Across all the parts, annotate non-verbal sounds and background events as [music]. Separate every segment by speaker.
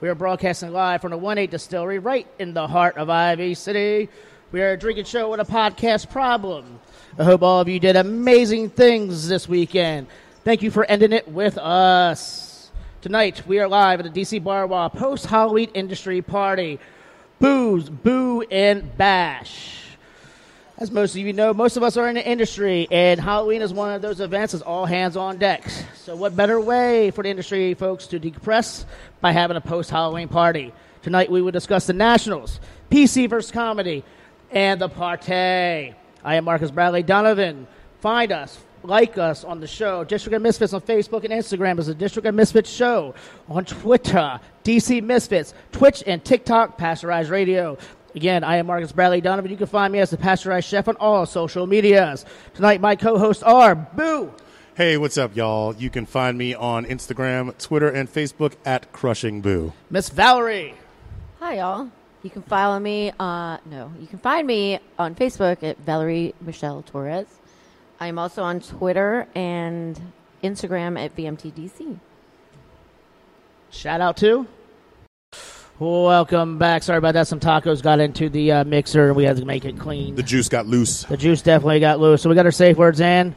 Speaker 1: We are broadcasting live from the 1-8 Distillery right in the heart of Ivy City. We are a drinking show with a podcast problem. I hope all of you did amazing things this weekend. Thank you for ending it with us. Tonight, we are live at the DC Bar Wa post Halloween industry party. Booze, boo, and bash. As most of you know, most of us are in the industry, and Halloween is one of those events that's all hands on deck. So, what better way for the industry folks to decompress by having a post Halloween party? Tonight, we will discuss the Nationals, PC versus comedy, and the party. I am Marcus Bradley Donovan. Find us, like us on the show. District of Misfits on Facebook and Instagram is the District of Misfits Show. On Twitter, DC Misfits, Twitch and TikTok, Pasteurized Radio. Again, I am Marcus Bradley Donovan. You can find me as the Pasteurized Chef on all social medias. Tonight, my co-hosts are Boo.
Speaker 2: Hey, what's up, y'all? You can find me on Instagram, Twitter, and Facebook at Crushing Boo.
Speaker 1: Miss Valerie.
Speaker 3: Hi, y'all. You can follow me. Uh, no, you can find me on Facebook at Valerie Michelle Torres. I am also on Twitter and Instagram at VMTDC.
Speaker 1: Shout out to. Welcome back. Sorry about that. Some tacos got into the uh, mixer, and we had to make it clean.
Speaker 2: The juice got loose.
Speaker 1: The juice definitely got loose. So we got our safe words in.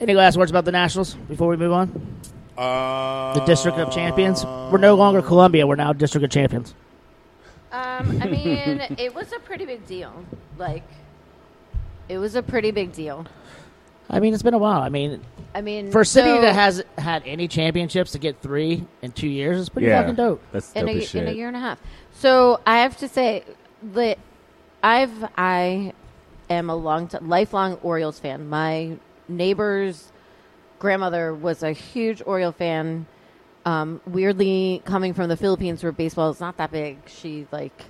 Speaker 1: Any last words about the Nationals before we move on?
Speaker 2: Uh,
Speaker 1: The District of Champions. We're no longer Columbia. We're now District of Champions.
Speaker 3: Um, I
Speaker 1: [laughs]
Speaker 3: mean, it was a pretty big deal. Like, it was a pretty big deal.
Speaker 1: I mean, it's been a while. I mean,
Speaker 3: I mean,
Speaker 1: for a city
Speaker 3: so-
Speaker 1: that has had any championships to get three in two years is pretty fucking dope.
Speaker 4: That's dope
Speaker 3: in a,
Speaker 4: as shit.
Speaker 3: in a year and a half. So I have to say that I've I am a long t- lifelong Orioles fan. My neighbor's grandmother was a huge Oriole fan. Um, weirdly, coming from the Philippines where baseball is not that big, she like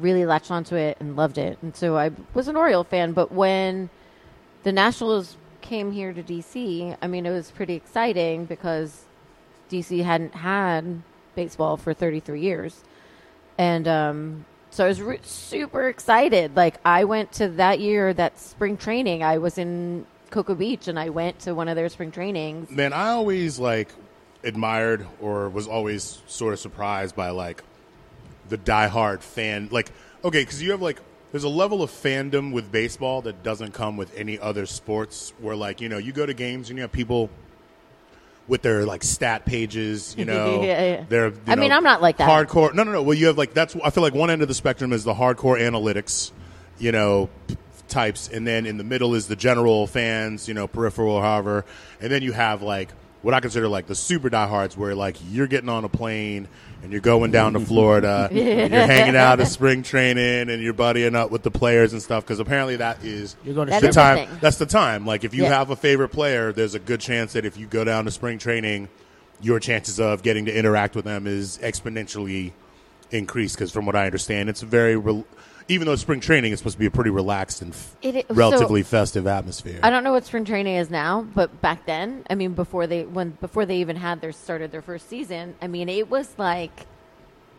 Speaker 3: really latched onto it and loved it. And so I was an Oriole fan. But when the Nationals came here to DC, I mean, it was pretty exciting because DC hadn't had baseball for 33 years. And um, so I was re- super excited. Like, I went to that year, that spring training, I was in Cocoa Beach and I went to one of their spring trainings.
Speaker 2: man, I always like admired or was always sort of surprised by like the diehard fan. Like, okay, because you have like there's a level of fandom with baseball that doesn't come with any other sports. Where like you know you go to games and you have people with their like stat pages, you
Speaker 3: [laughs]
Speaker 2: know.
Speaker 3: Yeah, yeah.
Speaker 2: Their, you
Speaker 3: I mean,
Speaker 2: know,
Speaker 3: I'm not like that.
Speaker 2: Hardcore. No, no, no. Well, you have like that's. I feel like one end of the spectrum is the hardcore analytics, you know, p- types, and then in the middle is the general fans, you know, peripheral, however, and then you have like what I consider like the super diehards, where like you're getting on a plane and you're
Speaker 3: [laughs]
Speaker 2: going down to Florida, and you're hanging out at spring training, and you're buddying up with the players and stuff, because apparently that is
Speaker 1: You're going to
Speaker 3: That
Speaker 2: the
Speaker 3: is
Speaker 1: strip.
Speaker 3: a
Speaker 2: time.
Speaker 3: thing.
Speaker 2: That's the time. Like if you
Speaker 3: Yeah.
Speaker 2: have a favorite player, there's a good chance that if you go down to spring training, your chances of getting to interact with them is exponentially increased. Because from what I understand, it's a very rel even though it's spring training, it's supposed to be a pretty relaxed and f-
Speaker 3: It i-
Speaker 2: relatively festive atmosphere.
Speaker 3: I don't know what spring training is now, but back then, I mean, before they when before they even had their started their first season, I mean, it was like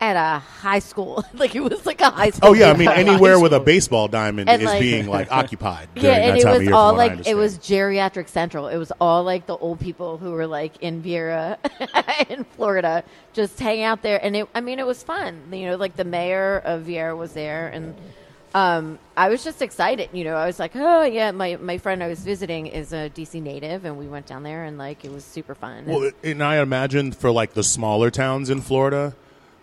Speaker 3: at a high school, [laughs] like it was like a high school.
Speaker 2: Oh yeah,
Speaker 3: [laughs]
Speaker 2: I mean
Speaker 3: baseball.
Speaker 2: anywhere with a baseball diamond
Speaker 3: And,
Speaker 2: is
Speaker 3: like-
Speaker 2: being like occupied during
Speaker 3: [laughs] Yeah, and
Speaker 2: that
Speaker 3: it
Speaker 2: time
Speaker 3: was
Speaker 2: of year. from
Speaker 3: all
Speaker 2: what I
Speaker 3: like it
Speaker 2: understand.
Speaker 3: was geriatric central. It was all like the old people who were like in Vera [laughs] in Florida, just hang out there. And it, I mean, it was fun. You know, like the mayor of Vieira was there, and um, I was just excited. You know, I was like, oh yeah, my my friend I was visiting is a DC native, and we went down there, and like it was super fun.
Speaker 2: Well, and I imagine for like the smaller towns in Florida,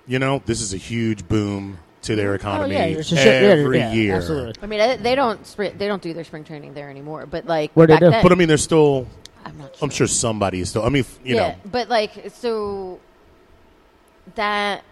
Speaker 2: you know, this is a huge boom to their economy
Speaker 1: it's a shit- Oh, yeah,
Speaker 2: every
Speaker 1: yeah,
Speaker 2: year.
Speaker 1: Absolutely.
Speaker 3: I mean, I- they don't spr- they don't do their spring training there anymore, but like
Speaker 1: Where they
Speaker 3: back
Speaker 1: do?
Speaker 3: then,
Speaker 2: But I mean, there's still.
Speaker 3: I'm not sure.
Speaker 2: I'm sure somebody is still. I mean, f- you know,
Speaker 3: but like so that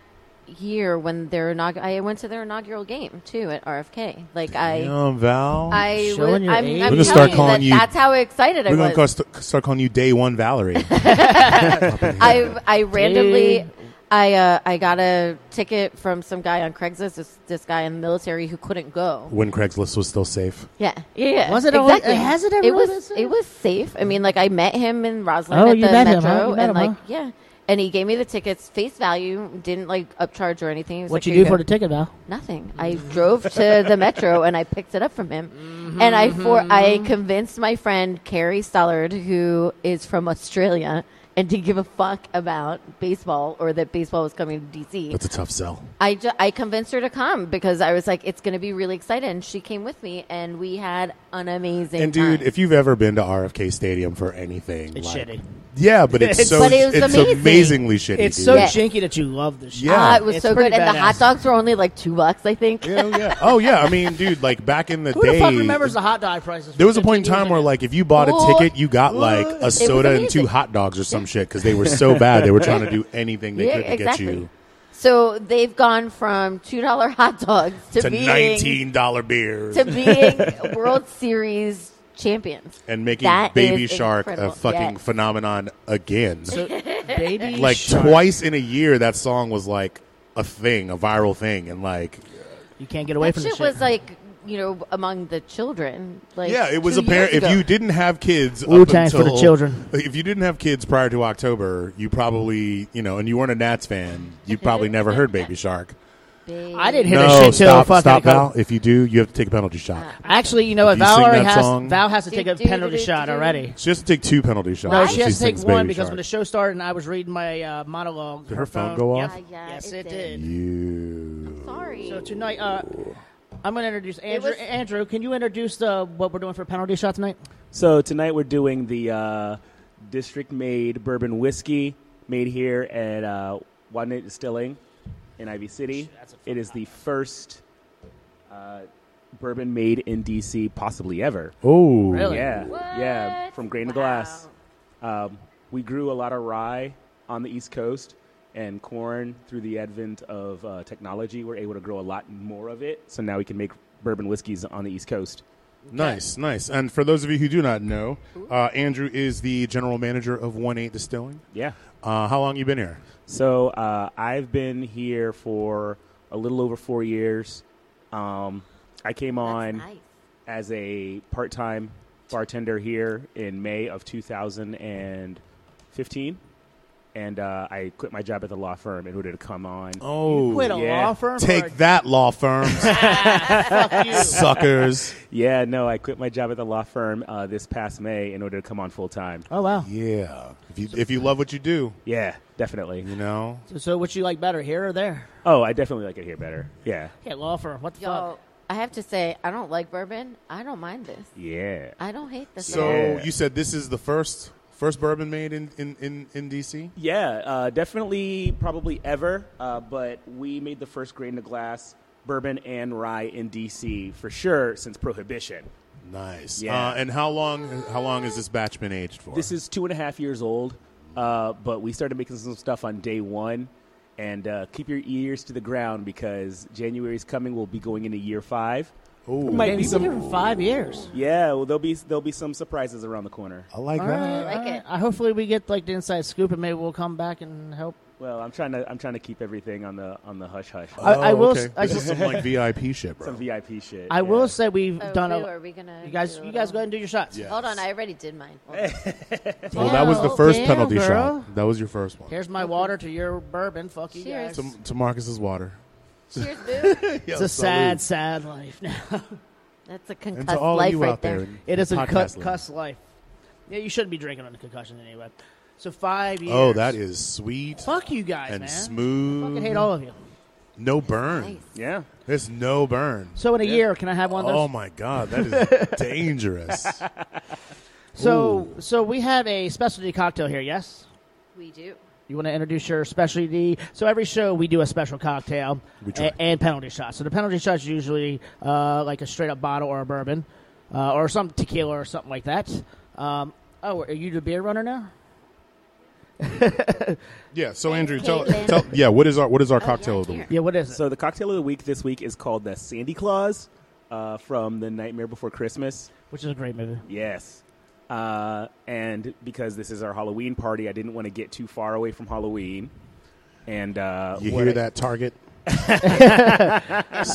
Speaker 3: year when their inaug- I went to their inaugural game too at RFK. Like I
Speaker 2: Damn, Val.
Speaker 3: I
Speaker 1: Showing
Speaker 3: was,
Speaker 1: your
Speaker 3: I'm,
Speaker 1: age.
Speaker 3: I'm
Speaker 1: We're
Speaker 2: gonna start
Speaker 3: telling you
Speaker 2: calling
Speaker 3: that
Speaker 2: you-
Speaker 3: that's how excited I
Speaker 2: We're gonna
Speaker 3: was.
Speaker 1: [laughs]
Speaker 2: call, st- start calling you Day One Valerie.
Speaker 3: I I randomly I uh, I got a ticket from some guy on Craigslist. This, this guy in the military who couldn't go.
Speaker 2: When Craigslist was still safe.
Speaker 3: Yeah, yeah, yeah.
Speaker 1: Was it always-
Speaker 3: exactly?
Speaker 1: has it ever
Speaker 3: It
Speaker 1: really
Speaker 3: was.
Speaker 1: been safe?
Speaker 3: It was safe. I mean, like I met him in Roslyn
Speaker 1: Oh,
Speaker 3: at
Speaker 1: you
Speaker 3: the
Speaker 1: met him,
Speaker 3: metro,
Speaker 1: huh? You
Speaker 3: and
Speaker 1: met him,
Speaker 3: like
Speaker 1: huh?
Speaker 3: yeah, and he gave me the tickets face value. Didn't like upcharge or anything. He was
Speaker 1: What
Speaker 3: like,
Speaker 1: you
Speaker 3: "Here
Speaker 1: do for
Speaker 3: go."
Speaker 1: the ticket, Val?
Speaker 3: Nothing. I drove to the metro and I picked it up from him,
Speaker 1: Mm-hmm.
Speaker 3: and I for I convinced my friend Carrie Stollard, who is from Australia and didn't give a fuck about baseball or that baseball was coming to DC.
Speaker 2: That's a tough sell.
Speaker 3: I, ju- I convinced her to come because I was like, it's going to be really exciting. And she came with me, and we had an amazing
Speaker 2: And dude,
Speaker 3: time.
Speaker 2: if you've ever been to RFK Stadium for anything,
Speaker 1: It's
Speaker 2: like-
Speaker 1: shitty.
Speaker 2: Yeah, but it's
Speaker 1: It's-
Speaker 2: so
Speaker 3: But it was
Speaker 2: it's
Speaker 3: amazing.
Speaker 2: amazingly shitty.
Speaker 1: It's
Speaker 2: dude.
Speaker 1: so
Speaker 3: Yeah.
Speaker 1: janky that you love this shit.
Speaker 2: Yeah.
Speaker 3: Ah, it was
Speaker 1: It's
Speaker 3: so
Speaker 1: pretty
Speaker 3: good, and the hot
Speaker 1: badass.
Speaker 3: dogs were only like two bucks, I think.
Speaker 2: Yeah,
Speaker 3: [laughs]
Speaker 2: oh, yeah. Oh yeah. I mean, dude, like back in the
Speaker 1: Who
Speaker 2: day,
Speaker 1: the fuck remembers the hot dog prices?
Speaker 2: there was a
Speaker 1: 15
Speaker 2: point in
Speaker 1: years
Speaker 2: time where
Speaker 1: ago?
Speaker 2: like if you bought a
Speaker 3: What?
Speaker 2: ticket, you got like
Speaker 1: What? It
Speaker 2: a
Speaker 1: was
Speaker 2: soda and
Speaker 3: amazing.
Speaker 2: two hot dogs or some shit because they were so bad they were
Speaker 3: [laughs]
Speaker 2: trying to do anything they
Speaker 3: Yeah,
Speaker 2: could to
Speaker 3: exactly.
Speaker 2: get you
Speaker 3: So they've gone from two dollar hot dogs to,
Speaker 2: to
Speaker 3: being
Speaker 2: nineteen dollar beers
Speaker 3: to being World Series champions.
Speaker 2: [laughs] and making
Speaker 3: That
Speaker 2: Baby
Speaker 3: is
Speaker 2: Shark a
Speaker 3: incredible.
Speaker 2: fucking
Speaker 3: Yes.
Speaker 2: phenomenon again.
Speaker 1: baby,
Speaker 2: [laughs] like
Speaker 1: shark.
Speaker 2: twice in a year, that song was like a thing, a viral thing, and like
Speaker 1: You can't get away
Speaker 3: That
Speaker 1: from
Speaker 3: shit
Speaker 1: this shit.
Speaker 3: was like you know among the children. Like
Speaker 2: Yeah, it was
Speaker 3: two
Speaker 2: apparent.
Speaker 3: years
Speaker 2: If
Speaker 3: ago.
Speaker 2: you didn't have kids, up
Speaker 1: Wu-Tang for the
Speaker 2: until-
Speaker 1: children.
Speaker 2: If you didn't have kids prior to October, you probably you know, and you weren't a Nats fan,
Speaker 3: [laughs]
Speaker 2: you probably never heard Baby Shark.
Speaker 3: Big-
Speaker 1: I didn't hear that
Speaker 2: No,
Speaker 1: shit till
Speaker 2: stop,
Speaker 1: fucking. Uh,
Speaker 2: stop, Val. If you do, you have to take a penalty shot.
Speaker 1: Actually, you know what?
Speaker 2: If you
Speaker 1: Val
Speaker 2: sing
Speaker 1: already
Speaker 2: that
Speaker 1: has.
Speaker 2: song-
Speaker 1: Val has to take a
Speaker 3: Do-do-do-do-do.
Speaker 1: penalty shot already.
Speaker 2: She has to take two penalty shots.
Speaker 1: No,
Speaker 2: when
Speaker 1: she has to take
Speaker 2: sings
Speaker 1: one
Speaker 2: Baby
Speaker 1: because
Speaker 2: Shark.
Speaker 1: when the show started and I was reading my uh, monologue, did
Speaker 2: her phone go off?
Speaker 3: Ah, yeah,
Speaker 1: yes, it,
Speaker 3: it
Speaker 1: did.
Speaker 3: did.
Speaker 2: you
Speaker 3: Sorry.
Speaker 1: So tonight, uh, I'm going to introduce Andrew.
Speaker 3: was-
Speaker 1: Andrew, can you introduce the, what we're doing for penalty shot tonight?
Speaker 5: So tonight we're doing the uh, district-made bourbon whiskey made here at uh, Wyandotte Distilling in Ivy City.
Speaker 1: That's a fun
Speaker 5: It is the first uh, bourbon made in DC possibly ever.
Speaker 2: Oh,
Speaker 1: Really?
Speaker 5: Yeah, yeah,
Speaker 3: What?
Speaker 5: from grain to
Speaker 3: Wow.
Speaker 5: glass. Um, we grew a lot of rye on the East Coast and corn through the advent of uh, technology. We're able to grow a lot more of it, so now we can make bourbon whiskeys on the East Coast.
Speaker 2: Nice, nice. And for those of you who do not know, uh, Andrew is the general manager of One Eight Distilling.
Speaker 5: Yeah.
Speaker 2: Uh, how long you been here?
Speaker 5: So uh, I've been here for a little over four years. Um, I came on
Speaker 3: nice.
Speaker 5: as a part-time bartender here in May of 2015, and uh, I quit my job at the law firm in order to come on.
Speaker 2: Oh,
Speaker 1: Quit a
Speaker 5: yeah.
Speaker 1: law firm.
Speaker 2: take that,
Speaker 1: [laughs]
Speaker 2: law firm suckers.
Speaker 5: Yeah, no, I quit my job at the law firm uh, this past May in order to come on full time.
Speaker 1: Oh wow.
Speaker 2: Yeah, if you if you love what you do,
Speaker 5: Yeah, definitely.
Speaker 2: you know.
Speaker 1: So, what you like better, here or there?
Speaker 5: Oh, I definitely like it here better. Yeah,
Speaker 1: Yeah, law firm. What the
Speaker 3: Yo,
Speaker 1: fuck?
Speaker 3: I have to say, I don't like bourbon. I don't mind this.
Speaker 5: yeah.
Speaker 3: I don't hate this.
Speaker 2: So
Speaker 3: at all.
Speaker 5: Yeah.
Speaker 2: you said this is the first first bourbon made in in in, in DC.
Speaker 5: Yeah, uh, definitely, probably ever. Uh, but we made the first grain to glass bourbon and rye in DC for sure since Prohibition.
Speaker 2: Nice.
Speaker 5: Yeah.
Speaker 2: Uh, and how long how long has this batch been aged for?
Speaker 5: This is two and a half years old, uh, but we started making some stuff on day one. And uh, keep your ears to the ground because January's coming. We'll be going into year five.
Speaker 2: Ooh.
Speaker 5: There might be
Speaker 1: We've been here
Speaker 5: some.
Speaker 1: for five years.
Speaker 5: Yeah, well, there'll be there'll be some surprises around the corner.
Speaker 2: I like
Speaker 1: All right,
Speaker 2: that.
Speaker 3: like
Speaker 1: all right.
Speaker 3: it.
Speaker 1: I, hopefully, we get like the inside scoop, and maybe we'll come back and help.
Speaker 5: Well, I'm trying to I'm trying to keep everything on the on the hush hush.
Speaker 1: I, I
Speaker 2: Oh,
Speaker 1: will.
Speaker 2: okay.
Speaker 1: s- I,
Speaker 2: this is some like VIP shit, bro.
Speaker 5: Some VIP shit.
Speaker 1: I
Speaker 5: yeah.
Speaker 1: will say we've
Speaker 3: Oh,
Speaker 1: done
Speaker 3: boo,
Speaker 1: a.
Speaker 3: are we gonna
Speaker 1: You guys,
Speaker 3: do a
Speaker 1: you guys,
Speaker 3: little-
Speaker 1: go ahead and do your shots.
Speaker 2: Yeah.
Speaker 3: Hold on, I already did
Speaker 1: [laughs]
Speaker 3: mine. Hold on.
Speaker 2: Well, that was the
Speaker 3: Damn,
Speaker 2: first
Speaker 1: damn,
Speaker 2: penalty
Speaker 1: girl.
Speaker 2: shot. That was your first one.
Speaker 1: Here's my water to your bourbon. Fuck you
Speaker 3: Cheers.
Speaker 1: guys.
Speaker 2: To, to Marcus's water. [laughs]
Speaker 3: Cheers, boo.
Speaker 1: It's a sad, sad life now.
Speaker 3: That's a
Speaker 2: And to
Speaker 3: concussed
Speaker 2: all of
Speaker 3: life
Speaker 2: you
Speaker 3: right
Speaker 2: out there,
Speaker 3: there.
Speaker 2: in
Speaker 1: It is a
Speaker 2: podcast
Speaker 1: cuss,
Speaker 2: land.
Speaker 1: cuss life. Yeah, you shouldn't be drinking on the concussion anyway. So five years.
Speaker 2: Oh, that is sweet
Speaker 1: Fuck you guys,
Speaker 2: and
Speaker 1: man.
Speaker 2: smooth.
Speaker 1: Fucking hate all of you.
Speaker 2: No burn.
Speaker 3: Nice.
Speaker 5: Yeah.
Speaker 2: There's no burn.
Speaker 1: So in a year, can I have one of
Speaker 2: Oh
Speaker 1: those?
Speaker 2: my god, that is
Speaker 1: [laughs]
Speaker 2: dangerous.
Speaker 1: so, so we have a specialty cocktail here. Yes.
Speaker 3: We do.
Speaker 1: You want to introduce your specialty? So every show we do a special cocktail
Speaker 2: We try.
Speaker 1: a- and penalty shots. So the penalty shots usually uh, like a straight up bottle or a bourbon, uh, or some tequila or something like that. Um, oh, are you the beer runner now?
Speaker 2: [laughs] Yeah. So Andrew, tell,
Speaker 3: Caitlin.
Speaker 2: tell yeah, what is our what is our cocktail
Speaker 3: yeah,
Speaker 2: of the
Speaker 3: here.
Speaker 2: week?
Speaker 1: Yeah. What is it?
Speaker 5: So the cocktail of the week this week is called the Sandy Claus uh, from the Nightmare Before Christmas.
Speaker 1: Which is a great movie.
Speaker 5: Yes. Uh, and because this is our Halloween party, I didn't want to get too far away from Halloween. And uh,
Speaker 2: You
Speaker 5: what
Speaker 2: hear
Speaker 5: I- [laughs]
Speaker 2: that, Target? slash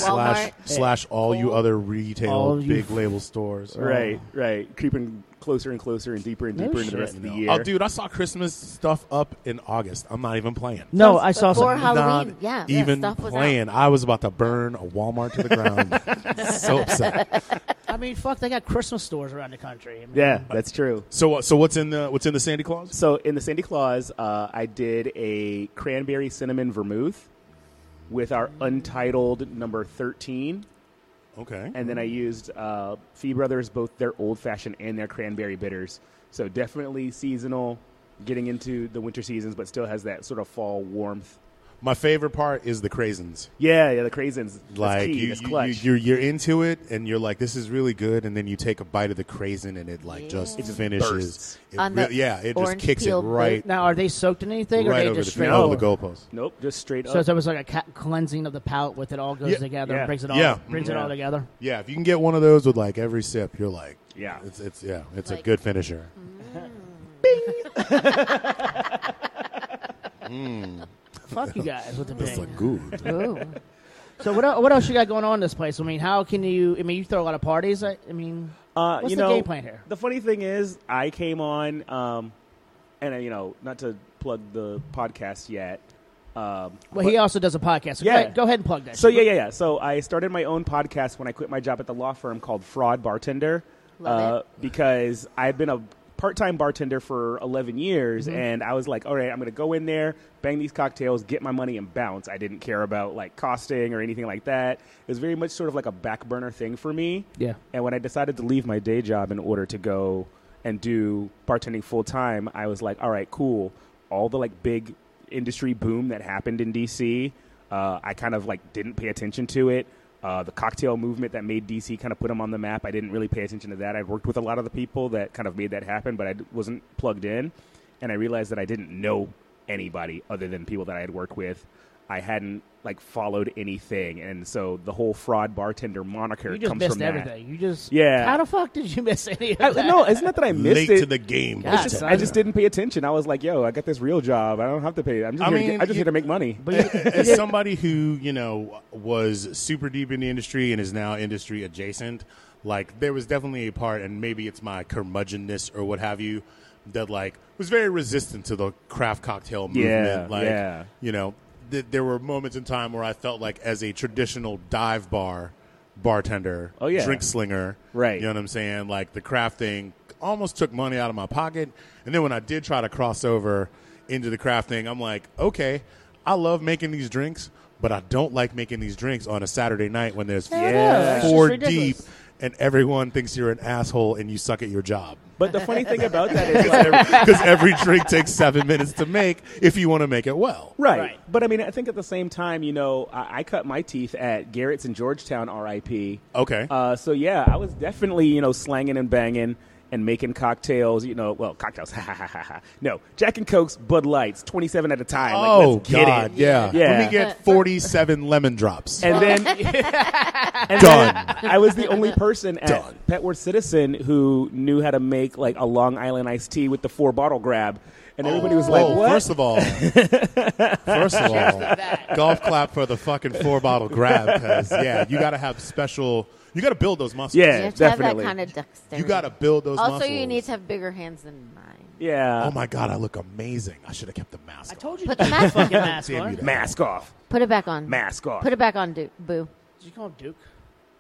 Speaker 6: Walmart.
Speaker 2: slash all you other retail
Speaker 1: All you
Speaker 2: big label stores. Oh.
Speaker 5: Right, right. Creeping closer and closer and deeper and
Speaker 1: No
Speaker 5: deeper into the
Speaker 1: shit.
Speaker 5: rest of the
Speaker 1: No.
Speaker 5: year.
Speaker 2: Oh, dude, I saw Christmas stuff up in August. I'm not even playing.
Speaker 1: No,
Speaker 6: That's
Speaker 1: I saw
Speaker 6: before
Speaker 1: some.
Speaker 6: Halloween.
Speaker 2: Not
Speaker 6: yeah, yeah,
Speaker 2: even
Speaker 6: stuff was out.
Speaker 2: playing. I was about to burn a Walmart to
Speaker 6: [laughs]
Speaker 2: the ground. [laughs] so upset.
Speaker 1: [laughs] I mean, fuck, they got Christmas stores around the country. I mean,
Speaker 5: Yeah, that's true.
Speaker 2: So, uh, so what's in the what's in the Sandy Claus?
Speaker 5: So in the Santa Claus, uh, I did a cranberry cinnamon vermouth with our untitled number thirteen,
Speaker 2: Okay.
Speaker 5: and then I used uh, Fee Brothers both their old fashioned and their cranberry bitters. So definitely seasonal, getting into the winter seasons, but still has that sort of fall warmth.
Speaker 2: My favorite part is the craisins.
Speaker 5: Yeah, yeah, the craisins. That's
Speaker 2: Like
Speaker 5: key.
Speaker 2: you,
Speaker 5: that's
Speaker 2: you-
Speaker 5: clutch.
Speaker 2: you, are you're into it, and you're like, "This is really good," and then you take a bite of the craisin, and it like just
Speaker 5: It just
Speaker 2: finishes.
Speaker 5: bursts.
Speaker 2: It
Speaker 6: On the
Speaker 2: real- yeah, it just
Speaker 6: orange
Speaker 2: kicks it
Speaker 6: peel bit.
Speaker 2: right,
Speaker 1: Now, are they soaked in anything,
Speaker 2: right
Speaker 1: or they
Speaker 2: over
Speaker 1: just
Speaker 2: the,
Speaker 1: straight
Speaker 2: over the
Speaker 1: up?
Speaker 2: goalpost.
Speaker 5: nope, just straight
Speaker 1: So
Speaker 5: up.
Speaker 1: it's almost like a ca- cleansing of the palate with it all goes
Speaker 2: Yeah.
Speaker 1: together,
Speaker 5: Yeah.
Speaker 1: brings it all,
Speaker 2: Yeah.
Speaker 1: brings it
Speaker 5: Yeah.
Speaker 1: all together.
Speaker 2: Yeah, if you can get one of those with like every sip, you're like,
Speaker 5: Yeah.
Speaker 2: it's it's yeah, it's a
Speaker 6: Like-
Speaker 2: good finisher.
Speaker 1: Fuck you
Speaker 2: [laughs]
Speaker 1: guys with the bang.
Speaker 2: It's like good.
Speaker 1: [laughs]
Speaker 6: Ooh.
Speaker 1: So what el- what else you got going on in this place? I mean, how can you? I mean, you throw a lot of parties. I, I mean,
Speaker 5: Uh,
Speaker 1: What's
Speaker 5: you
Speaker 1: the
Speaker 5: know,
Speaker 1: game plan here?
Speaker 5: The funny thing is, I came on, um, and uh, you know, not to plug the podcast yet. Um,
Speaker 1: well, he also does a podcast. So go,
Speaker 5: Yeah.
Speaker 1: ahead, go ahead and plug that.
Speaker 5: so
Speaker 1: shit.
Speaker 5: yeah, yeah, yeah. So I started my own podcast when I quit my job at the law firm called Fraud Bartender,
Speaker 6: Love
Speaker 5: uh, because I've been a part-time bartender for 11 years,
Speaker 1: Mm-hmm.
Speaker 5: and I was like, all right, I'm going to go in there, bang these cocktails, get my money, and bounce. I didn't care about like costing or anything like that. It was very much sort of like a back burner thing for me.
Speaker 1: Yeah.
Speaker 5: And when I decided to leave my day job in order to go and do bartending full time, I was like, all right, cool. All the like big industry boom that happened in DC, uh, I kind of like didn't pay attention to it. Uh, the cocktail movement that made DC kind of put them on the map, I didn't really pay attention to that. I'd worked with a lot of the people that kind of made that happen, but I d- wasn't plugged in. And I realized that I didn't know anybody other than people that I had worked with. I hadn't like followed anything, and so the whole fraud bartender moniker
Speaker 1: you just
Speaker 5: comes
Speaker 1: missed
Speaker 5: from that.
Speaker 1: everything. You just
Speaker 5: Yeah.
Speaker 1: How the fuck did you miss any of
Speaker 5: I,
Speaker 1: that?
Speaker 5: no, it's not that I missed
Speaker 2: Late
Speaker 5: it.
Speaker 2: to the game.
Speaker 1: God,
Speaker 2: It's just-
Speaker 1: son.
Speaker 5: I just didn't pay attention. I was like, "Yo, I got this real job. I don't have to pay. I'm just
Speaker 2: I
Speaker 5: here. to
Speaker 2: mean,
Speaker 5: get- I'm just
Speaker 2: you-
Speaker 5: here to make money."
Speaker 1: But you,
Speaker 2: As somebody who you know was super deep in the industry and is now industry adjacent, like there was definitely a part, and maybe it's my curmudgeonness or what have you, that like was very resistant to the craft cocktail movement.
Speaker 5: Yeah,
Speaker 2: like
Speaker 5: yeah.
Speaker 2: you know, th- there were moments in time where I felt like as a traditional dive bar bartender,
Speaker 5: Oh, yeah.
Speaker 2: drink slinger,
Speaker 5: Right.
Speaker 2: You know what I'm saying? Like the craft thing almost took money out of my pocket. And then when I did try to cross over into the craft thing, I'm like, okay, I love making these drinks, but I don't like making these drinks on a Saturday night when there's
Speaker 1: no, that's just
Speaker 2: four deep
Speaker 1: ridiculous.
Speaker 2: and everyone thinks you're an asshole and you suck at your job.
Speaker 5: But the funny thing about that
Speaker 2: [laughs]
Speaker 5: is, like,
Speaker 2: Because every drink takes seven minutes to make if you want to make it well.
Speaker 5: right.
Speaker 1: Right.
Speaker 5: But I mean, I think at the same time, you know, I, I cut my teeth at Garrett's in Georgetown, R.I.P.
Speaker 2: Okay.
Speaker 5: Uh, so yeah, I was definitely you know slanging and banging and making cocktails. You know, well, cocktails. [laughs] Ha ha ha ha, ha. No, Jack and Cokes, Bud Lights, twenty-seven at a time. Like,
Speaker 2: oh,
Speaker 5: let's get
Speaker 2: God.
Speaker 5: it.
Speaker 2: Yeah.
Speaker 5: Yeah.
Speaker 2: Let
Speaker 6: [laughs]
Speaker 2: me get 47 lemon drops.
Speaker 5: And then [laughs]
Speaker 2: Done.
Speaker 5: I was the only person at
Speaker 2: Done.
Speaker 5: Petworth Citizen who knew how to make like a Long Island iced tea with the four bottle grab, and everybody was like,
Speaker 2: Whoa,
Speaker 5: "What?"
Speaker 2: First of
Speaker 5: [laughs]
Speaker 2: all, first of all, golf clap for the fucking four bottle grab because yeah, you got to have special. You got to build those muscles.
Speaker 5: Yeah.
Speaker 6: You have to have
Speaker 5: definitely.
Speaker 6: that kind of dexterity.
Speaker 2: you got to build those.
Speaker 6: Also,
Speaker 2: muscles.
Speaker 6: you need to have bigger hands than mine.
Speaker 5: yeah,
Speaker 2: Oh my god, I look amazing. I should have kept the mask.
Speaker 1: I
Speaker 2: on.
Speaker 1: told you
Speaker 6: Put
Speaker 1: to
Speaker 6: the
Speaker 1: keep your
Speaker 6: mask on.
Speaker 1: fucking mask
Speaker 2: Damn you,
Speaker 1: on.
Speaker 2: Dad.
Speaker 5: mask off,
Speaker 6: Put it back on.
Speaker 5: mask off.
Speaker 6: Put it back on, Duke. Boo.
Speaker 1: Did you call him Duke?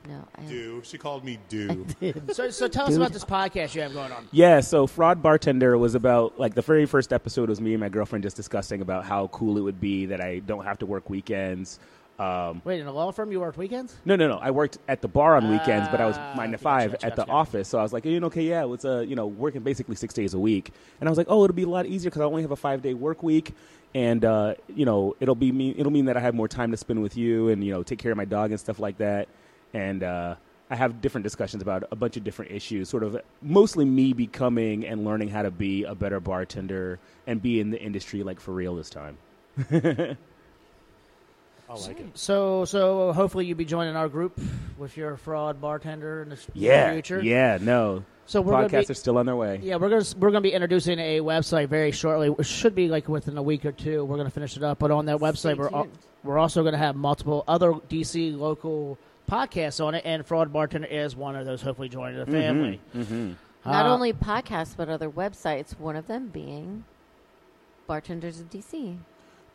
Speaker 6: No. I
Speaker 2: Do she called me do?
Speaker 1: So, so tell us about this podcast you have going on.
Speaker 5: Yeah, so Fraud Bartender was about like the very first episode was me and my girlfriend just discussing about how cool it would be that I don't have to work weekends. Um,
Speaker 1: Wait, in a law firm you worked weekends?
Speaker 5: No, no, no. I worked at the bar on weekends, but I was
Speaker 1: Ah,
Speaker 5: nine to
Speaker 1: gotcha,
Speaker 5: five
Speaker 1: gotcha,
Speaker 5: at the
Speaker 1: gotcha.
Speaker 5: office. So I was like, you know, okay, yeah, it's uh, you know, working basically six days a week. And I was like, oh, it'll be a lot easier because I only have a five day work week, and uh, you know, it'll be mean, it'll mean that I have more time to spend with you, and you know, take care of my dog and stuff like that. And uh, I have different discussions about a bunch of different issues, sort of mostly me becoming and learning how to be a better bartender and be in the industry like for real this time. [laughs]
Speaker 2: I like it.
Speaker 1: So, so hopefully you'll be joining our group with your fraud bartender in the s-
Speaker 5: Yeah,
Speaker 1: future.
Speaker 5: yeah, no.
Speaker 1: So we're gonna
Speaker 5: Podcasts
Speaker 1: be-
Speaker 5: are still on their way.
Speaker 1: Yeah, we're gonna we're gonna be introducing a website very shortly. It should be like within a week or two. We're gonna finish it up, but on that website, we're al-
Speaker 6: tuned.
Speaker 1: we're also gonna have multiple other DC local podcasts on it, and Fraud Bartender is one of those. Hopefully, joining the family.
Speaker 5: Mm-hmm.
Speaker 6: Not
Speaker 1: Uh,
Speaker 6: only podcasts, but other websites, one of them being Bartenders of DC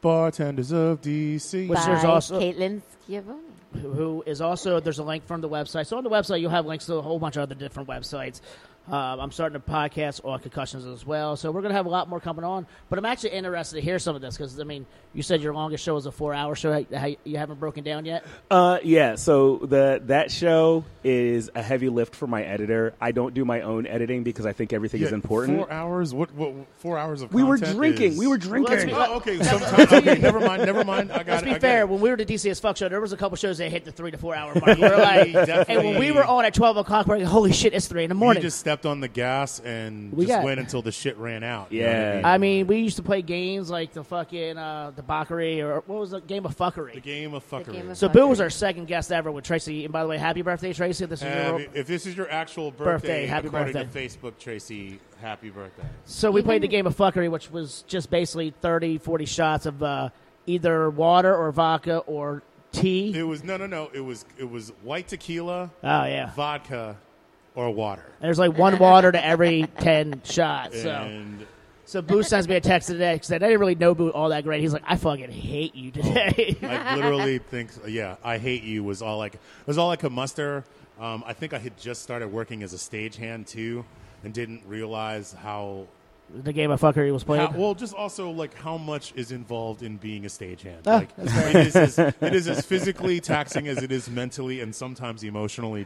Speaker 2: Bartenders of DC.
Speaker 1: Which-
Speaker 6: by
Speaker 1: there's also-
Speaker 6: Caitlin Schiavone.
Speaker 1: who- who is also there's a link from the website. So on the website, you'll have links to a whole bunch of other different websites. Um, I'm starting a podcast on concussions as well, so we're gonna have a lot more coming on. But I'm actually interested to hear some of this because I mean, you said your longest show is a four-hour show. Ha- ha- You haven't broken down yet.
Speaker 5: Uh, yeah. So the that show is a heavy lift for my editor. I don't do my own editing because I think everything is
Speaker 2: Yeah,
Speaker 5: important.
Speaker 2: Four hours? What, what? Four hours of
Speaker 5: We were
Speaker 2: content
Speaker 5: drinking.
Speaker 2: is-
Speaker 5: We were
Speaker 1: Let's
Speaker 5: drinking.
Speaker 1: be- [laughs]
Speaker 2: Oh, okay. Sometimes. Okay. Never mind. Never mind. I got
Speaker 1: Let's
Speaker 2: it.
Speaker 1: be
Speaker 2: I got
Speaker 1: fair.
Speaker 2: it.
Speaker 1: When we were to DC as fuck show, there was a couple shows that hit the three to four hour mark. We were like, and when we
Speaker 2: [laughs] definitely.
Speaker 1: were on at twelve o'clock, we're like, holy shit, it's three in the
Speaker 2: He
Speaker 1: morning.
Speaker 2: just stepped on the gas and
Speaker 1: We
Speaker 2: just
Speaker 1: got-
Speaker 2: went until the shit ran out. you know
Speaker 5: Yeah.
Speaker 2: what I mean?
Speaker 1: I mean, we used to play games like the fucking uh, the Baccarat or what was the game of
Speaker 2: the
Speaker 1: fuckery.
Speaker 2: game of fuckery.
Speaker 6: game of-
Speaker 1: So Bill was our second guest ever with Tracy. And by the way, happy birthday, Tracy. This is your.
Speaker 2: Happy- if this is your actual birthday,
Speaker 1: Birthday, happy
Speaker 2: according
Speaker 1: birthday.
Speaker 2: to Facebook, Tracy, happy birthday.
Speaker 1: So we played the
Speaker 6: Even-
Speaker 1: game of fuckery, which was just basically 30, 40 shots of uh, either water or vodka or tea.
Speaker 2: It was no, no, no. It was it was white tequila,
Speaker 1: oh yeah,
Speaker 2: vodka, or water.
Speaker 1: and there's like one water to
Speaker 6: [laughs]
Speaker 1: every ten shots. So.
Speaker 2: And
Speaker 1: So Boo sends me a text today because I didn't really know Boo all that great. He's like, I fucking hate you today.
Speaker 2: Oh, I literally think, yeah, I hate you was all like was all I could muster. Um, I think I had just started working as a stagehand too, and didn't realize how,
Speaker 1: [laughs] the game of fuckery was played.
Speaker 2: how well just also like how much is involved in being a stagehand.
Speaker 1: Ah,
Speaker 2: like it is, as, it is as physically taxing as it is mentally and sometimes emotionally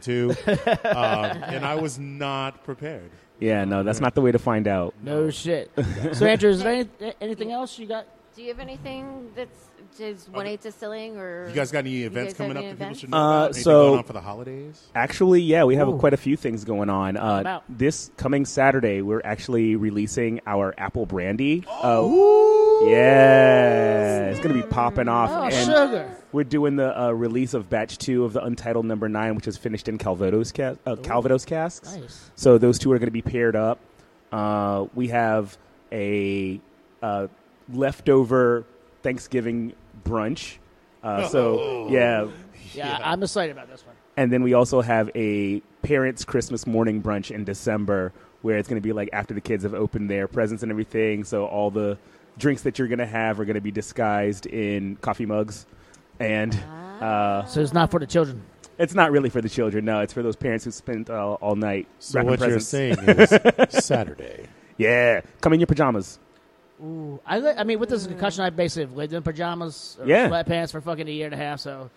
Speaker 1: [laughs]
Speaker 2: too. Um, and I was not prepared.
Speaker 5: Yeah. No, that's not the way to find out.
Speaker 1: no
Speaker 2: [laughs]
Speaker 1: shit. So Andrew, is there any, anything else you got?
Speaker 6: Do you have anything that's just one eight distilling or
Speaker 2: You guys got any events
Speaker 6: guys have
Speaker 2: coming up
Speaker 6: any
Speaker 2: that people
Speaker 6: events?
Speaker 2: should know
Speaker 5: Uh,
Speaker 2: about? Anything
Speaker 5: so-
Speaker 2: going on for the holidays?
Speaker 5: Actually, yeah, we have
Speaker 1: Ooh.
Speaker 5: quite a few things going on. Uh,
Speaker 1: about?
Speaker 5: this coming Saturday, we're actually releasing our apple brandy.
Speaker 2: Oh.
Speaker 5: Uh, yeah, it's gonna be popping off.
Speaker 1: Oh,
Speaker 5: and
Speaker 1: sugar.
Speaker 5: We're doing the uh, release of batch two of the Untitled Number Nine, which is finished in Calvados, cas- uh, Calvados casks.
Speaker 1: Nice.
Speaker 5: So those two are going to be paired up. Uh, we have a uh, leftover Thanksgiving brunch. Uh, so yeah,
Speaker 1: Yeah, I'm excited about this one.
Speaker 5: and then we also have a parents' Christmas morning brunch in December, where it's going to be like after the kids have opened their presents and everything. So all the drinks that you're going to have are going to be disguised in coffee mugs, and uh,
Speaker 1: So it's not for the children.
Speaker 5: it's not really for the children. No, it's for those parents who spent uh, all night
Speaker 2: So
Speaker 5: wrapping
Speaker 2: what you're
Speaker 5: presents.
Speaker 2: saying
Speaker 5: [laughs]
Speaker 2: is Saturday.
Speaker 5: Yeah, come in your pajamas.
Speaker 1: Ooh, I, li- I mean, with this concussion, I basically have lived in pajamas, or
Speaker 5: Yeah.
Speaker 1: sweatpants for fucking a year and a half. So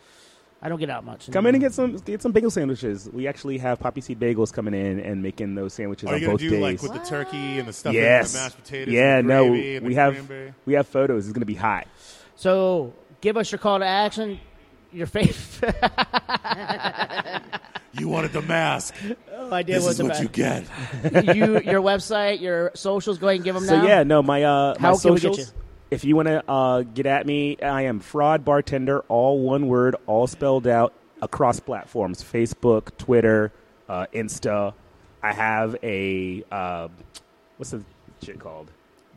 Speaker 1: I don't get out much.
Speaker 5: Come in and get some get some bagel sandwiches. We actually have poppy seed bagels coming in and making those sandwiches
Speaker 2: Are
Speaker 5: on
Speaker 2: you gonna
Speaker 5: both
Speaker 2: do
Speaker 5: days.
Speaker 2: like with the turkey and the stuffing,
Speaker 5: yes,
Speaker 2: and the mashed potatoes,
Speaker 5: yeah,
Speaker 2: and the
Speaker 5: no,
Speaker 2: gravy, and
Speaker 5: we
Speaker 2: the
Speaker 5: have
Speaker 2: cranberry?
Speaker 5: we have photos. It's gonna be hot.
Speaker 1: So give us your call to action. Your favorite. [laughs]
Speaker 2: You wanted the mask.
Speaker 1: idea
Speaker 2: This is what you get.
Speaker 1: [laughs] you your website, your socials. Go ahead and give them
Speaker 5: So
Speaker 1: now.
Speaker 5: yeah, no, my uh,
Speaker 1: How
Speaker 5: my
Speaker 1: can we get
Speaker 5: socials.
Speaker 1: you?
Speaker 5: If you want to uh, get at me, I am fraud bartender, all one word, all spelled out across platforms: Facebook, Twitter, uh, Insta. I have a uh, what's the shit called?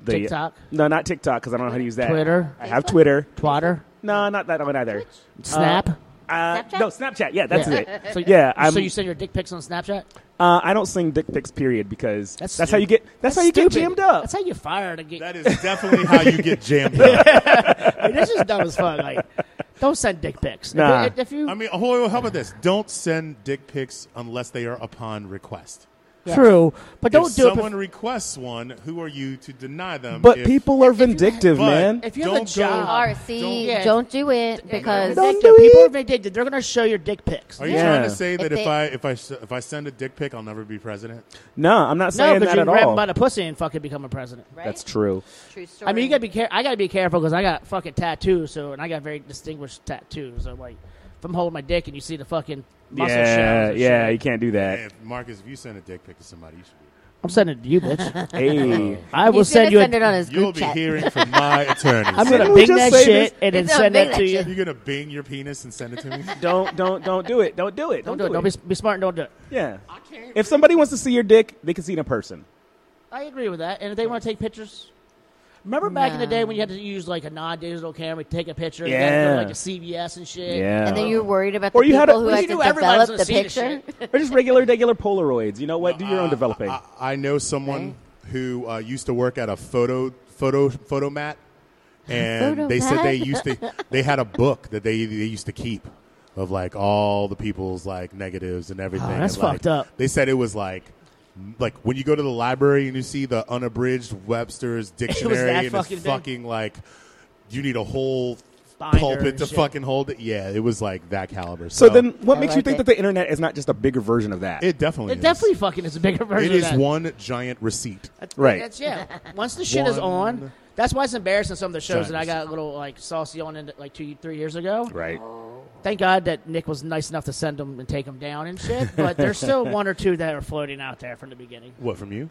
Speaker 5: The,
Speaker 1: TikTok?
Speaker 5: No, not TikTok because I don't know how to use that.
Speaker 1: Twitter?
Speaker 5: I have Twitter.
Speaker 1: Twatter,
Speaker 5: No, not that one either.
Speaker 1: Snap.
Speaker 5: Uh,
Speaker 6: Snapchat?
Speaker 5: No, Snapchat. Yeah, that's
Speaker 1: Yeah.
Speaker 5: it.
Speaker 1: [laughs] So,
Speaker 5: yeah, I'm,
Speaker 1: so you send your dick pics on Snapchat?
Speaker 5: uh, I don't sing dick pics. Period, because
Speaker 1: That's
Speaker 5: that's, how you get. That's, how you
Speaker 1: stupid.
Speaker 5: get jammed up.
Speaker 1: That's how you fire to get.
Speaker 2: That is definitely how you get jammed up.
Speaker 1: [laughs] Like, that's just dumb as fuck. Like, don't send dick pics. If-
Speaker 5: Nah.
Speaker 1: If, if you
Speaker 2: I mean, oh, how about this? Don't send dick pics unless they are upon request.
Speaker 1: true, but don't
Speaker 2: if
Speaker 1: do it.
Speaker 2: someone
Speaker 1: bef-
Speaker 2: requests one, who are you to deny them?
Speaker 5: But
Speaker 2: if-
Speaker 5: people are vindictive,
Speaker 2: But-
Speaker 5: man.
Speaker 1: if you have a
Speaker 2: don't go-
Speaker 1: job,
Speaker 6: RC,
Speaker 2: Don't-
Speaker 6: don't,
Speaker 1: Yeah.
Speaker 6: do it because
Speaker 5: Don't
Speaker 1: Vindictive.
Speaker 5: do
Speaker 1: people
Speaker 5: it.
Speaker 1: are vindictive. They're gonna show your dick pics.
Speaker 2: Are you
Speaker 5: Yeah.
Speaker 2: trying to say
Speaker 6: If
Speaker 2: that if,
Speaker 6: they-
Speaker 2: I if I s- if I send a dick pic, I'll never be president?
Speaker 5: No, I'm not
Speaker 1: no,
Speaker 5: saying
Speaker 1: because
Speaker 5: that
Speaker 1: you
Speaker 5: at
Speaker 1: grab
Speaker 5: all.
Speaker 1: 'em by the pussy and fucking become a president.
Speaker 6: right?
Speaker 5: That's true.
Speaker 6: True story.
Speaker 1: I mean, you gotta be care. I gotta be careful because I got fucking tattoos. So and I got very distinguished tattoos. So like, if I'm holding my dick and you see the fucking muscle
Speaker 5: yeah,
Speaker 1: shells and
Speaker 5: yeah,
Speaker 1: shit,
Speaker 5: you can't do that.
Speaker 2: If Marcus, if you send a dick pic to somebody, you should. Be.
Speaker 1: I'm sending it to you, [laughs] bitch.
Speaker 5: Hey,
Speaker 1: I will
Speaker 6: He's gonna
Speaker 1: send you.
Speaker 6: send it
Speaker 1: a,
Speaker 6: on his
Speaker 2: You'll
Speaker 6: group
Speaker 2: be
Speaker 6: chat.
Speaker 2: hearing
Speaker 6: [laughs]
Speaker 2: from my attorney.
Speaker 1: I'm gonna
Speaker 5: Didn't we
Speaker 1: bing
Speaker 5: just
Speaker 1: that
Speaker 5: say
Speaker 1: shit
Speaker 5: this?
Speaker 1: and then
Speaker 6: It's not
Speaker 1: send
Speaker 6: bing
Speaker 1: that
Speaker 6: that
Speaker 1: to you.
Speaker 6: shit.
Speaker 2: You're gonna bing your penis and send it to me.
Speaker 5: [laughs] don't don't don't do it. Don't do it.
Speaker 1: Don't do it. Don't be, be smart and don't do it.
Speaker 5: Yeah. If somebody wants to see your dick, they can see it in person.
Speaker 1: I agree with that. And if they want to take pictures, remember back in the day when you had to use like a non-digital camera to take a picture, and you had to go to,
Speaker 5: Yeah.
Speaker 1: like a CVS and shit.
Speaker 6: And then you're worried about the
Speaker 5: Or you
Speaker 6: people
Speaker 5: had a-
Speaker 6: who
Speaker 5: you
Speaker 6: have to
Speaker 1: knew everybody
Speaker 6: develop
Speaker 1: was gonna
Speaker 6: the
Speaker 1: see this
Speaker 6: picture.
Speaker 5: Or just regular, regular Polaroids. You know what? Do your own developing.
Speaker 2: uh, I, I know someone who uh, used to work at a photo photo photo mat, and
Speaker 6: Photo
Speaker 2: they said they
Speaker 6: mat?
Speaker 2: used to they had a book that they they used to keep of like all the people's like negatives
Speaker 5: Ah,
Speaker 2: and everything.
Speaker 1: that's
Speaker 2: And, like,
Speaker 1: fucked up.
Speaker 2: They said it was like. Like when you go to the library and you see the unabridged
Speaker 5: [laughs]
Speaker 2: Webster's dictionary,
Speaker 1: that
Speaker 2: and
Speaker 1: fucking
Speaker 2: it's
Speaker 1: big.
Speaker 2: fucking like you need a whole
Speaker 1: Binder
Speaker 2: pulpit
Speaker 1: and
Speaker 2: to
Speaker 1: shit.
Speaker 2: fucking hold it. Yeah, it was like that caliber.
Speaker 5: so then, what
Speaker 6: I
Speaker 5: makes you
Speaker 6: like
Speaker 5: think
Speaker 6: it.
Speaker 5: that the internet is not just a bigger version of that?
Speaker 2: it definitely
Speaker 1: It
Speaker 2: is.
Speaker 1: definitely fucking is a bigger version
Speaker 2: it is
Speaker 1: of that.
Speaker 2: one giant receipt.
Speaker 1: That's,
Speaker 5: Right.
Speaker 1: That's yeah. Once the shit is
Speaker 2: One.
Speaker 1: on, that's why it's embarrassing. Some of the shows that I got
Speaker 2: Giants.
Speaker 1: a little like saucy on in, like two, three years ago.
Speaker 5: right.
Speaker 1: Thank God that Nick was nice enough to send them and take them down and shit. But there's
Speaker 2: [laughs]
Speaker 1: still one or two that are floating out there from the beginning.
Speaker 2: [laughs] What from you?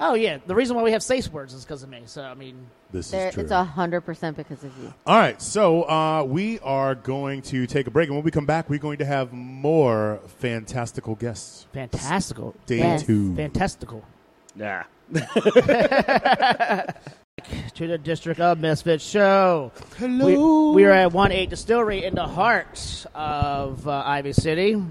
Speaker 1: Oh yeah, the reason why we have safe words is because of me. So I mean,
Speaker 2: This
Speaker 6: There-
Speaker 2: is true.
Speaker 6: It's a hundred percent because of you.
Speaker 2: All right, so uh, we are going to take a break, and when we come back, we're going to have more fantastical guests.
Speaker 1: fantastical,
Speaker 2: Day
Speaker 6: Yes.
Speaker 2: two.
Speaker 1: fantastical.
Speaker 5: Yeah.
Speaker 1: [laughs] to the District of Misfits show. Hello. We, we are at One Eight Distillery in the heart of uh, Ivy City.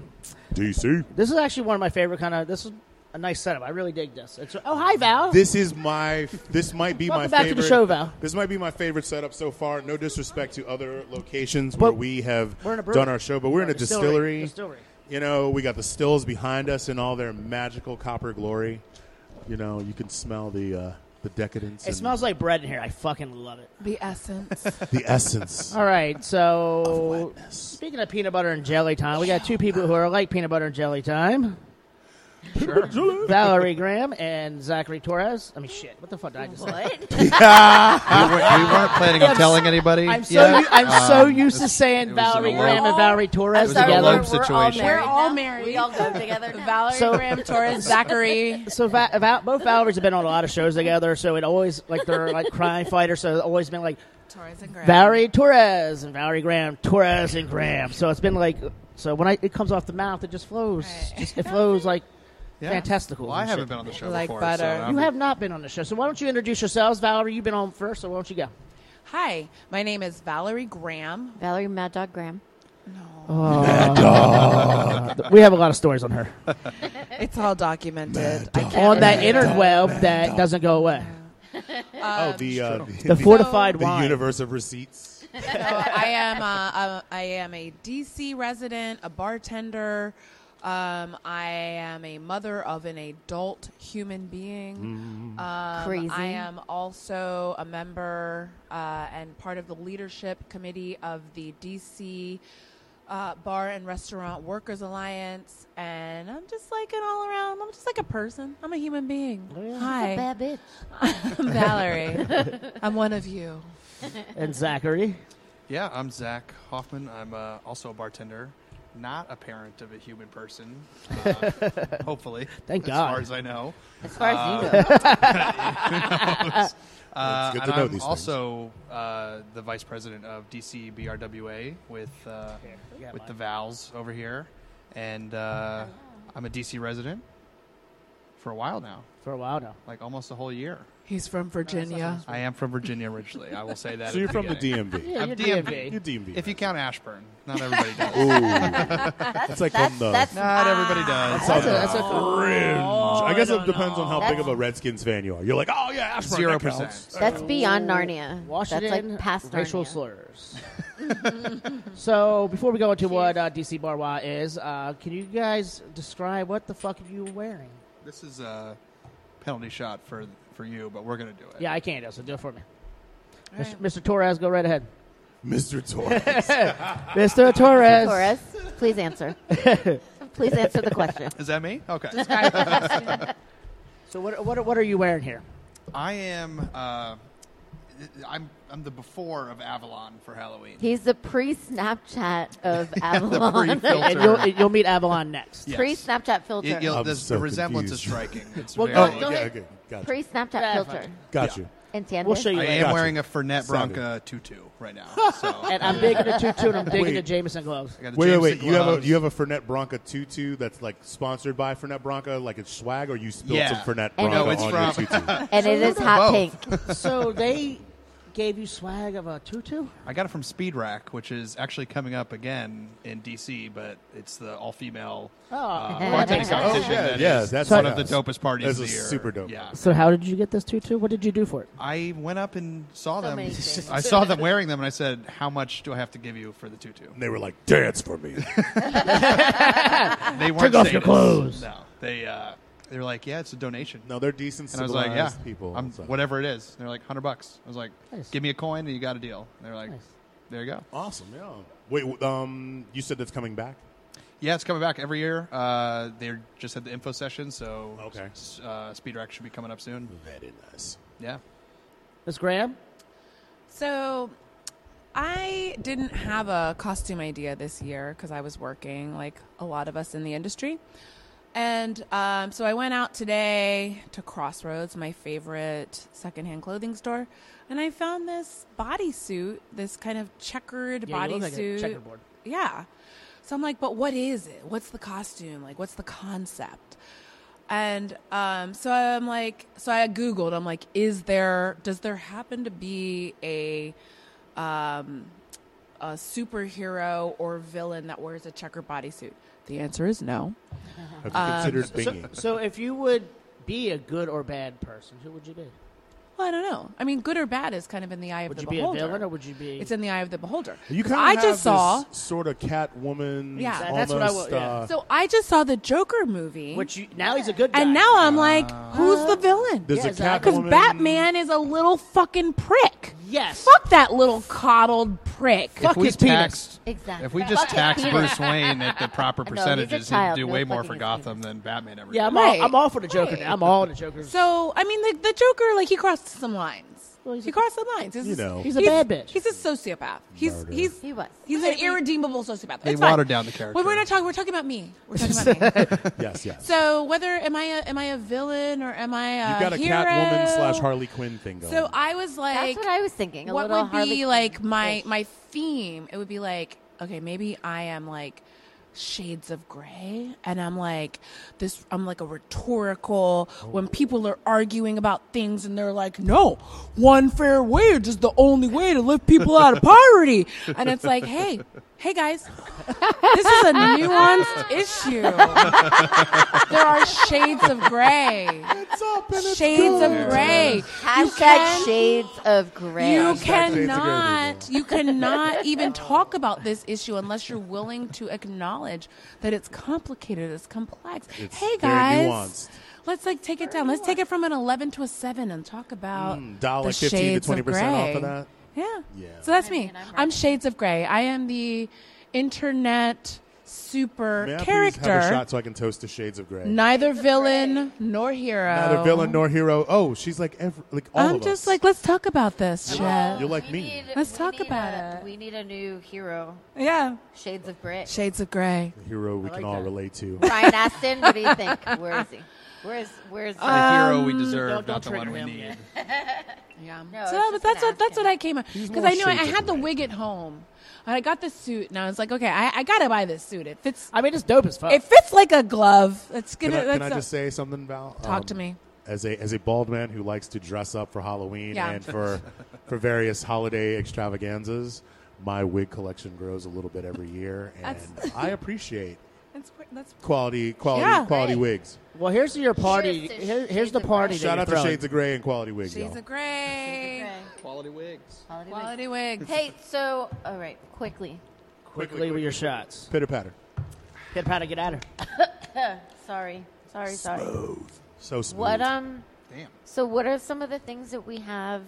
Speaker 2: DC.
Speaker 1: This is actually one of my favorite kind of. This is a nice setup. I really dig this. It's, oh, hi Val.
Speaker 2: This is my. This might be my
Speaker 1: Welcome back to the
Speaker 2: favorite.
Speaker 1: show, Val.
Speaker 2: This might be my favorite setup so far. No disrespect to other locations where
Speaker 1: But
Speaker 2: we have
Speaker 1: we're in a brewery.
Speaker 2: done our show, but we're in a distillery.
Speaker 1: Distillery.
Speaker 2: You know, we got the stills behind us in all their magical copper glory. You know, you can smell the uh, the decadence.
Speaker 1: It
Speaker 2: and
Speaker 1: smells like bread in here. I fucking love it.
Speaker 7: The
Speaker 8: [laughs]
Speaker 7: essence.
Speaker 2: the essence.
Speaker 1: All right, so speaking of peanut butter and jelly time, we got two people who are like peanut butter and jelly time. Valerie Graham and Zachary Torres. I mean, shit. What the fuck did I just say? [laughs]
Speaker 8: we, weren't, we weren't planning on telling anybody.
Speaker 1: I'm so
Speaker 8: yet.
Speaker 1: u- I'm so
Speaker 8: Um,
Speaker 1: used to saying
Speaker 8: it was an
Speaker 1: Valerie
Speaker 8: alarm.
Speaker 1: Graham and Valerie Torres
Speaker 8: was an
Speaker 1: together.
Speaker 8: alarm situation.
Speaker 7: Oh, We're all
Speaker 6: now?
Speaker 7: married.
Speaker 6: We all
Speaker 7: [laughs]
Speaker 6: go together. now?
Speaker 7: Valerie
Speaker 1: So-
Speaker 7: Graham [laughs] Torres Zachary.
Speaker 1: So va- Val- both Valeries have been on a lot of shows together, so it always like they're like crime fighters, so it's always been like
Speaker 7: Torres and Graham.
Speaker 1: Valerie Torres and Valerie Graham, Torres and Graham. So it's been like so when I, it comes off the mouth, it just flows.
Speaker 7: Right.
Speaker 1: Just, it flows like
Speaker 8: yeah.
Speaker 1: fantastical.
Speaker 8: Well, I
Speaker 1: and
Speaker 8: haven't
Speaker 1: shit.
Speaker 8: been on the show
Speaker 7: Like
Speaker 8: before.
Speaker 7: butter.
Speaker 8: So I'm-
Speaker 1: You have not been on the show, so why don't you introduce yourselves, Valerie? You've been on first, so why don't you go?
Speaker 7: Hi, my name is Valerie Graham.
Speaker 6: Valerie Mad Dog Graham.
Speaker 1: We have a lot of stories on
Speaker 7: [laughs]
Speaker 1: her
Speaker 7: It's all documented. I can't
Speaker 1: on that interweb that doesn't go away.
Speaker 2: oh, the uh,
Speaker 1: The fortified
Speaker 2: the
Speaker 1: wine.
Speaker 2: universe of receipts.
Speaker 7: So I am a, a, I am a DC resident, a bartender. Um, I am a mother of an adult human
Speaker 6: Mm.
Speaker 7: being. Um,
Speaker 6: Crazy.
Speaker 7: I am also a member uh, and part of the leadership committee of the DC uh, Bar and Restaurant Workers Alliance, and I'm just like an all around. I'm just like a person. I'm a human being. Hi,
Speaker 6: Bad bitch.
Speaker 7: [laughs] I'm Valerie.
Speaker 6: [laughs]
Speaker 7: I'm one of you.
Speaker 1: And Zachary,
Speaker 8: yeah, I'm Zach Hoffman. I'm uh, also a bartender, not a parent of a human person. Uh, [laughs] hopefully,
Speaker 1: [laughs] Thank
Speaker 8: as
Speaker 1: God.
Speaker 8: far as I know.
Speaker 6: As far as
Speaker 8: [laughs]
Speaker 6: you go,
Speaker 1: [laughs]
Speaker 6: [laughs]
Speaker 8: Uh,
Speaker 2: good to
Speaker 8: and
Speaker 2: know
Speaker 8: I'm
Speaker 2: these
Speaker 8: also uh, the vice president of DC BRWA with uh,
Speaker 1: Yeah,
Speaker 8: with
Speaker 1: mine.
Speaker 8: the Vals over here, and
Speaker 6: [laughs]
Speaker 8: uh, I'm a DC resident for a while now,
Speaker 1: for a while now.
Speaker 8: like almost a whole year.
Speaker 7: He's from Virginia.
Speaker 8: I am from Virginia originally. I will say that. at
Speaker 2: So you're from the
Speaker 8: beginning.
Speaker 2: DMV.
Speaker 1: Yeah,
Speaker 8: I'm
Speaker 1: you're
Speaker 8: DMV.
Speaker 2: You're DMV.
Speaker 8: If you count Ashburn, not everybody does.
Speaker 2: it's like
Speaker 6: that's
Speaker 2: on the.
Speaker 6: that's
Speaker 8: Not everybody does.
Speaker 1: That's a, that's a
Speaker 2: Cringe. I guess it depends on how big
Speaker 6: That's-
Speaker 2: of a Redskins fan you are. You're like, oh yeah, Ashburn,
Speaker 8: Zero
Speaker 2: that counts.
Speaker 8: percent.
Speaker 6: that's beyond Narnia.
Speaker 1: Washington
Speaker 6: that's like past
Speaker 1: racial
Speaker 6: Narnia.
Speaker 1: slurs.
Speaker 6: [laughs]
Speaker 1: so before we go into what uh, DC Barwa is, uh, can you guys describe what the fuck are you wearing?
Speaker 8: [laughs] This is a penalty shot for for you, but we're gonna do it.
Speaker 1: Yeah, I can't. So do it for me, Mr. Mr. Torres. Go right ahead, [laughs]
Speaker 2: Mr. Torres.
Speaker 1: Mr. Torres.
Speaker 6: Torres, please
Speaker 1: [laughs]
Speaker 6: answer. please answer the question.
Speaker 8: Is that me? Okay.
Speaker 1: So what, what what are you wearing here?
Speaker 8: I am. Uh, I'm I'm the before of Avalon for Halloween.
Speaker 6: He's the
Speaker 2: [laughs]
Speaker 6: pre-Snapchat of
Speaker 8: the
Speaker 6: Avalon.
Speaker 1: And you'll,
Speaker 8: pre-filter.
Speaker 1: and you'll meet Avalon next.
Speaker 8: Yeah.
Speaker 6: Pre-Snapchat filter.
Speaker 8: It- you'll-
Speaker 2: I'm
Speaker 8: the,
Speaker 2: so
Speaker 8: the resemblance is
Speaker 2: confused.
Speaker 8: striking.
Speaker 2: [laughs]
Speaker 8: It's
Speaker 1: Well,
Speaker 8: very,
Speaker 1: go-
Speaker 2: okay,
Speaker 6: go ahead.
Speaker 2: Oh, okay, gotcha.
Speaker 6: Pre-Snapchat
Speaker 1: Yeah,
Speaker 6: filter.
Speaker 1: fine.
Speaker 2: gotcha.
Speaker 6: And Tandy.
Speaker 1: We'll show you
Speaker 8: I
Speaker 1: later.
Speaker 8: am
Speaker 2: Gotcha.
Speaker 8: wearing a Fernet
Speaker 2: Sounded.
Speaker 8: Branca tutu right now.
Speaker 1: [laughs]
Speaker 8: So I
Speaker 1: And I'm digging the tutu and I'm digging
Speaker 2: Wait.
Speaker 1: the Jameson gloves.
Speaker 8: got a
Speaker 2: Wait, wait, wait.
Speaker 8: Jameson
Speaker 2: You have a
Speaker 8: gloves.
Speaker 2: you have a Fernet Branca tutu that's like sponsored by Fernet Branca, like it's swag, or you spilled
Speaker 8: Yeah.
Speaker 2: some Fernet
Speaker 6: And-
Speaker 2: Branca
Speaker 6: No,
Speaker 8: it's
Speaker 2: on
Speaker 8: from-
Speaker 1: [laughs]
Speaker 2: your tutu.
Speaker 6: [laughs] and it is hot
Speaker 8: both.
Speaker 6: pink.
Speaker 1: so they gave you swag of a tutu?
Speaker 8: I got it from Speed Rack, which is actually coming up again in DC, but it's the all female
Speaker 1: Oh. [laughs]
Speaker 8: uh, bartending
Speaker 6: Oh,
Speaker 8: competition.
Speaker 2: yeah,
Speaker 8: that
Speaker 2: yeah,
Speaker 8: is
Speaker 2: that's
Speaker 8: one
Speaker 2: what
Speaker 8: of the
Speaker 2: it is.
Speaker 8: dopest parties
Speaker 2: That's
Speaker 8: of the
Speaker 2: a
Speaker 8: year.
Speaker 2: super dope.
Speaker 8: Yeah.
Speaker 1: So how did you get this tutu? What did you do for it?
Speaker 8: I went up and saw them.
Speaker 6: many things.
Speaker 8: I saw them wearing them, and I said, "How much do I have to give you for the tutu?"
Speaker 2: And they were like, "Dance
Speaker 1: [laughs]
Speaker 2: for
Speaker 8: [laughs]
Speaker 2: me."
Speaker 8: They weren't
Speaker 1: Take off your
Speaker 8: sadists.
Speaker 1: clothes.
Speaker 8: No, they uh, they were like, "Yeah, it's a donation."
Speaker 2: No, they're decent,
Speaker 8: And I was
Speaker 2: civilized
Speaker 8: like, yeah,
Speaker 2: people.
Speaker 8: I'm,
Speaker 2: so.
Speaker 8: whatever it is. And they're like, 100 bucks. I was like,
Speaker 1: Nice.
Speaker 8: give me a coin and you got a deal. And they're like,
Speaker 1: Nice.
Speaker 8: there you go.
Speaker 2: Awesome, yeah. Wait, w- um, you said that's coming back.
Speaker 8: Yeah, it's coming back every year. Uh, they just had the info session, so
Speaker 2: Okay.
Speaker 8: s- uh, Speed Rack should be coming up soon.
Speaker 2: Very nice.
Speaker 8: Yeah.
Speaker 1: Miss Graham?
Speaker 7: So I didn't have a costume idea this year because I was working, like a lot of us in the industry. And um, so I went out today to Crossroads, my favorite secondhand clothing store, and I found this bodysuit, this kind of checkered
Speaker 1: Yeah, you look like a
Speaker 7: bodysuit.
Speaker 1: checkerboard.
Speaker 7: Yeah. So I'm like, but what is it? What's the costume? Like, what's the concept? And um, so I'm like, so I Googled, I'm like, is there, does there happen to be a, um, a superhero or villain that wears a checker bodysuit? The answer is no. Um,
Speaker 2: Have you considered
Speaker 1: Um, So,
Speaker 2: binging?
Speaker 1: so if you would be a good or bad person, who would you be?
Speaker 7: Well, I don't know. I mean, good or bad is kind of in the eye of
Speaker 1: Would
Speaker 7: the
Speaker 1: you be a
Speaker 7: beholder.
Speaker 1: villain or would you be?
Speaker 7: It's in the eye of the beholder.
Speaker 2: you
Speaker 7: So
Speaker 2: kind of
Speaker 7: I just saw.
Speaker 2: sort of
Speaker 1: Mm.
Speaker 2: Catwoman.
Speaker 7: Yeah. That-
Speaker 1: that's what I
Speaker 2: almost,
Speaker 1: will- yeah.
Speaker 2: uh,
Speaker 7: So I just saw the Joker movie,
Speaker 1: which you, now he's a good guy. Ah.
Speaker 7: and now I'm like, who's the villain?
Speaker 2: There's
Speaker 1: Yeah,
Speaker 2: a
Speaker 1: exactly.
Speaker 2: Catwoman.
Speaker 7: Because Batman is a little fucking prick.
Speaker 1: Yes.
Speaker 7: Fuck that little coddled prick.
Speaker 1: Fuck
Speaker 8: if we
Speaker 1: his penis.
Speaker 8: taxed,
Speaker 6: Exactly.
Speaker 8: If we just
Speaker 6: Fuck his
Speaker 8: tax
Speaker 6: penis.
Speaker 8: Bruce Wayne at the proper
Speaker 6: he's a
Speaker 8: percentages, he'd
Speaker 6: child.
Speaker 8: do
Speaker 6: No
Speaker 8: way
Speaker 6: fucking
Speaker 8: more for
Speaker 6: his
Speaker 8: Gotham than Batman ever
Speaker 1: yeah,
Speaker 8: did.
Speaker 1: I'm
Speaker 7: Right.
Speaker 1: all, I'm all for the Joker.
Speaker 7: Right.
Speaker 1: now. I'm all in the Joker.
Speaker 7: [laughs] So, I mean, the, the Joker, like, he crossed some lines.
Speaker 1: Well, he's
Speaker 7: he
Speaker 1: a-
Speaker 7: crossed some lines. He's,
Speaker 2: You know.
Speaker 1: He's a bad bitch.
Speaker 7: He's a sociopath. He's
Speaker 2: Murderer.
Speaker 7: he's
Speaker 6: He was.
Speaker 7: He's an irredeemable sociopath.
Speaker 8: They
Speaker 7: It's fine.
Speaker 8: watered down the
Speaker 7: Well,
Speaker 8: character.
Speaker 7: we're not talking. We're talking about me.
Speaker 1: [laughs]
Speaker 7: We're talking about me.
Speaker 2: [laughs] yes, yes.
Speaker 7: So whether am I a, am I a villain or am I a
Speaker 2: You've got a
Speaker 7: uh, hero?
Speaker 2: Catwoman slash Harley Quinn thing going.
Speaker 7: So I was like,
Speaker 6: That's what I was thinking. A
Speaker 7: what
Speaker 6: little
Speaker 7: would
Speaker 6: Harley
Speaker 7: be
Speaker 6: Quinn
Speaker 7: like my
Speaker 6: ish.
Speaker 7: my theme? It would be like, okay, maybe I am like shades of gray and I'm like this I'm like a rhetorical
Speaker 2: Oh.
Speaker 7: when people are arguing about things and they're like, No, one fair wage is the only way to lift people out of poverty and it's like, Hey, hey
Speaker 6: [laughs]
Speaker 7: guys, this is a nuanced issue. there are shades of gray. Shades of gray. You
Speaker 6: Hashtag
Speaker 7: can-
Speaker 6: shades of gray.
Speaker 7: you
Speaker 2: Shades of Grey
Speaker 7: cannot [laughs] you
Speaker 2: [laughs]
Speaker 7: cannot even talk about this issue unless you're willing to acknowledge that it's complicated, it's complex.
Speaker 2: It's
Speaker 7: hey
Speaker 2: very
Speaker 7: guys.
Speaker 2: nuanced.
Speaker 7: Let's like take it down. Let's take it from an 11 to a 7 and talk about
Speaker 2: Mm, dial,
Speaker 7: the
Speaker 2: like, 15 to
Speaker 7: shades
Speaker 2: 20% off of
Speaker 7: gray.
Speaker 2: that.
Speaker 7: Yeah.
Speaker 2: Yeah.
Speaker 7: So that's me.
Speaker 6: And I'm
Speaker 7: I'm,
Speaker 6: right.
Speaker 7: shades of gray. I am the internet super
Speaker 2: May I please
Speaker 7: character.
Speaker 2: have a shot so I can toast to Shades of Grey.
Speaker 7: Neither villain nor hero.
Speaker 2: Neither villain nor hero. Oh, she's like every, like all
Speaker 7: I'm
Speaker 2: of
Speaker 7: just
Speaker 2: us.
Speaker 7: like let's talk about this shit.
Speaker 2: You're like me.
Speaker 7: Let's talk about it.
Speaker 6: We need a new hero.
Speaker 7: Yeah.
Speaker 6: Shades of gray.
Speaker 7: Shades of gray.
Speaker 2: A hero we can all relate to. [laughs]
Speaker 6: Brian Aston, what do you think? Where is he? Where's where's
Speaker 8: the hero
Speaker 7: Um,
Speaker 8: we deserve,
Speaker 1: don't-
Speaker 8: [laughs] not
Speaker 1: don't
Speaker 8: the one
Speaker 1: trigger
Speaker 8: we
Speaker 1: him,
Speaker 8: need.
Speaker 6: [laughs]
Speaker 7: Yeah.
Speaker 6: No,
Speaker 7: so
Speaker 6: I was
Speaker 7: that was,
Speaker 6: just
Speaker 7: that's
Speaker 6: gonna
Speaker 7: what that's
Speaker 6: ask
Speaker 7: what I came up because
Speaker 2: more
Speaker 7: I knew I, I
Speaker 2: shades of
Speaker 7: had the
Speaker 2: gray.
Speaker 7: wig at home, and I got the suit, and I was like, okay, I, I gotta buy this suit. It fits.
Speaker 1: I mean, it's dope as fuck.
Speaker 7: It fits like a glove. It's
Speaker 2: Can
Speaker 7: gonna.
Speaker 2: I, can
Speaker 7: that's
Speaker 2: I
Speaker 7: a-
Speaker 2: just say um, something, Val?
Speaker 7: Talk to me.
Speaker 2: As a as a bald man who likes to dress up for Halloween
Speaker 7: Yeah.
Speaker 2: and for for various holiday extravaganzas, my wig collection grows a little bit every year, and
Speaker 7: [laughs] That's-
Speaker 2: I appreciate
Speaker 7: that's, that's
Speaker 2: quality quality
Speaker 7: Yeah.
Speaker 2: quality
Speaker 6: Great.
Speaker 2: wigs.
Speaker 1: well, here's your party.
Speaker 6: Here's the
Speaker 1: Here, here's
Speaker 6: Shades
Speaker 1: the
Speaker 6: of
Speaker 1: party.
Speaker 6: Grey.
Speaker 1: that
Speaker 2: Shout
Speaker 1: you're
Speaker 2: out to
Speaker 1: throwing.
Speaker 2: Shades of Grey and quality wigs.
Speaker 7: shades
Speaker 2: y'all.
Speaker 7: of gray.
Speaker 6: Grey.
Speaker 8: Quality wigs.
Speaker 6: Holiday Wigs.
Speaker 7: Quality wigs.
Speaker 6: Hey, so all right, quickly. [coughs]
Speaker 1: Quickly with your shots.
Speaker 2: Pitter patter.
Speaker 1: Hit how to get at her.
Speaker 6: Sorry, sorry, sorry.
Speaker 2: So smooth.
Speaker 6: What um?
Speaker 8: Damn.
Speaker 6: So what are some of the things that we have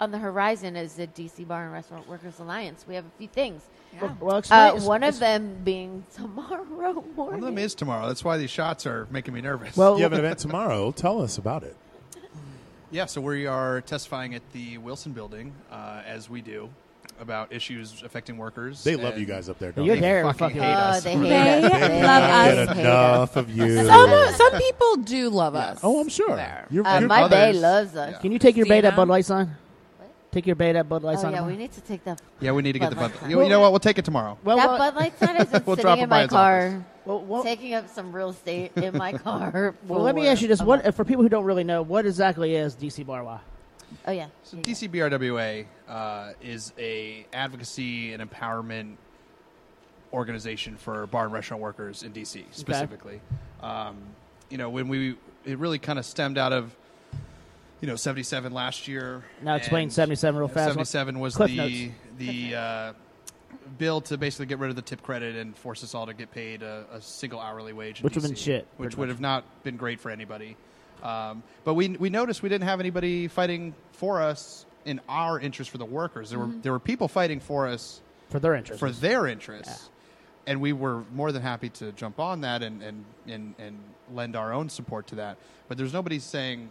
Speaker 6: on the horizon as the DC Bar and Restaurant Workers Alliance? We have a few things.
Speaker 7: Yeah.
Speaker 1: Well,
Speaker 6: Uh,
Speaker 1: explain-
Speaker 6: one of them being tomorrow morning.
Speaker 8: One of them [laughs] is tomorrow. That's why these shots are making me nervous.
Speaker 1: Well,
Speaker 2: you have an event tomorrow. Tell us about it.
Speaker 8: Yeah, so we are testifying at the Wilson Building, uh, as we do, about issues affecting workers.
Speaker 2: They love
Speaker 8: and-
Speaker 2: you guys up there, uh, don't
Speaker 1: You're
Speaker 2: they?
Speaker 1: there.
Speaker 8: fucking
Speaker 1: fucking
Speaker 8: hate
Speaker 6: Oh,
Speaker 8: us.
Speaker 6: they hate us.
Speaker 7: They love
Speaker 2: Get
Speaker 7: us.
Speaker 6: hate
Speaker 2: enough of you.
Speaker 7: Some some people do love us.
Speaker 2: Oh, I'm sure.
Speaker 7: There.
Speaker 2: You're,
Speaker 6: Uh,
Speaker 2: you're-
Speaker 6: my bae
Speaker 8: others.
Speaker 6: loves us.
Speaker 1: Can you take your bait at
Speaker 7: Christina?
Speaker 1: Bud Light sign? Take your bait at Bud Light
Speaker 6: Oh
Speaker 1: sign.
Speaker 6: yeah, we need to take that.
Speaker 8: [laughs] Yeah, we need to get the
Speaker 6: Bud
Speaker 8: Bud.
Speaker 6: Light.
Speaker 8: You, you know what? We'll take it tomorrow.
Speaker 1: well,
Speaker 6: that
Speaker 1: [laughs] well,
Speaker 6: Bud Light sign is just
Speaker 8: We'll drop
Speaker 6: sitting
Speaker 8: it
Speaker 6: in
Speaker 8: by
Speaker 6: my
Speaker 8: his
Speaker 6: car,
Speaker 1: well, well,
Speaker 6: taking up some real estate in
Speaker 1: [laughs]
Speaker 6: my car.
Speaker 1: well, let me
Speaker 6: for
Speaker 1: ask you this:
Speaker 6: a
Speaker 1: What
Speaker 6: month.
Speaker 1: for people who don't really know what exactly is DC Barwa?
Speaker 6: Oh yeah.
Speaker 8: So DCBRWA uh, is a advocacy and empowerment organization for bar and restaurant workers in DC specifically. Um, you know, when we it really kind of stemmed out of you know 77 last year.
Speaker 1: Now explain
Speaker 8: and
Speaker 1: 77 real fast.
Speaker 8: 77 was
Speaker 1: Cliff
Speaker 8: the
Speaker 1: notes.
Speaker 8: the uh, bill to basically get rid of the tip credit and force us all to get paid a, a single hourly wage, in
Speaker 1: Which would've
Speaker 8: DC,
Speaker 1: been shit,
Speaker 8: which
Speaker 1: pretty
Speaker 8: would
Speaker 1: much.
Speaker 8: have not been great for anybody. Um, but we we noticed we didn't have anybody fighting for us in our interest for the workers. There were there were people fighting for us
Speaker 1: for Mm-hmm. their interest.
Speaker 8: for their interests. And we were more than happy to jump on that and, and, and, and lend our own support to that. But there's nobody saying,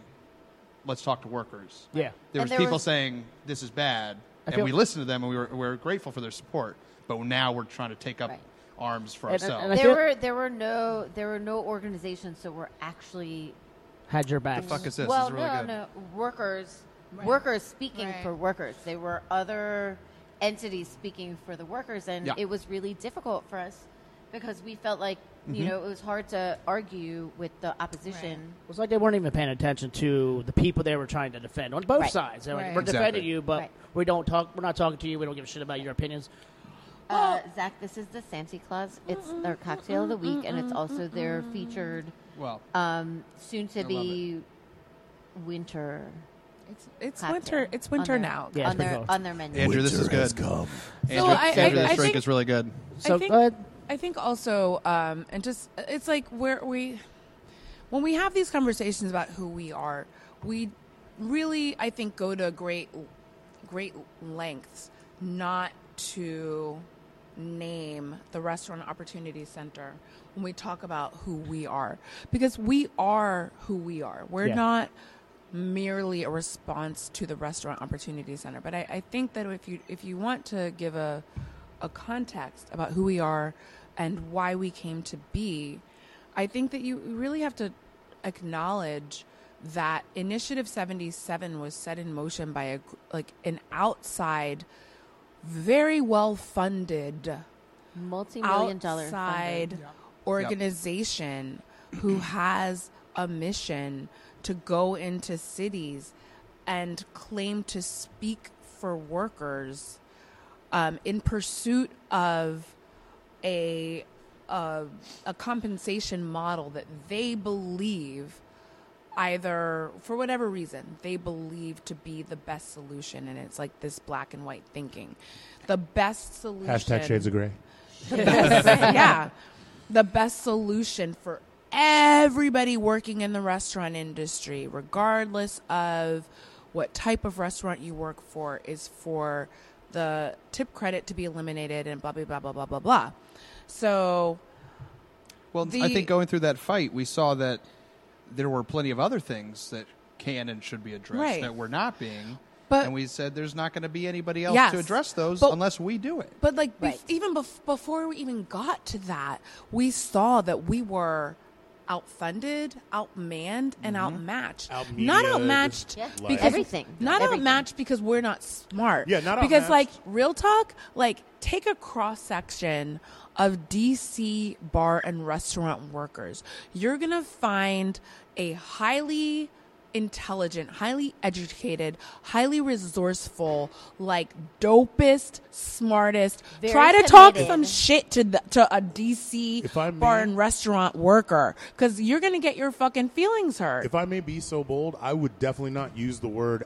Speaker 8: let's talk to workers.
Speaker 1: Yeah.
Speaker 6: And
Speaker 8: There was
Speaker 6: there
Speaker 8: people
Speaker 6: was-
Speaker 8: saying, this is bad.
Speaker 1: I
Speaker 8: and
Speaker 1: feel-
Speaker 8: we listened to them and we were, we were grateful for their support. But now we're trying to take up
Speaker 6: Right.
Speaker 8: arms for
Speaker 1: And- and-
Speaker 8: ourselves.
Speaker 1: and I
Speaker 6: There
Speaker 1: feel-
Speaker 6: were there were no there were no organizations that were actually
Speaker 1: had your back.
Speaker 8: fuck is this?
Speaker 6: well
Speaker 8: This is really
Speaker 6: no
Speaker 8: good.
Speaker 6: no workers workers speaking
Speaker 7: Right.
Speaker 6: for workers. They were other entities speaking for the workers, and
Speaker 8: Yeah.
Speaker 6: it was really difficult for us because we felt like
Speaker 8: Mm-hmm.
Speaker 6: you know it was hard to argue with the opposition.
Speaker 1: It was like they weren't even paying attention to the people they were trying to defend on both
Speaker 6: Right.
Speaker 1: sides. They were like,
Speaker 7: Right.
Speaker 1: We're
Speaker 8: Exactly.
Speaker 1: defending you, but
Speaker 6: Right.
Speaker 1: we don't talk. We're not talking to you. We don't give a shit about your opinions.
Speaker 6: Uh, Zach, this is the Santa Claus. It's their cocktail of the week, and it's also their featured,
Speaker 8: well,
Speaker 6: um, soon to be winter.
Speaker 7: It's, it's
Speaker 6: cocktail
Speaker 7: winter. It's
Speaker 6: on
Speaker 7: winter
Speaker 6: their-
Speaker 7: now.
Speaker 1: Yeah.
Speaker 6: on
Speaker 1: it's pretty
Speaker 6: their
Speaker 1: cold.
Speaker 6: on their menu.
Speaker 8: Andrew, this is good. Andrew,
Speaker 7: So I-
Speaker 8: Andrew
Speaker 7: I-
Speaker 8: this
Speaker 7: I
Speaker 8: drink
Speaker 7: think-
Speaker 8: is really good.
Speaker 1: So
Speaker 7: I think,
Speaker 1: go ahead.
Speaker 7: I think also, um, and just it's like where we, when we have these conversations about who we are, we really, I think, go to great, great lengths not to name the Restaurant Opportunity Center when we talk about who we are, because we are who we are. We're
Speaker 1: Yeah.
Speaker 7: not merely a response to the Restaurant Opportunity Center. But I, I think that if you if you want to give a a context about who we are and why we came to be, I think that you really have to acknowledge that Initiative 77 was set in motion by a gr- like an outside, very well funded
Speaker 6: Multi-million dollar
Speaker 7: outside
Speaker 6: funding.
Speaker 7: organization who has a mission to go into cities and claim to speak for workers um, in pursuit of a, a a compensation model that they believe either for whatever reason they believe to be the best solution and it's like this black and white thinking the best solution
Speaker 2: hashtag Shades of
Speaker 7: [laughs]
Speaker 2: Gray.
Speaker 7: yeah. The best solution for everybody working in the restaurant industry, regardless of what type of restaurant you work for, is for the tip credit to be eliminated and blah, blah, blah, blah, blah, blah, blah. So,
Speaker 8: Well,
Speaker 7: The-
Speaker 8: I think going through that fight, we saw that there were plenty of other things that can and should be addressed
Speaker 7: Right.
Speaker 8: that were not being.
Speaker 7: But-
Speaker 8: and we said there's not going to be anybody else
Speaker 7: Yes.
Speaker 8: to address those
Speaker 7: But-
Speaker 8: unless we do it.
Speaker 7: But like bef-
Speaker 6: Right.
Speaker 7: even bef- before we even got to that, we saw that we were outfunded, outmanned, and outmatched. not
Speaker 2: Outmediated.
Speaker 7: outmatched
Speaker 6: Yeah.
Speaker 2: Like-
Speaker 7: because
Speaker 6: Everything.
Speaker 7: Not
Speaker 6: Everything.
Speaker 7: outmatched because we're not smart.
Speaker 2: Yeah, not
Speaker 7: because
Speaker 2: outmatched.
Speaker 7: like real talk, like take a cross section of DC bar and restaurant workers. You're gonna find a highly intelligent, highly educated, highly resourceful, like dopest, smartest.
Speaker 6: Very
Speaker 7: try to talk
Speaker 6: committed.
Speaker 7: some shit to the, to a DC
Speaker 2: If I
Speaker 7: bar
Speaker 2: may-
Speaker 7: and restaurant worker because you're gonna get your fucking feelings hurt.
Speaker 2: If I may be so bold, I would definitely not use the word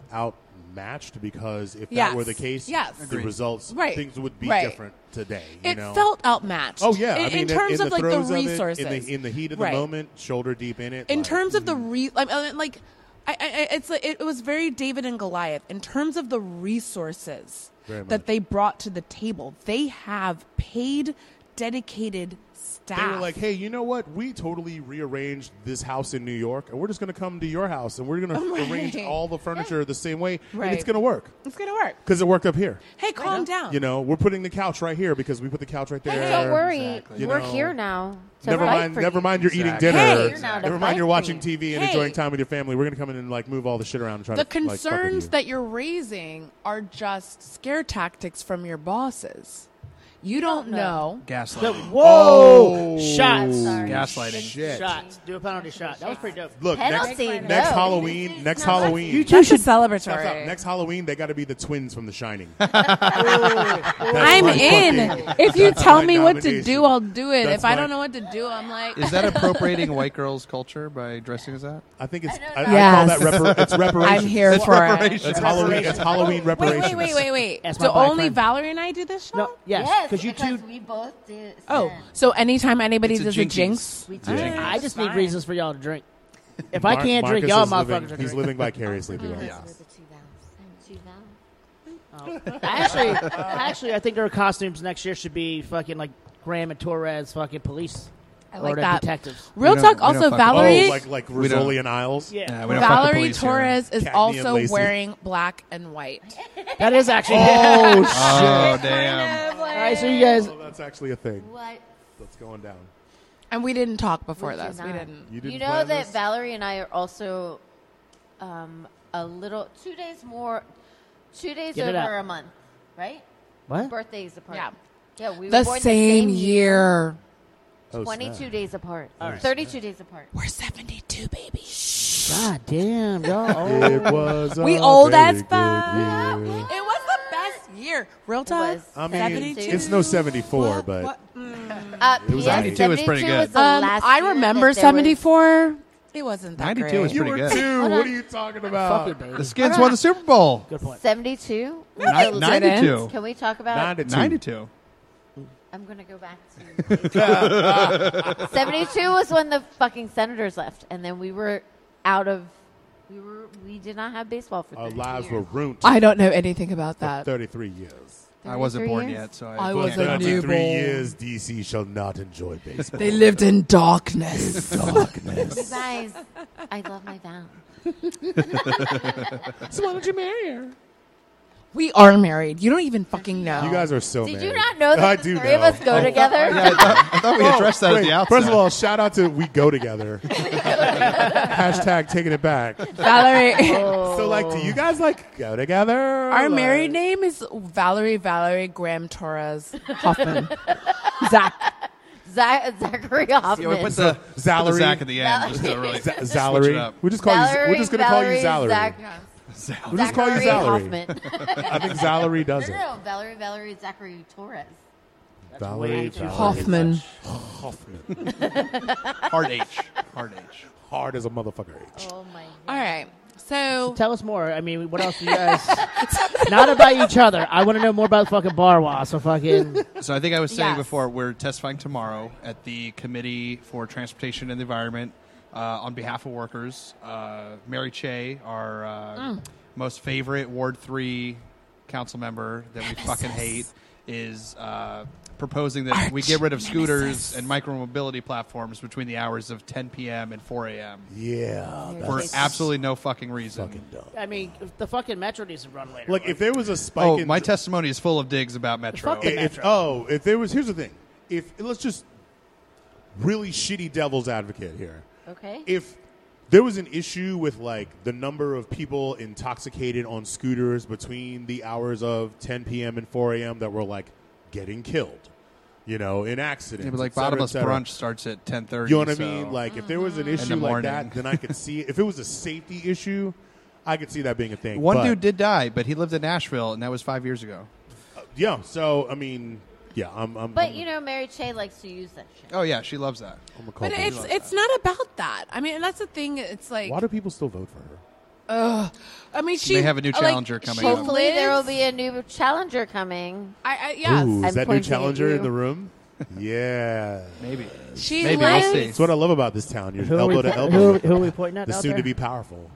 Speaker 2: outmatched because if
Speaker 7: Yes.
Speaker 2: that were the case,
Speaker 7: Yes.
Speaker 2: the
Speaker 8: Agreed.
Speaker 2: results
Speaker 7: Right.
Speaker 2: things would be
Speaker 7: Right.
Speaker 2: different today. You
Speaker 7: it
Speaker 2: know?
Speaker 7: felt outmatched.
Speaker 2: Oh yeah,
Speaker 7: in,
Speaker 2: I mean,
Speaker 7: in terms
Speaker 2: the
Speaker 7: of like the
Speaker 2: throes of it,
Speaker 7: resources,
Speaker 2: in the in the heat of the
Speaker 7: Right.
Speaker 2: moment, shoulder deep in it.
Speaker 7: In
Speaker 2: like-
Speaker 7: terms of the
Speaker 2: Mm-hmm.
Speaker 7: re, I mean, like, I, I, I- it's like, it was very David and Goliath in terms of the resources
Speaker 2: Very much.
Speaker 7: that they brought to the table. They have paid, dedicated staff.
Speaker 2: They were like, "Hey, you know what? We totally rearranged this house in New York, and we're just going to come to your house, and we're going to
Speaker 7: [laughs] Right.
Speaker 2: arrange all the furniture the same way, and it's
Speaker 7: Right. Oh.
Speaker 2: going to work
Speaker 7: it's gonna work.
Speaker 2: because it worked up here.
Speaker 7: Hey, calm down.
Speaker 2: You know, we're putting the couch right here because we put the couch right there.
Speaker 6: And don't worry,
Speaker 8: exactly.
Speaker 2: You
Speaker 6: we're
Speaker 2: know,
Speaker 6: here now. To
Speaker 2: Never
Speaker 6: fight
Speaker 2: mind.
Speaker 6: for
Speaker 2: Never
Speaker 6: you.
Speaker 2: mind. You're
Speaker 8: Exactly.
Speaker 2: eating
Speaker 7: Hey,
Speaker 2: dinner.
Speaker 7: you're
Speaker 6: not a
Speaker 2: never
Speaker 6: fight
Speaker 2: mind. You're watching
Speaker 6: queen.
Speaker 2: TV and
Speaker 7: Hey.
Speaker 2: enjoying time with your family. We're gonna come in and like move all the shit around and try
Speaker 7: The
Speaker 2: to. like, fuck with
Speaker 7: concerns
Speaker 2: you.
Speaker 7: that you're raising are just scare tactics from your bosses. You don't know.
Speaker 1: The-
Speaker 8: Gaslighting.
Speaker 1: whoa! Shots.
Speaker 8: Oh. Gaslighting.
Speaker 2: Shit.
Speaker 1: Shots. Do a penalty shot. That was pretty dope.
Speaker 2: Look, next,
Speaker 6: Penalty,
Speaker 2: next
Speaker 6: no.
Speaker 2: Halloween. Next Halloween.
Speaker 7: You two should celebrate.
Speaker 2: Stop, stop. Next Halloween, they got to be the twins from The
Speaker 1: [laughs]
Speaker 2: Shining.
Speaker 7: I'm in. If you tell
Speaker 2: my
Speaker 7: me what to do,
Speaker 2: nomination.
Speaker 7: I'll do it.
Speaker 2: That's
Speaker 7: if I
Speaker 2: my-
Speaker 7: don't know what to do, I'm like,
Speaker 8: Is
Speaker 7: [laughs]
Speaker 8: that appropriating white girls' culture by dressing as that?
Speaker 2: I think it's. I, I
Speaker 7: Yes.
Speaker 2: call that repar- it's reparations.
Speaker 7: I'm here
Speaker 8: It's
Speaker 7: for it. Oh,
Speaker 8: reparations.
Speaker 2: It's Halloween. It's Halloween
Speaker 7: Wait,
Speaker 2: reparations.
Speaker 7: wait, wait, wait, wait.
Speaker 1: Ask
Speaker 7: So
Speaker 1: my black
Speaker 7: only
Speaker 1: friend.
Speaker 7: Valerie and I do this show?
Speaker 1: No, yes,
Speaker 3: Yes,
Speaker 1: because you two.
Speaker 3: we both did.
Speaker 7: Oh, so anytime anybody
Speaker 8: It's a
Speaker 7: does a
Speaker 8: jinkies.
Speaker 7: jinx,
Speaker 3: We did.
Speaker 8: Yeah.
Speaker 1: I just need
Speaker 7: fine.
Speaker 1: reasons for y'all to drink. If I
Speaker 2: Mar-
Speaker 1: can't
Speaker 2: Marcus
Speaker 1: drink, y'all
Speaker 2: is living-
Speaker 1: motherfuckers are
Speaker 2: He's
Speaker 1: drinking.
Speaker 2: living vicariously through us.
Speaker 8: Yeah.
Speaker 3: With the two vowels. And two vowels.
Speaker 1: Oh. actually, actually, I think their costumes next year should be fucking like Graham and Torres, fucking police
Speaker 7: I
Speaker 1: or
Speaker 7: like
Speaker 1: the
Speaker 7: that.
Speaker 1: detectives.
Speaker 7: Real
Speaker 8: We don't-
Speaker 7: talk,
Speaker 8: we don't
Speaker 7: also
Speaker 8: fuck with-
Speaker 2: Oh,
Speaker 7: Valerie,
Speaker 2: like like
Speaker 8: We don't-
Speaker 2: Rizzoli and Isles.
Speaker 1: Yeah,
Speaker 8: Yeah, we don't fuck with
Speaker 7: Valerie
Speaker 8: police here.
Speaker 7: Torres is
Speaker 2: Cagney and
Speaker 7: also
Speaker 2: Lacey.
Speaker 7: wearing black and white.
Speaker 1: that is [laughs] actually.
Speaker 2: Oh shit!
Speaker 8: Oh damn!
Speaker 1: All right, so you guys,
Speaker 2: Oh, that's actually a thing.
Speaker 3: What?
Speaker 2: That's going down.
Speaker 7: And we didn't talk before
Speaker 3: We did
Speaker 7: this. We
Speaker 3: not.
Speaker 7: didn't.
Speaker 2: You didn't
Speaker 6: You know
Speaker 2: plan
Speaker 6: that
Speaker 2: this?
Speaker 6: Valerie and I are also um, a little two days more, two days
Speaker 1: Get it
Speaker 6: over
Speaker 1: out.
Speaker 6: a month, right?
Speaker 1: what?
Speaker 6: Birthdays apart.
Speaker 7: Yeah.
Speaker 6: yeah, we were
Speaker 7: The
Speaker 6: born
Speaker 7: same
Speaker 6: the same
Speaker 2: Oh,
Speaker 7: year.
Speaker 2: snap.
Speaker 6: Twenty-two days apart. Thirty-two days apart.
Speaker 7: We're 72, baby.
Speaker 1: God damn, y'all. Oh. old.
Speaker 2: It was
Speaker 7: We
Speaker 2: a
Speaker 7: old
Speaker 2: very
Speaker 7: as
Speaker 2: good
Speaker 7: fuck.
Speaker 2: year.
Speaker 7: It was the best year. Real talk.
Speaker 6: was.
Speaker 2: I mean,
Speaker 7: 72.
Speaker 2: it's no '74, but
Speaker 7: What?
Speaker 6: Uh,
Speaker 2: was
Speaker 6: PS,
Speaker 8: 92 is pretty
Speaker 6: 72
Speaker 8: good.
Speaker 6: was the
Speaker 7: Um,
Speaker 6: last
Speaker 7: I
Speaker 6: year
Speaker 7: remember
Speaker 6: that there was-
Speaker 7: 74. It wasn't that
Speaker 8: 92
Speaker 7: great.
Speaker 8: is
Speaker 2: you
Speaker 8: pretty
Speaker 2: were
Speaker 8: good.
Speaker 2: two.
Speaker 6: Hold
Speaker 2: What
Speaker 6: on.
Speaker 2: are you talking
Speaker 1: Fuck
Speaker 2: about?
Speaker 1: you, baby.
Speaker 8: The Skins won the Super Bowl.
Speaker 1: Good point.
Speaker 6: Seventy-two.
Speaker 8: Ni-
Speaker 7: didn't.
Speaker 8: Ninety-two.
Speaker 6: Can we talk about?
Speaker 2: Ninety-two.
Speaker 8: Ninety-two.
Speaker 6: I'm gonna go back
Speaker 2: [laughs]
Speaker 6: to [laughs] seventy-two was when the fucking Senators left, and then we were out of. We were. We did not have baseball for.
Speaker 2: Our
Speaker 6: 32
Speaker 2: lives
Speaker 6: years.
Speaker 2: were ruined
Speaker 7: I don't know anything about
Speaker 2: for
Speaker 7: that.
Speaker 2: 33 years.
Speaker 8: I wasn't
Speaker 6: 33
Speaker 8: born
Speaker 6: years?
Speaker 8: yet, so
Speaker 7: I
Speaker 8: I,
Speaker 7: was
Speaker 8: can't
Speaker 7: a
Speaker 8: comment.
Speaker 7: new-
Speaker 2: 33
Speaker 7: Newborn.
Speaker 2: years, DC shall not enjoy baseball.
Speaker 7: They lived in darkness.
Speaker 6: [laughs] You guys, I love my
Speaker 2: [laughs]
Speaker 6: vow.
Speaker 7: so why don't you marry her? We are married. You don't even fucking know.
Speaker 2: you
Speaker 7: [laughs]
Speaker 2: guys are so
Speaker 6: Did
Speaker 2: mad.
Speaker 6: you not know that
Speaker 2: I
Speaker 6: the
Speaker 2: do
Speaker 6: three
Speaker 2: know. Oh,
Speaker 6: of us go
Speaker 9: [laughs]
Speaker 6: together?
Speaker 8: I thought we addressed that at
Speaker 2: Wait,
Speaker 8: the outset.
Speaker 2: First of all, shout out to We
Speaker 6: [laughs]
Speaker 2: Go Together. Hashtag taking it back.
Speaker 7: Valerie.
Speaker 2: [laughs] So, like, do you guys, like, go together?
Speaker 7: [laughs] Our
Speaker 2: Like-
Speaker 7: married name is Valerie Valerie Graham Torres Hoffman. [laughs] Zach.
Speaker 6: Za- Zachary
Speaker 8: yeah, we put
Speaker 6: Hoffman.
Speaker 8: the
Speaker 2: Zalerie.
Speaker 8: put the Zach at the end just to really
Speaker 2: Z-
Speaker 8: switch it
Speaker 2: Zalerie.
Speaker 8: up.
Speaker 2: We're just, call you, we're just gonna call you Zalerie.
Speaker 6: Zach-
Speaker 2: we'll just call you
Speaker 6: Zachary
Speaker 2: Zalerie.
Speaker 6: Hoffman.
Speaker 2: [laughs] I think Zalerie
Speaker 6: no,
Speaker 2: does it.
Speaker 6: no, Valerie, Valerie, Zachary Torres.
Speaker 2: Valerie, Valerie.
Speaker 7: Hoffman.
Speaker 2: Hoffman. [laughs]
Speaker 8: Hard H. Hard H.
Speaker 2: Hard as a motherfucker.
Speaker 6: Oh my
Speaker 7: All right. So
Speaker 1: Tell us more. I mean, what else do you guys? [laughs] not about each other. I want to know more about fucking Barwa. So
Speaker 7: [laughs]
Speaker 1: fucking.
Speaker 8: So I think I was saying
Speaker 7: Yes.
Speaker 8: before we're testifying tomorrow at the Committee for Transportation and the Environment uh, on behalf of workers. Uh, Mary Che, our uh, most favorite Ward Three council member that we fucking hate, is uh, proposing that we get rid of scooters and micromobility platforms between the hours of 10 p.m. and 4 a.m.
Speaker 2: Yeah. that's
Speaker 8: For absolutely no fucking reason.
Speaker 2: fucking dumb.
Speaker 1: I mean, if the fucking metro needs to run later. [laughs]
Speaker 2: Look, if there was a spike
Speaker 8: Oh,
Speaker 2: in
Speaker 8: my testimony is full of digs about Metro.
Speaker 1: Fuck
Speaker 2: I- if-
Speaker 1: Metro.
Speaker 2: oh, if there was, here's the thing. If let's just really shitty devil's advocate here.
Speaker 6: Okay.
Speaker 2: If there was an issue with like the number of people intoxicated on scooters between the hours of 10 p.m. and 4 a.m. that were like getting killed, you know, in accidents,
Speaker 8: Yeah, but like
Speaker 2: et cetera,
Speaker 8: bottomless
Speaker 2: et cetera.
Speaker 8: brunch starts at 10:30.
Speaker 2: You know what I
Speaker 8: so-
Speaker 2: mean? Like if there was
Speaker 1: Mm-hmm.
Speaker 2: an
Speaker 8: the
Speaker 2: issue like that,
Speaker 8: morning.
Speaker 2: then I could see. If it was a safety issue, I could see that being a thing.
Speaker 8: One
Speaker 2: But-
Speaker 8: dude did die, but he lived in Nashville, and that was five years ago.
Speaker 2: Uh, yeah. So I mean, yeah, I'm.
Speaker 6: [laughs]
Speaker 2: I'm
Speaker 6: But
Speaker 2: I'm-
Speaker 6: you know, Mary Che likes to use that shit.
Speaker 8: Oh yeah, she loves that.
Speaker 2: I'm a call
Speaker 7: but
Speaker 2: bullshit.
Speaker 7: it's it's not about that. I mean, and that's the thing. It's like
Speaker 2: Why do people still vote for her?
Speaker 7: I mean, she
Speaker 8: They have a new
Speaker 7: like,
Speaker 8: challenger coming
Speaker 7: she
Speaker 8: up.
Speaker 6: Hopefully, there will
Speaker 7: lives-
Speaker 6: be a new challenger coming.
Speaker 7: I, I yes.
Speaker 2: Ooh,
Speaker 6: I'm
Speaker 2: is that
Speaker 6: pointing
Speaker 2: new
Speaker 6: at
Speaker 2: challenger in
Speaker 6: you.
Speaker 2: the [laughs] room? Yeah.
Speaker 8: Maybe.
Speaker 7: She
Speaker 8: Maybe we'll
Speaker 7: lives.
Speaker 8: see.
Speaker 2: That's what I love about this town. You're
Speaker 1: who are,
Speaker 2: elbow
Speaker 1: we,
Speaker 2: to
Speaker 1: who,
Speaker 2: elbow.
Speaker 1: who are we pointing at?
Speaker 2: The
Speaker 1: out
Speaker 2: soon
Speaker 1: there?
Speaker 2: to be powerful.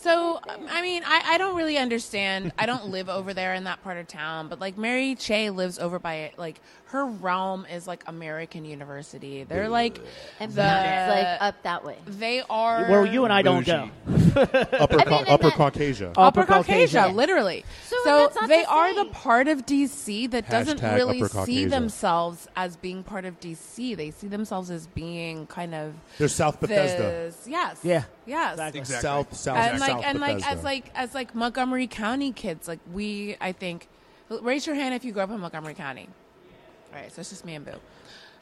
Speaker 7: So um, I mean, I, I don't really understand. I don't live over there in that part of town, but like Mary Che lives over by like her realm is like American University. They're like
Speaker 6: And
Speaker 7: The-
Speaker 6: it's like up that way.
Speaker 7: they are
Speaker 1: Where you and I don't go.
Speaker 8: Bougie.
Speaker 2: Upper
Speaker 6: I mean,
Speaker 2: Ca-
Speaker 6: and
Speaker 2: Upper
Speaker 6: that-
Speaker 2: Caucasia.
Speaker 7: Upper Caucasia,
Speaker 6: Caucasia.
Speaker 7: literally.
Speaker 6: So
Speaker 7: So,
Speaker 6: that's not
Speaker 7: they
Speaker 6: the
Speaker 7: are the
Speaker 6: same.
Speaker 7: part of DC that doesn't
Speaker 2: Hashtag
Speaker 7: really
Speaker 2: Upper
Speaker 7: see
Speaker 2: Caucasia.
Speaker 7: themselves as being part of DC. They see themselves as being kind of
Speaker 2: They're South Bethesda.
Speaker 7: this. Yes.
Speaker 1: Yeah.
Speaker 7: Yes.
Speaker 1: Exactly.
Speaker 8: Exactly.
Speaker 2: South, South,
Speaker 7: And like
Speaker 2: South
Speaker 7: and like
Speaker 2: Bethesda.
Speaker 7: as like as like Montgomery County kids, like we I think raise your hand if you grew up in Montgomery County. All right, so it's just me and Boo. so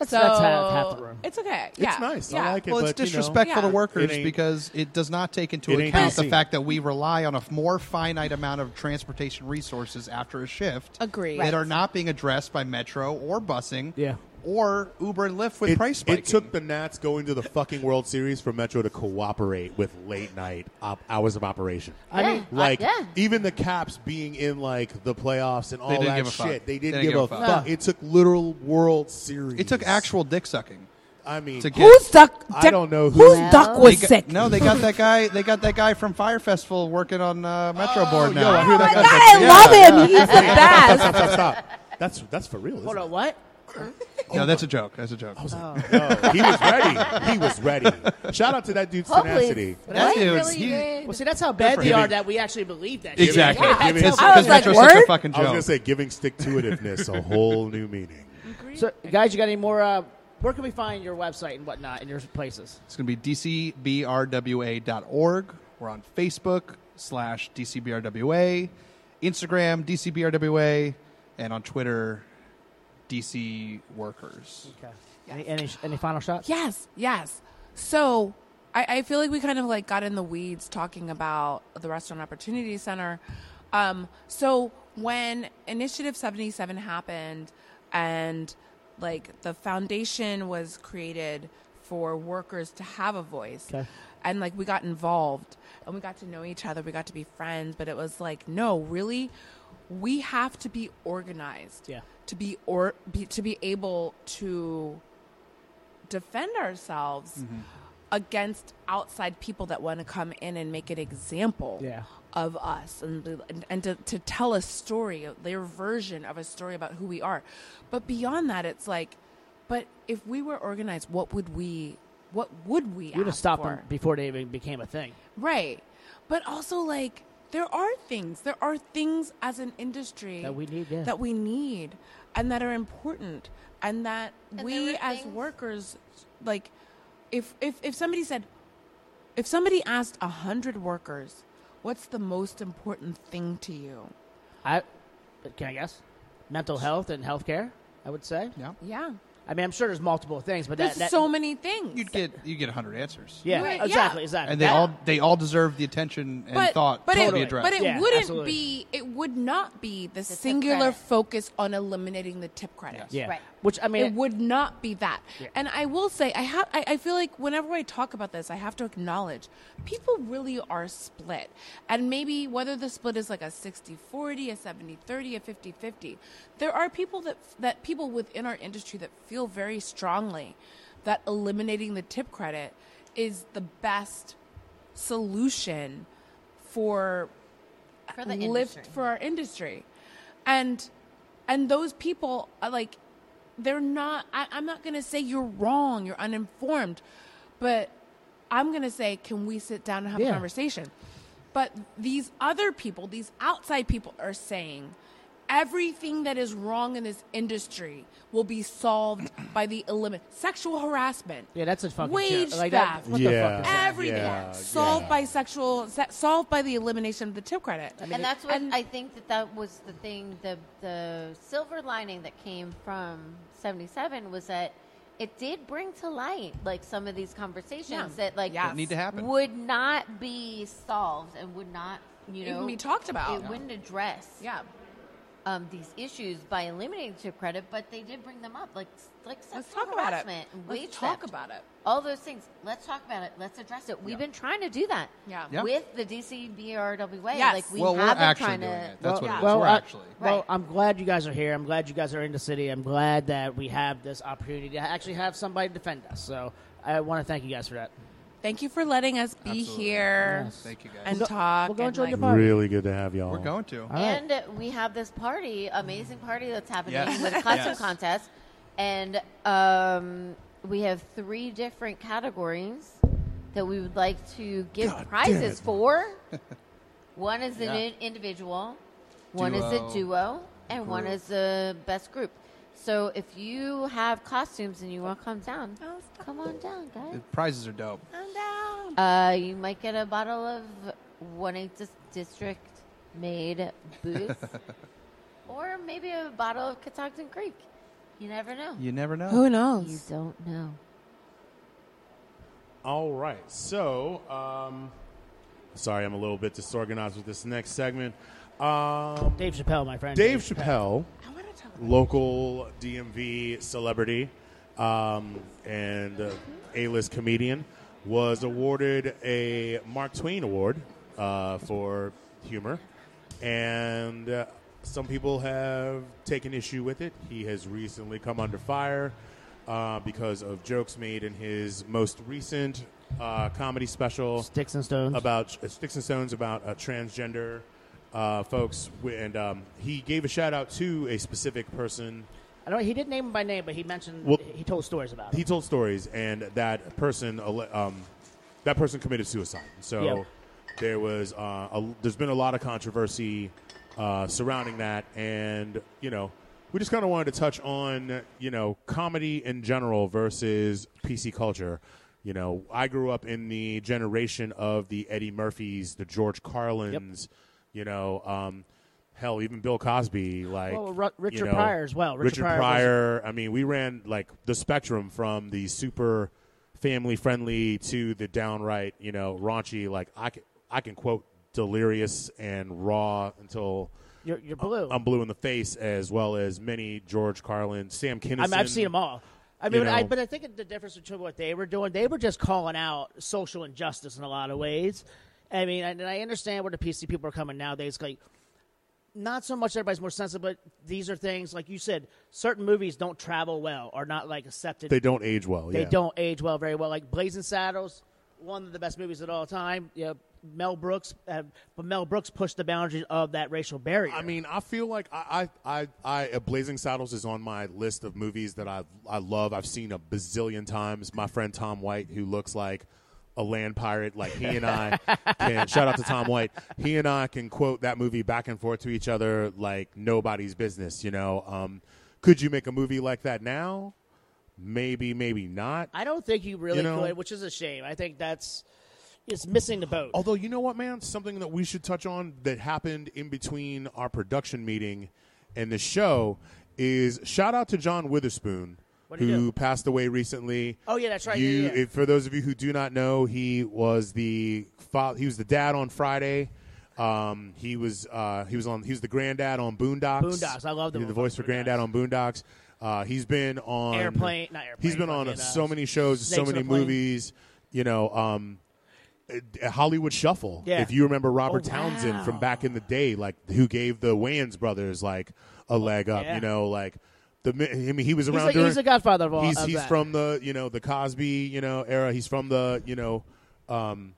Speaker 1: that's half- half the room.
Speaker 7: It's okay. Yeah.
Speaker 2: nice. I
Speaker 7: Yeah.
Speaker 2: like it.
Speaker 7: Well,
Speaker 8: Well, it's
Speaker 2: but, you know,
Speaker 8: disrespectful
Speaker 7: yeah.
Speaker 8: to workers
Speaker 2: It ain't-
Speaker 8: because it does not take into
Speaker 2: It ain't
Speaker 8: account the
Speaker 2: DC.
Speaker 8: fact that we rely on a f- more finite amount of transportation resources after a shift.
Speaker 7: Agreed.
Speaker 8: That
Speaker 7: Right.
Speaker 8: are not being addressed by metro or busing.
Speaker 1: Yeah.
Speaker 8: Or Uber and Lyft with
Speaker 2: It,
Speaker 8: price spiking.
Speaker 2: it took the Nats going to the fucking World Series for Metro to cooperate with late night op- hours of operation.
Speaker 1: I mean,
Speaker 6: Yeah.
Speaker 2: Like
Speaker 6: yeah.
Speaker 2: even the Caps being in like the playoffs and all
Speaker 8: didn't
Speaker 2: that
Speaker 8: give a
Speaker 2: shit,
Speaker 8: fuck.
Speaker 2: they didn't, give, a fuck.
Speaker 1: No.
Speaker 2: It took literal World Series.
Speaker 8: It took actual dick sucking.
Speaker 2: I mean,
Speaker 8: to get-
Speaker 7: Who's duck?
Speaker 2: I
Speaker 7: Dick-
Speaker 2: don't know who-
Speaker 7: whose
Speaker 2: Well-
Speaker 7: duck
Speaker 8: They
Speaker 7: was
Speaker 8: got-
Speaker 7: sick.
Speaker 8: No, they got that guy. They got that guy from Fire Festival working on uh, Metro Board
Speaker 2: Oh, yo,
Speaker 8: now.
Speaker 2: I hear that
Speaker 7: Oh God,
Speaker 2: guy's
Speaker 7: I
Speaker 2: like,
Speaker 7: love
Speaker 2: yeah,
Speaker 7: him. He's the
Speaker 2: [laughs]
Speaker 7: best.
Speaker 2: Stop, stop, stop. That's that's for real. Isn't
Speaker 1: hold
Speaker 2: it?
Speaker 1: on, what?
Speaker 2: Oh,
Speaker 8: No, that's a joke. That's a joke.
Speaker 2: No, he was ready. He was ready. Shout out to that dude's tenacity.
Speaker 6: Hopefully,
Speaker 8: That
Speaker 6: that
Speaker 8: dude,
Speaker 6: really
Speaker 8: he-
Speaker 6: good.
Speaker 1: Well, see, that's how bad
Speaker 8: for
Speaker 1: they
Speaker 8: him.
Speaker 1: are that we actually believe that. shit.
Speaker 8: Exactly.
Speaker 2: Yeah, I
Speaker 8: Because
Speaker 2: tell
Speaker 7: I was like,
Speaker 8: Metro's such a
Speaker 7: word?
Speaker 8: fucking
Speaker 2: I was gonna
Speaker 8: joke.
Speaker 2: say giving stick to itiveness a whole new meaning.
Speaker 1: So, guys, you got any more? Uh, where can we find your website and whatnot and your places?
Speaker 8: It's going to be dcbrwa.org. We're on Facebook slash dcbrwa, Instagram dcbrwa, and on Twitter DC Workers.
Speaker 1: Okay. Any, any any final shots?
Speaker 7: Yes, yes. So I, I feel like we kind of like got in the weeds talking about the Restaurant Opportunity Center. Um, so when Initiative 77 happened and like the foundation was created for workers to have a voice
Speaker 1: Okay.
Speaker 7: and like we got involved and we got to know each other we got to be friends but it was like no really we have to be organized
Speaker 1: Yeah.
Speaker 7: to be or be, to be able to defend ourselves
Speaker 1: Mm-hmm.
Speaker 7: against outside people that want to come in and make an example
Speaker 1: Yeah.
Speaker 7: of us and and, and to, to tell a story their version of a story about who we are but beyond that it's like but if we were organized what would we what would we
Speaker 1: You'd have
Speaker 7: ask
Speaker 1: stopped
Speaker 7: for?
Speaker 1: them before they even became a thing.
Speaker 7: Right. But also like there are things. There are things as an industry
Speaker 1: That we need, yeah.
Speaker 7: That we need and that are important and that
Speaker 3: And there
Speaker 7: we
Speaker 3: were
Speaker 7: as
Speaker 3: things-
Speaker 7: workers like if if if somebody said if somebody asked a hundred workers, what's the most important thing to
Speaker 1: Oh.
Speaker 7: you?
Speaker 1: I can I guess mental health and healthcare. I would say.
Speaker 8: Yeah.
Speaker 7: Yeah.
Speaker 1: I mean, I'm sure there's multiple things, but
Speaker 7: There's
Speaker 1: that, that
Speaker 7: so many things.
Speaker 8: You'd get you get hundred answers.
Speaker 1: Yeah,
Speaker 7: Right, yeah.
Speaker 1: exactly, exactly.
Speaker 8: And they
Speaker 1: That-
Speaker 8: all they all deserve the attention and thought
Speaker 7: but
Speaker 8: to
Speaker 7: it,
Speaker 8: be
Speaker 1: Totally.
Speaker 8: addressed.
Speaker 7: But it
Speaker 1: Yeah,
Speaker 7: wouldn't
Speaker 1: absolutely.
Speaker 7: be. It would not be the,
Speaker 3: tip
Speaker 7: singular
Speaker 3: credit.
Speaker 7: focus on eliminating the tip credit.
Speaker 1: yeah,
Speaker 3: Right.
Speaker 1: which I mean,
Speaker 7: it would not be that. And I will say, I have. I, I feel like whenever I talk about this, I have to acknowledge people really are split. And maybe whether the split is like a 60-40, a 70-30, a 50-50, there are people that that people within our industry that feel very strongly that eliminating the tip credit is the best solution for
Speaker 3: For the
Speaker 7: lift
Speaker 3: industry.
Speaker 7: for our industry and and those people are like they're not I, i'm not going to say you're wrong you're uninformed but i'm going to say can we sit down and have
Speaker 1: Yeah.
Speaker 7: a conversation but these other people these outside people are saying everything that is wrong in this industry will be solved by the elimin sexual harassment
Speaker 1: yeah, that's a fucking
Speaker 7: wage
Speaker 1: joke. Like that,
Speaker 7: theft.
Speaker 1: what
Speaker 2: Yeah.
Speaker 1: the fuck? Is that?
Speaker 7: everything
Speaker 2: Yeah,
Speaker 7: solved
Speaker 2: yeah.
Speaker 7: by sexual se- solved by the elimination of the tip credit
Speaker 3: and that's what
Speaker 7: and-
Speaker 3: I think that that was the thing. The the silver lining that came from '77 was that it did bring to light like some of these conversations
Speaker 7: Yeah.
Speaker 3: that like
Speaker 7: Yes. That
Speaker 8: need to happen.
Speaker 3: would not be solved and would not you
Speaker 7: Even
Speaker 3: know
Speaker 7: be talked about.
Speaker 3: It wouldn't address
Speaker 7: yeah
Speaker 3: um, these issues by eliminating chip credit, but they did bring them up like like
Speaker 7: Let's
Speaker 3: sexual
Speaker 7: talk about it.
Speaker 3: harassment, and
Speaker 7: Let's
Speaker 3: wage
Speaker 7: talk
Speaker 3: theft.
Speaker 7: about it.
Speaker 3: all those things. Let's talk about it. Let's address it. We've been trying to do that.
Speaker 7: Yeah. Yeah.
Speaker 3: With the DCBRWA.
Speaker 7: Yes.
Speaker 3: Like we
Speaker 8: well, we're
Speaker 3: have been
Speaker 8: actually
Speaker 3: trying
Speaker 8: doing
Speaker 3: to
Speaker 8: it. That's what it is.
Speaker 1: well, uh,
Speaker 8: we're
Speaker 1: I-
Speaker 8: actually.
Speaker 1: well,
Speaker 3: Right.
Speaker 1: I'm glad you guys are here. I'm glad you guys are in the city. I'm glad that we have this opportunity to actually have somebody defend us. So I want to thank you guys for that.
Speaker 7: Thank you for letting us be
Speaker 8: Absolutely.
Speaker 7: here.
Speaker 8: Thank you, guys.
Speaker 7: And
Speaker 1: We'll go-
Speaker 7: talk.
Speaker 1: we'll go
Speaker 7: and
Speaker 1: enjoy
Speaker 7: like,
Speaker 1: your party.
Speaker 2: Really good to have y'all.
Speaker 8: We're going to.
Speaker 1: All right.
Speaker 3: And we have this party, amazing party that's happening
Speaker 8: Yes.
Speaker 3: with a costume
Speaker 8: Yes.
Speaker 3: contest. and um, we have three different categories that we would like to give prizes for.
Speaker 8: [laughs]
Speaker 3: one is an
Speaker 8: Yeah.
Speaker 3: in- individual, one is a
Speaker 8: Duo,
Speaker 3: duo, and one
Speaker 8: group.
Speaker 3: is a best group. So if you have costumes and you want to come down,
Speaker 7: Oh, stop.
Speaker 3: come on down, guys.
Speaker 8: The prizes are dope.
Speaker 7: I'm down.
Speaker 3: Uh, you might get a bottle of one eight dis- district made
Speaker 8: [laughs]
Speaker 3: booze, or maybe a bottle of Catoctin Creek. You never know.
Speaker 8: You never know.
Speaker 7: Who
Speaker 3: You
Speaker 7: knows?
Speaker 3: don't know.
Speaker 2: All right. So, um, sorry, I'm a little bit disorganized with this next segment. Um,
Speaker 1: Dave Chappelle, my friend.
Speaker 2: Dave Chappelle,
Speaker 7: I want to tell him.
Speaker 2: local DMV celebrity um, and uh, A-list comedian, was awarded a Mark Twain Award uh, for humor, and uh, some people have taken issue with it. He has recently come under fire uh, because of jokes made in his most recent uh, comedy special
Speaker 1: Sticks and stones.
Speaker 2: about uh, sticks and stones about uh, transgender uh, folks, Wi- and um, he gave a shout out to a specific person.
Speaker 1: I don't. He didn't name him by name, but he mentioned.
Speaker 2: Well-
Speaker 1: he told stories about
Speaker 2: He
Speaker 1: him.
Speaker 2: told stories, and that person, ele- um, that person committed suicide. So
Speaker 1: Yeah.
Speaker 2: there was, uh, a, there's been a lot of controversy uh, surrounding that, and you know, we just kind of wanted to touch on, you know, comedy in general versus PC culture. You know, I grew up in the generation of the Eddie Murphys, the George Carlins, you know. Um, Hell, even Bill Cosby, like
Speaker 1: Well, Oh, Ru- Richard
Speaker 2: you know,
Speaker 1: Pryor as well. Richard
Speaker 2: Richard,
Speaker 1: Pryor was-
Speaker 2: Pryor, where, I mean, we ran like the spectrum from the super family friendly to the downright, you know, raunchy. Like I can, I can quote delirious and raw until
Speaker 1: You're, you're blue.
Speaker 2: I'm blue in the face, as well as many George Carlin, Sam Kinison.
Speaker 1: I mean, I've seen them all. I
Speaker 2: you
Speaker 1: mean, I,
Speaker 2: know.
Speaker 1: but I think the difference between what they were doing, they were just calling out social injustice in a lot of ways. I mean, and I understand where the PC people are coming nowadays. Like, not so much everybody's more sensitive, but these are things like you said. Certain movies don't travel well, are not like accepted.
Speaker 2: They don't age well.
Speaker 1: They
Speaker 2: yeah.
Speaker 1: don't age well very well. Like Blazing Saddles, one of the best movies of all time. Yeah, Mel Brooks, uh, but Mel Brooks pushed the boundaries of that racial barrier.
Speaker 2: I mean, I feel like I, I, I, I Blazing Saddles is on my list of movies that I, I love. I've seen a bazillion times. My friend Tom White, who looks like a land pirate, like he and I can. Shout out to Tom White. He and I can quote that movie back and forth to each other like nobody's business. You know, um, could you make a movie like that now? Maybe, maybe not.
Speaker 1: I don't think you really
Speaker 2: You know-
Speaker 1: could, which is a shame. I think that's it's missing the boat.
Speaker 2: Although you know what, man, something that we should touch on that happened in between our production meeting and the show is shout out to John Witherspoon,
Speaker 1: What'd he
Speaker 2: who
Speaker 1: do?
Speaker 2: passed away recently.
Speaker 1: Oh, yeah, that's right.
Speaker 2: You,
Speaker 1: Yeah, yeah.
Speaker 2: if- for those of you who do not know, he was the fa- he was the dad on Friday. Um, he was uh, he was on he was the granddad on Boondocks.
Speaker 1: Boondocks, I love the
Speaker 2: He did the
Speaker 1: motherfucking
Speaker 2: voice for granddad
Speaker 1: Boondocks.
Speaker 2: on Boondocks. Uh, he's been on
Speaker 1: Airplane- not Airplane,
Speaker 2: He's been on
Speaker 1: fucking,
Speaker 2: uh,
Speaker 1: uh,
Speaker 2: so many shows, so
Speaker 1: Snakes on
Speaker 2: many
Speaker 1: a Plane.
Speaker 2: movies. You know, um, uh, Hollywood Shuffle.
Speaker 1: Yeah.
Speaker 2: If you remember Robert
Speaker 1: Oh,
Speaker 2: Townsend
Speaker 1: wow.
Speaker 2: from back in the day, like who gave the Wayans brothers like a leg up.
Speaker 1: yeah.
Speaker 2: You know, like the mi- I mean he was
Speaker 1: he's,
Speaker 2: around.
Speaker 1: like,
Speaker 2: during,
Speaker 1: he's the godfather of all.
Speaker 2: he's,
Speaker 1: of
Speaker 2: he's
Speaker 1: that.
Speaker 2: from the you know the Cosby you know era. He's from the you know, um,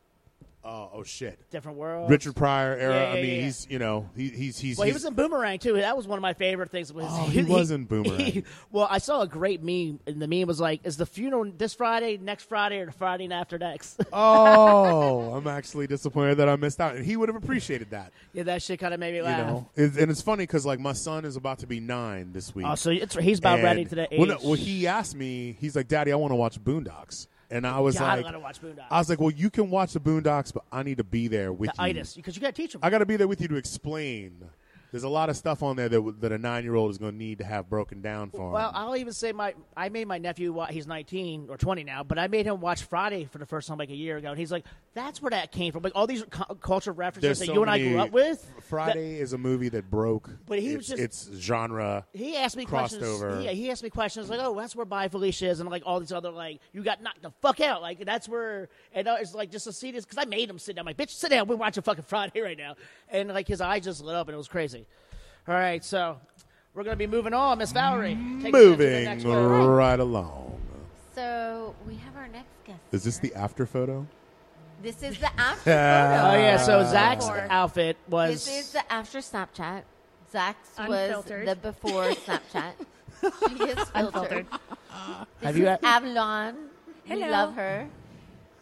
Speaker 2: uh, oh shit,
Speaker 1: different world.
Speaker 2: Richard Pryor era.
Speaker 1: Yeah, yeah,
Speaker 2: I mean
Speaker 1: yeah.
Speaker 2: he's you know he, he's he's
Speaker 1: Well, he
Speaker 2: he's-
Speaker 1: was in Boomerang too. That was one of my favorite things. Was
Speaker 2: Oh,
Speaker 1: [laughs]
Speaker 2: he was in Boomerang.
Speaker 1: well, I saw a great meme, and the meme was like, "Is the funeral this Friday, next Friday, or the Friday after next?" [laughs]
Speaker 2: oh, I'm actually disappointed that I missed out, and he would have appreciated that.
Speaker 1: yeah, that shit kind of made me
Speaker 2: You
Speaker 1: laugh.
Speaker 2: know, It's- and it's funny because like my son is about to be nine this week.
Speaker 1: Oh, so it's, he's about
Speaker 2: And-
Speaker 1: ready to the age.
Speaker 2: Well, no, well, he asked me. He's like, "Daddy, I want to watch Boondocks," and I was
Speaker 1: God, I
Speaker 2: like,
Speaker 1: gotta watch Boondocks.
Speaker 2: I was like, "Well, you can watch the Boondocks, but I need to be there with
Speaker 1: the
Speaker 2: you."
Speaker 1: itis because you got to teach him.
Speaker 2: I got to be there with you to explain. There's a lot of stuff on there that, w- that a nine year old is going to need to have broken down for him.
Speaker 1: Well, I'll even say my I made my nephew wa he's 19 or 20 now, but I made him watch Friday for the first time like a year ago, and he's like, "That's where that came from." Like all these cu- culture references
Speaker 2: There's
Speaker 1: that
Speaker 2: so
Speaker 1: you and I
Speaker 2: many-
Speaker 1: grew up with.
Speaker 2: Friday is a movie that broke.
Speaker 1: But he
Speaker 2: its,
Speaker 1: was
Speaker 2: its genre.
Speaker 1: He asked me
Speaker 2: Crossed
Speaker 1: questions.
Speaker 2: over.
Speaker 1: Yeah, he asked me questions like, "Oh, that's where Bye Felicia is," and like all these other like, "You got knocked the fuck out." Like that's where, and uh, it's like just to see this because I made him sit down. I'm like, bitch, sit down. We're watching fucking Friday right now, and like his eyes just lit up, and it was crazy. All right, so we're gonna be moving on, Miss Valerie. Take us into the next
Speaker 2: Moving
Speaker 1: one.
Speaker 2: right along.
Speaker 3: So we have our next guest.
Speaker 2: Is this the after photo?
Speaker 3: This is the after
Speaker 2: Yeah.
Speaker 1: Oh
Speaker 3: photo.
Speaker 1: yeah, so
Speaker 3: Uh,
Speaker 1: Zach's
Speaker 3: before.
Speaker 1: outfit was
Speaker 3: This is the after Snapchat. Zach's was
Speaker 4: Unfiltered. [laughs]
Speaker 3: the before Snapchat. She is filtered.
Speaker 1: Have you? Had,
Speaker 3: Avalon. We love her.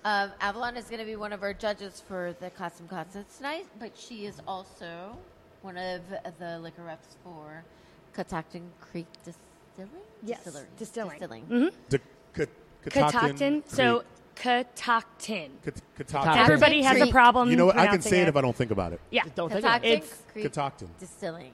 Speaker 3: Um, Avalon is going to be one of our judges for the Costume Contest tonight, but she is also one of the liquor reps for Catoctin Creek Distilling?
Speaker 4: Yes,
Speaker 3: Distillery.
Speaker 4: distilling.
Speaker 1: Mm-hmm.
Speaker 2: D- K- Catoctin
Speaker 4: Catoctin. So Catoctin.
Speaker 2: Cat-
Speaker 1: Catoctin.
Speaker 2: Catoctin.
Speaker 4: Everybody has a
Speaker 3: Creek.
Speaker 4: problem.
Speaker 2: You know what? I can
Speaker 4: pronouncing
Speaker 2: say it if I don't think about it.
Speaker 4: Yeah,
Speaker 1: don't think about
Speaker 3: Catoctin
Speaker 1: it.
Speaker 4: It's-
Speaker 3: Creek
Speaker 2: Catoctin.
Speaker 3: Distilling.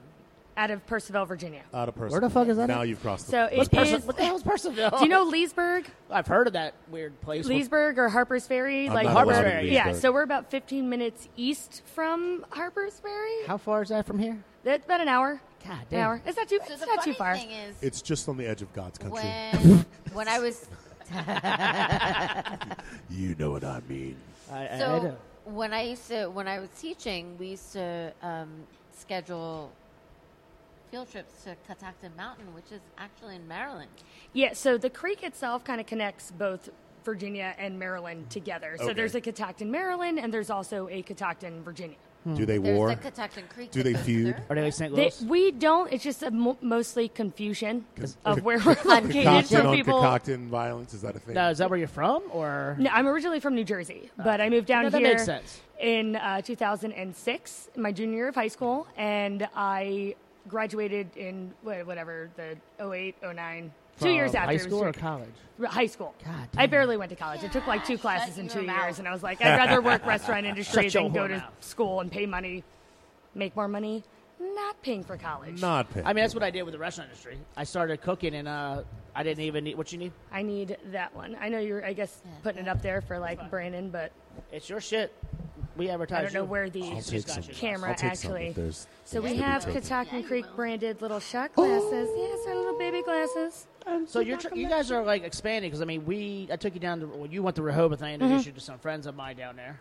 Speaker 4: out of Percival, Virginia.
Speaker 2: Out of person.
Speaker 1: Where the fuck is that
Speaker 2: Now
Speaker 1: at?
Speaker 2: you've crossed the.
Speaker 4: So it
Speaker 1: Perci-
Speaker 4: is.
Speaker 1: what the hell's Percival?
Speaker 4: Do you know Leesburg?
Speaker 1: I've heard of that weird place.
Speaker 4: Leesburg or Harper's Ferry?
Speaker 2: I'm
Speaker 4: like
Speaker 2: not
Speaker 1: Harper's
Speaker 2: allowed in
Speaker 1: Ferry.
Speaker 4: Yeah,
Speaker 2: Leesburg.
Speaker 4: so we're about 15 minutes east from Harper's Ferry.
Speaker 1: How far is that from here?
Speaker 4: That's about an hour.
Speaker 1: God
Speaker 4: An
Speaker 1: damn.
Speaker 4: hour. It's not too.
Speaker 3: So
Speaker 4: it's
Speaker 3: the
Speaker 4: not
Speaker 3: funny
Speaker 4: too far.
Speaker 3: thing is,
Speaker 2: It's just on the edge of God's country. [laughs]
Speaker 3: when, when I was [laughs]
Speaker 2: You know what I mean.
Speaker 1: I, I- I
Speaker 3: So
Speaker 1: don't-
Speaker 3: when I used to, when I was teaching, we used to um, schedule field trips to Catoctin Mountain, which is actually in Maryland.
Speaker 4: Yeah, so the creek itself kind of connects both Virginia and Maryland together. So
Speaker 2: Okay.
Speaker 4: there's a Catoctin, Maryland, and there's also a Catoctin, Virginia.
Speaker 2: Do they
Speaker 3: There's
Speaker 2: war?
Speaker 3: the Catoctin Creek.
Speaker 2: Do
Speaker 3: that
Speaker 2: they
Speaker 3: goes
Speaker 2: feud?
Speaker 3: through.
Speaker 1: Hmm. are they like St.
Speaker 4: They,
Speaker 1: Louis?
Speaker 4: we don't. It's just a mo- mostly confusion
Speaker 2: c- [laughs]
Speaker 4: of where we're located
Speaker 2: Concocting
Speaker 4: for
Speaker 2: on
Speaker 4: people.
Speaker 2: concocting violence is that a thing?
Speaker 1: now, is that where you're from, or
Speaker 4: No, I'm originally from New Jersey, but I moved down
Speaker 1: Oh. No, that
Speaker 4: here
Speaker 1: makes sense.
Speaker 4: in uh, 2006, my junior year of high school, and I graduated in wha- whatever the 08, 09, two years
Speaker 1: From
Speaker 4: after
Speaker 1: high
Speaker 4: it was
Speaker 1: school or
Speaker 4: junior-
Speaker 1: college?
Speaker 4: R- high school.
Speaker 1: God
Speaker 4: I
Speaker 1: damn.
Speaker 4: barely went to college. I took like two
Speaker 3: Yeah,
Speaker 4: classes
Speaker 3: shut
Speaker 4: in
Speaker 3: your
Speaker 4: two
Speaker 3: mouth.
Speaker 4: years, and I was
Speaker 1: [laughs]
Speaker 4: like, I'd rather work restaurant industry
Speaker 1: Shut your
Speaker 4: than go
Speaker 1: whore
Speaker 4: to
Speaker 1: mouth.
Speaker 4: school and pay money, make more money, not paying for college.
Speaker 2: Not pay.
Speaker 1: I mean, that's what I did with the restaurant industry. I started cooking, and uh, I didn't even need what you need.
Speaker 4: I need that one. I know you're, I guess, putting it up there for like Brandon, but
Speaker 1: It's your shit. We advertise.
Speaker 4: I don't know
Speaker 1: you.
Speaker 4: where the
Speaker 2: I'll
Speaker 1: she's got
Speaker 2: take some.
Speaker 1: you.
Speaker 4: camera
Speaker 2: I'll take some
Speaker 4: actually.
Speaker 2: if there's
Speaker 4: So
Speaker 2: things
Speaker 4: we
Speaker 2: to be
Speaker 4: have
Speaker 2: taken.
Speaker 4: Catoctin Creek branded little shot
Speaker 2: Oh.
Speaker 4: glasses. Yes, our little baby glasses.
Speaker 1: So you're tr- you guys are like expanding because I mean we I took you down to well, you went to Rehoboth
Speaker 4: Mm-hmm.
Speaker 1: and I introduced you to some friends of mine down there,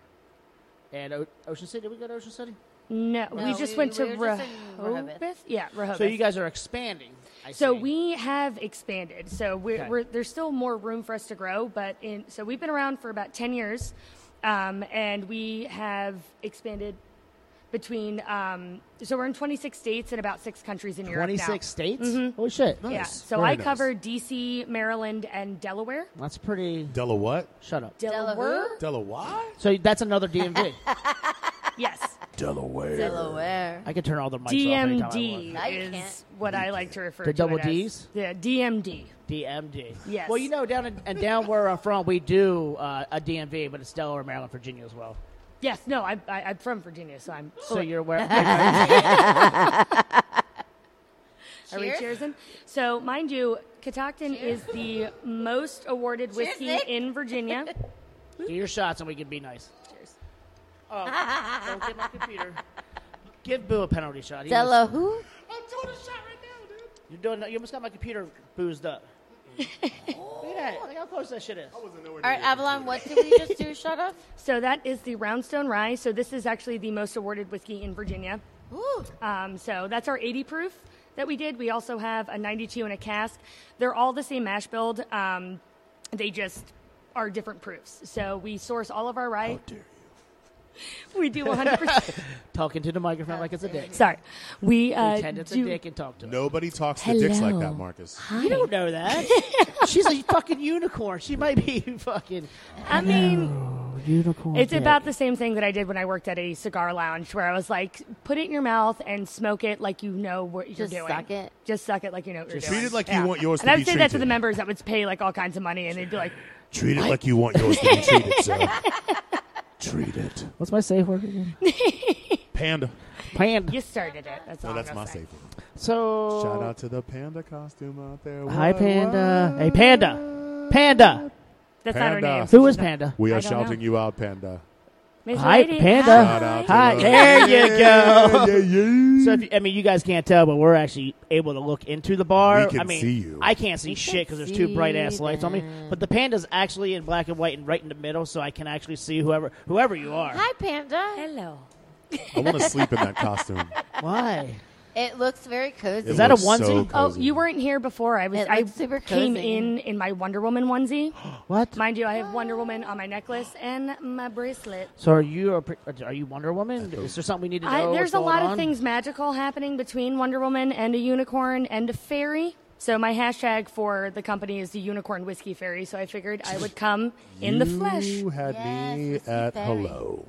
Speaker 1: and o- Ocean City. Did we go to Ocean City?
Speaker 4: No, we
Speaker 3: No,
Speaker 4: just
Speaker 3: we-
Speaker 4: went to
Speaker 3: we were just in Rehoboth.
Speaker 4: Rehoboth. Yeah, Rehoboth.
Speaker 1: So you guys are expanding. I
Speaker 4: So
Speaker 1: see.
Speaker 4: we have expanded. So we're,
Speaker 1: Okay.
Speaker 4: we're there's still more room for us to grow, but in so we've been around for about ten years, um, and we have expanded between. Um, so we're in 26 states and about six countries in Europe now. Mm-hmm.
Speaker 1: 26 states. Holy shit!
Speaker 4: Yeah.
Speaker 2: Nice.
Speaker 4: So
Speaker 2: Very
Speaker 4: I
Speaker 2: nice.
Speaker 4: cover DC, Maryland, and Delaware.
Speaker 1: That's pretty.
Speaker 2: Della what?
Speaker 1: Shut up.
Speaker 3: Delaware?
Speaker 4: [laughs]
Speaker 2: Della what?
Speaker 1: So that's another DMV. [laughs]
Speaker 4: Yes.
Speaker 2: Delaware.
Speaker 3: Delaware.
Speaker 1: I can turn all the mics off anytime I
Speaker 4: DMD
Speaker 1: want.
Speaker 3: I
Speaker 4: is
Speaker 3: can't.
Speaker 4: what I like to refer
Speaker 1: The
Speaker 4: to.
Speaker 1: double
Speaker 4: it as.
Speaker 1: Ds?
Speaker 4: Yeah, DMD.
Speaker 1: DMD.
Speaker 4: Yes.
Speaker 1: Well, you know, down in, and down where I'm from, we do uh, a DMV, but it's Delaware, Maryland, Virginia as well.
Speaker 4: Yes. No, I, I, I'm from Virginia, so I'm.
Speaker 1: So
Speaker 4: [laughs]
Speaker 1: you're where? [laughs]
Speaker 4: Are we
Speaker 3: Cheers.
Speaker 4: cheersing? So, mind you, Catoctin is the most awarded whiskey
Speaker 3: Nick.
Speaker 4: in Virginia.
Speaker 1: do your shots, and we can be nice.
Speaker 4: Cheers.
Speaker 1: Don't
Speaker 3: [laughs]
Speaker 1: get my computer. Give Boo a penalty shot. He was-
Speaker 3: Della who?
Speaker 1: You're doing. You almost got my computer boozed up. Look at that. Look how close that shit is.
Speaker 3: All right, Avalon, what did we just do? Shut up.
Speaker 4: [laughs] So, that is the Roundstone Rye. So, this is actually the most awarded whiskey in Virginia.
Speaker 3: Ooh,
Speaker 4: Um, so, that's our 80 proof that we did. We also have a 92 and a cask. They're all the same mash build, um, they just are different proofs. So, we source all of our rye. We do 100%.
Speaker 1: Talking to the microphone like it's a dick.
Speaker 4: Sorry. We uh,
Speaker 1: Pretend it's a
Speaker 4: do-
Speaker 1: dick and talk to it.
Speaker 2: Nobody talks to dicks like that, Marcus.
Speaker 1: [laughs] You don't
Speaker 4: [laughs]
Speaker 1: know that. She's a fucking unicorn. She might be fucking
Speaker 4: I mean,
Speaker 1: Oh, unicorn.
Speaker 4: It's about the same thing that I did when I worked at a cigar lounge, where I was like, put it in your mouth and smoke it like you know what you're
Speaker 3: Just
Speaker 4: doing.
Speaker 3: suck it.
Speaker 4: Just suck it like you know what you're
Speaker 2: treat
Speaker 4: doing.
Speaker 2: it like you want yours
Speaker 4: And
Speaker 2: to
Speaker 4: I
Speaker 2: be
Speaker 4: would say that to
Speaker 2: treated.
Speaker 4: the members that would pay like all kinds of money, and they'd be like,
Speaker 2: Treat it like you want yours
Speaker 1: [laughs]
Speaker 2: to be treated, sir. Treat it.
Speaker 1: What's my safe word again?
Speaker 2: Panda.
Speaker 1: Panda.
Speaker 4: [laughs] "You started it." That's all.
Speaker 2: No, that's
Speaker 4: I'm
Speaker 2: my
Speaker 4: gonna say. Oh.
Speaker 2: safe word.
Speaker 1: So
Speaker 2: Shout out to the panda costume out there.
Speaker 1: Hi,
Speaker 2: What,
Speaker 1: Panda.
Speaker 2: what?
Speaker 1: Hey, Panda. Panda.
Speaker 4: That's not
Speaker 2: Panda.
Speaker 4: her name.
Speaker 1: Who is Panda?
Speaker 2: We
Speaker 4: I
Speaker 2: are
Speaker 4: don't
Speaker 2: shouting
Speaker 4: know.
Speaker 2: you out, Panda.
Speaker 4: Miss
Speaker 1: Hi,
Speaker 4: Lady.
Speaker 1: Panda.
Speaker 2: Shout out to
Speaker 1: Hi.
Speaker 2: the-
Speaker 1: There you go.
Speaker 2: Yeah, yeah.
Speaker 1: So if you, I mean, you guys can't tell, but we're actually able to look into the bar.
Speaker 2: We can
Speaker 1: I mean,
Speaker 2: see you.
Speaker 1: I can't see shit because there's two
Speaker 3: see
Speaker 1: bright ass lights on me.
Speaker 3: them.
Speaker 1: But the panda's actually in black and white and right in the middle, so I can actually see whoever whoever you are.
Speaker 3: hi, Panda.
Speaker 4: Hello.
Speaker 2: I want to sleep in that costume.
Speaker 1: Why?
Speaker 3: It looks very cozy.
Speaker 2: It
Speaker 1: that a
Speaker 2: looks
Speaker 1: onesie?
Speaker 2: so
Speaker 4: Oh,
Speaker 2: cozy.
Speaker 4: you weren't here before. I was.
Speaker 3: It
Speaker 4: I
Speaker 3: looks super
Speaker 4: came
Speaker 3: cozy.
Speaker 4: in in my Wonder Woman
Speaker 2: [gasps]
Speaker 4: onesie.
Speaker 1: What?
Speaker 4: Mind you, I have Wonder Woman on my necklace and my bracelet.
Speaker 1: So are you a, pre- are you Wonder Woman? Is there something we need to know?
Speaker 4: I,
Speaker 1: what's
Speaker 4: there's a
Speaker 1: going
Speaker 4: lot
Speaker 1: on?
Speaker 4: of things magical happening between Wonder Woman and a unicorn and a fairy. So my hashtag for the company is the Unicorn Whiskey Fairy. So I figured I would come in the flesh.
Speaker 2: You had
Speaker 3: Yes,
Speaker 2: me
Speaker 3: Whiskey
Speaker 2: at
Speaker 3: Fairy.
Speaker 2: hello.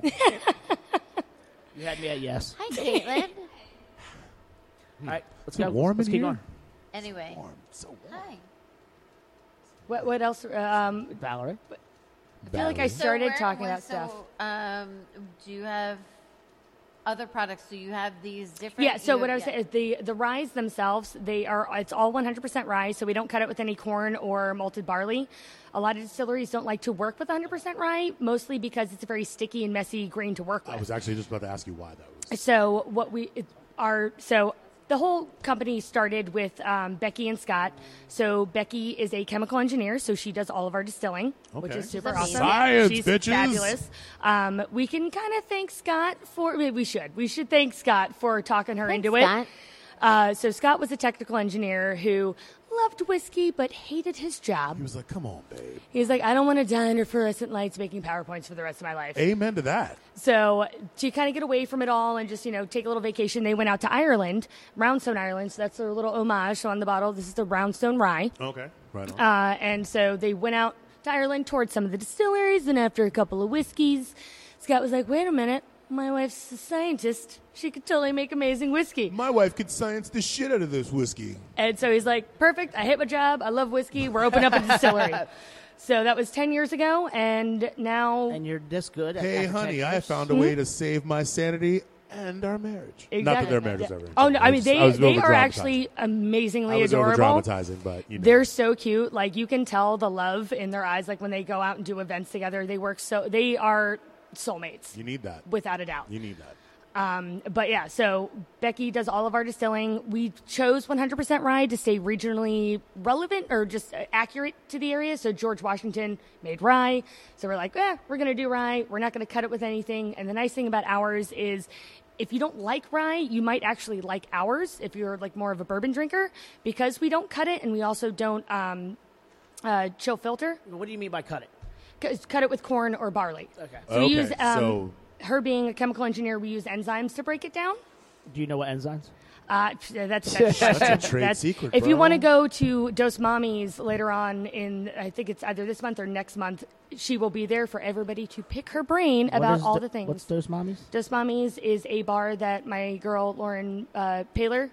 Speaker 1: You had me at yes. [laughs]
Speaker 3: Hi, Caitlin.
Speaker 1: All right, let's
Speaker 2: it
Speaker 1: go.
Speaker 2: warm
Speaker 1: let's
Speaker 2: in
Speaker 1: keep
Speaker 2: here?
Speaker 1: going.
Speaker 3: anyway,
Speaker 2: so
Speaker 3: hi.
Speaker 4: What, what else? Um,
Speaker 1: Valerie.
Speaker 4: I feel like I
Speaker 3: So
Speaker 4: started
Speaker 3: where-
Speaker 4: talking
Speaker 3: where-
Speaker 4: about stuff.
Speaker 3: so, Um, do you have other products? Do you have these different?
Speaker 4: Yeah. So
Speaker 3: you-
Speaker 4: what I was saying is the the ryes themselves, they are it's all 100% rye. So we don't cut it with any corn or malted barley. A lot of distilleries don't like to work with 100% rye, mostly because it's a very sticky and messy grain to work with.
Speaker 2: I was actually just about to ask you why that was.
Speaker 4: So what we it- are so the whole company started with um, Becky and Scott. So Becky is a chemical engineer, so she does all of our distilling, which
Speaker 2: Okay.
Speaker 4: is super
Speaker 3: She's
Speaker 4: awesome.
Speaker 3: amazing.
Speaker 2: Science,
Speaker 4: She's
Speaker 2: bitches.
Speaker 4: fabulous. Um, we can kind of thank Scott for we- we should we should thank Scott for talking her
Speaker 3: Thanks,
Speaker 4: into
Speaker 3: Scott.
Speaker 4: it. Uh, so Scott was a technical engineer who loved whiskey but hated his job.
Speaker 2: He was like, "Come on, babe."
Speaker 4: He's like, I don't want to die under fluorescent lights making powerpoints for the rest of my life.
Speaker 2: Amen to that.
Speaker 4: So to kind of get away from it all and just you know take a little vacation, they went out to Ireland, Roundstone, Ireland. So that's their little homage. So on the bottle, this is the Roundstone Rye,
Speaker 2: Okay, right on.
Speaker 4: uh, and so they went out to Ireland toured some of the distilleries. And after a couple of whiskeys, Scott was like, "Wait a minute, my wife's a scientist. She could totally make amazing whiskey."
Speaker 2: My wife could science the shit out of this whiskey.
Speaker 4: And so he's like, perfect. I hit my job. I love whiskey. We're opening up a
Speaker 1: [laughs]
Speaker 4: distillery. So that was 10 years ago. And now,
Speaker 1: And you're this good. At
Speaker 2: Hey, honey, I found a way
Speaker 4: Hmm?
Speaker 2: to save my sanity and our marriage. Not that their marriage is ever.
Speaker 4: Oh, no. I mean,
Speaker 2: just-
Speaker 4: they,
Speaker 2: was
Speaker 4: they are
Speaker 2: overdramatizing.
Speaker 4: actually
Speaker 2: I
Speaker 4: amazingly
Speaker 2: was
Speaker 4: adorable.
Speaker 2: over-dramatizing, but you know.
Speaker 4: They're so cute. Like, you can tell the love in their eyes. Like, when they go out and do events together, they work so, they are soulmates.
Speaker 2: you need that.
Speaker 4: Without a doubt.
Speaker 2: You need that.
Speaker 4: Um, but yeah, so Becky does all of our distilling. We chose 100% rye to stay regionally relevant or just uh, accurate to the area. So George Washington made rye. So we're like, eh, we're going to do rye. We're not going to cut it with anything. And the nice thing about ours is if you don't like rye, you might actually like ours if you're like more of a bourbon drinker because we don't cut it and we also don't um, uh, chill filter.
Speaker 1: What do you mean by cut it?
Speaker 4: C- cut it with corn or barley.
Speaker 1: Okay.
Speaker 4: So we
Speaker 2: Okay,
Speaker 4: use, um,
Speaker 2: so-
Speaker 4: her being a chemical engineer, we use enzymes to break it down.
Speaker 1: Do you know what enzymes?
Speaker 4: Uh, pff, that's that's, that's
Speaker 2: trade secret,
Speaker 4: If you
Speaker 2: bro.
Speaker 4: want to go to Dose Mommies later on in, I think it's either this month or next month, she will be there for everybody to pick her brain
Speaker 1: What
Speaker 4: about
Speaker 1: is
Speaker 4: all
Speaker 1: th-
Speaker 4: the things.
Speaker 1: What's those mommies?
Speaker 4: Dose Mommies is a bar that my girl Lauren uh, Paler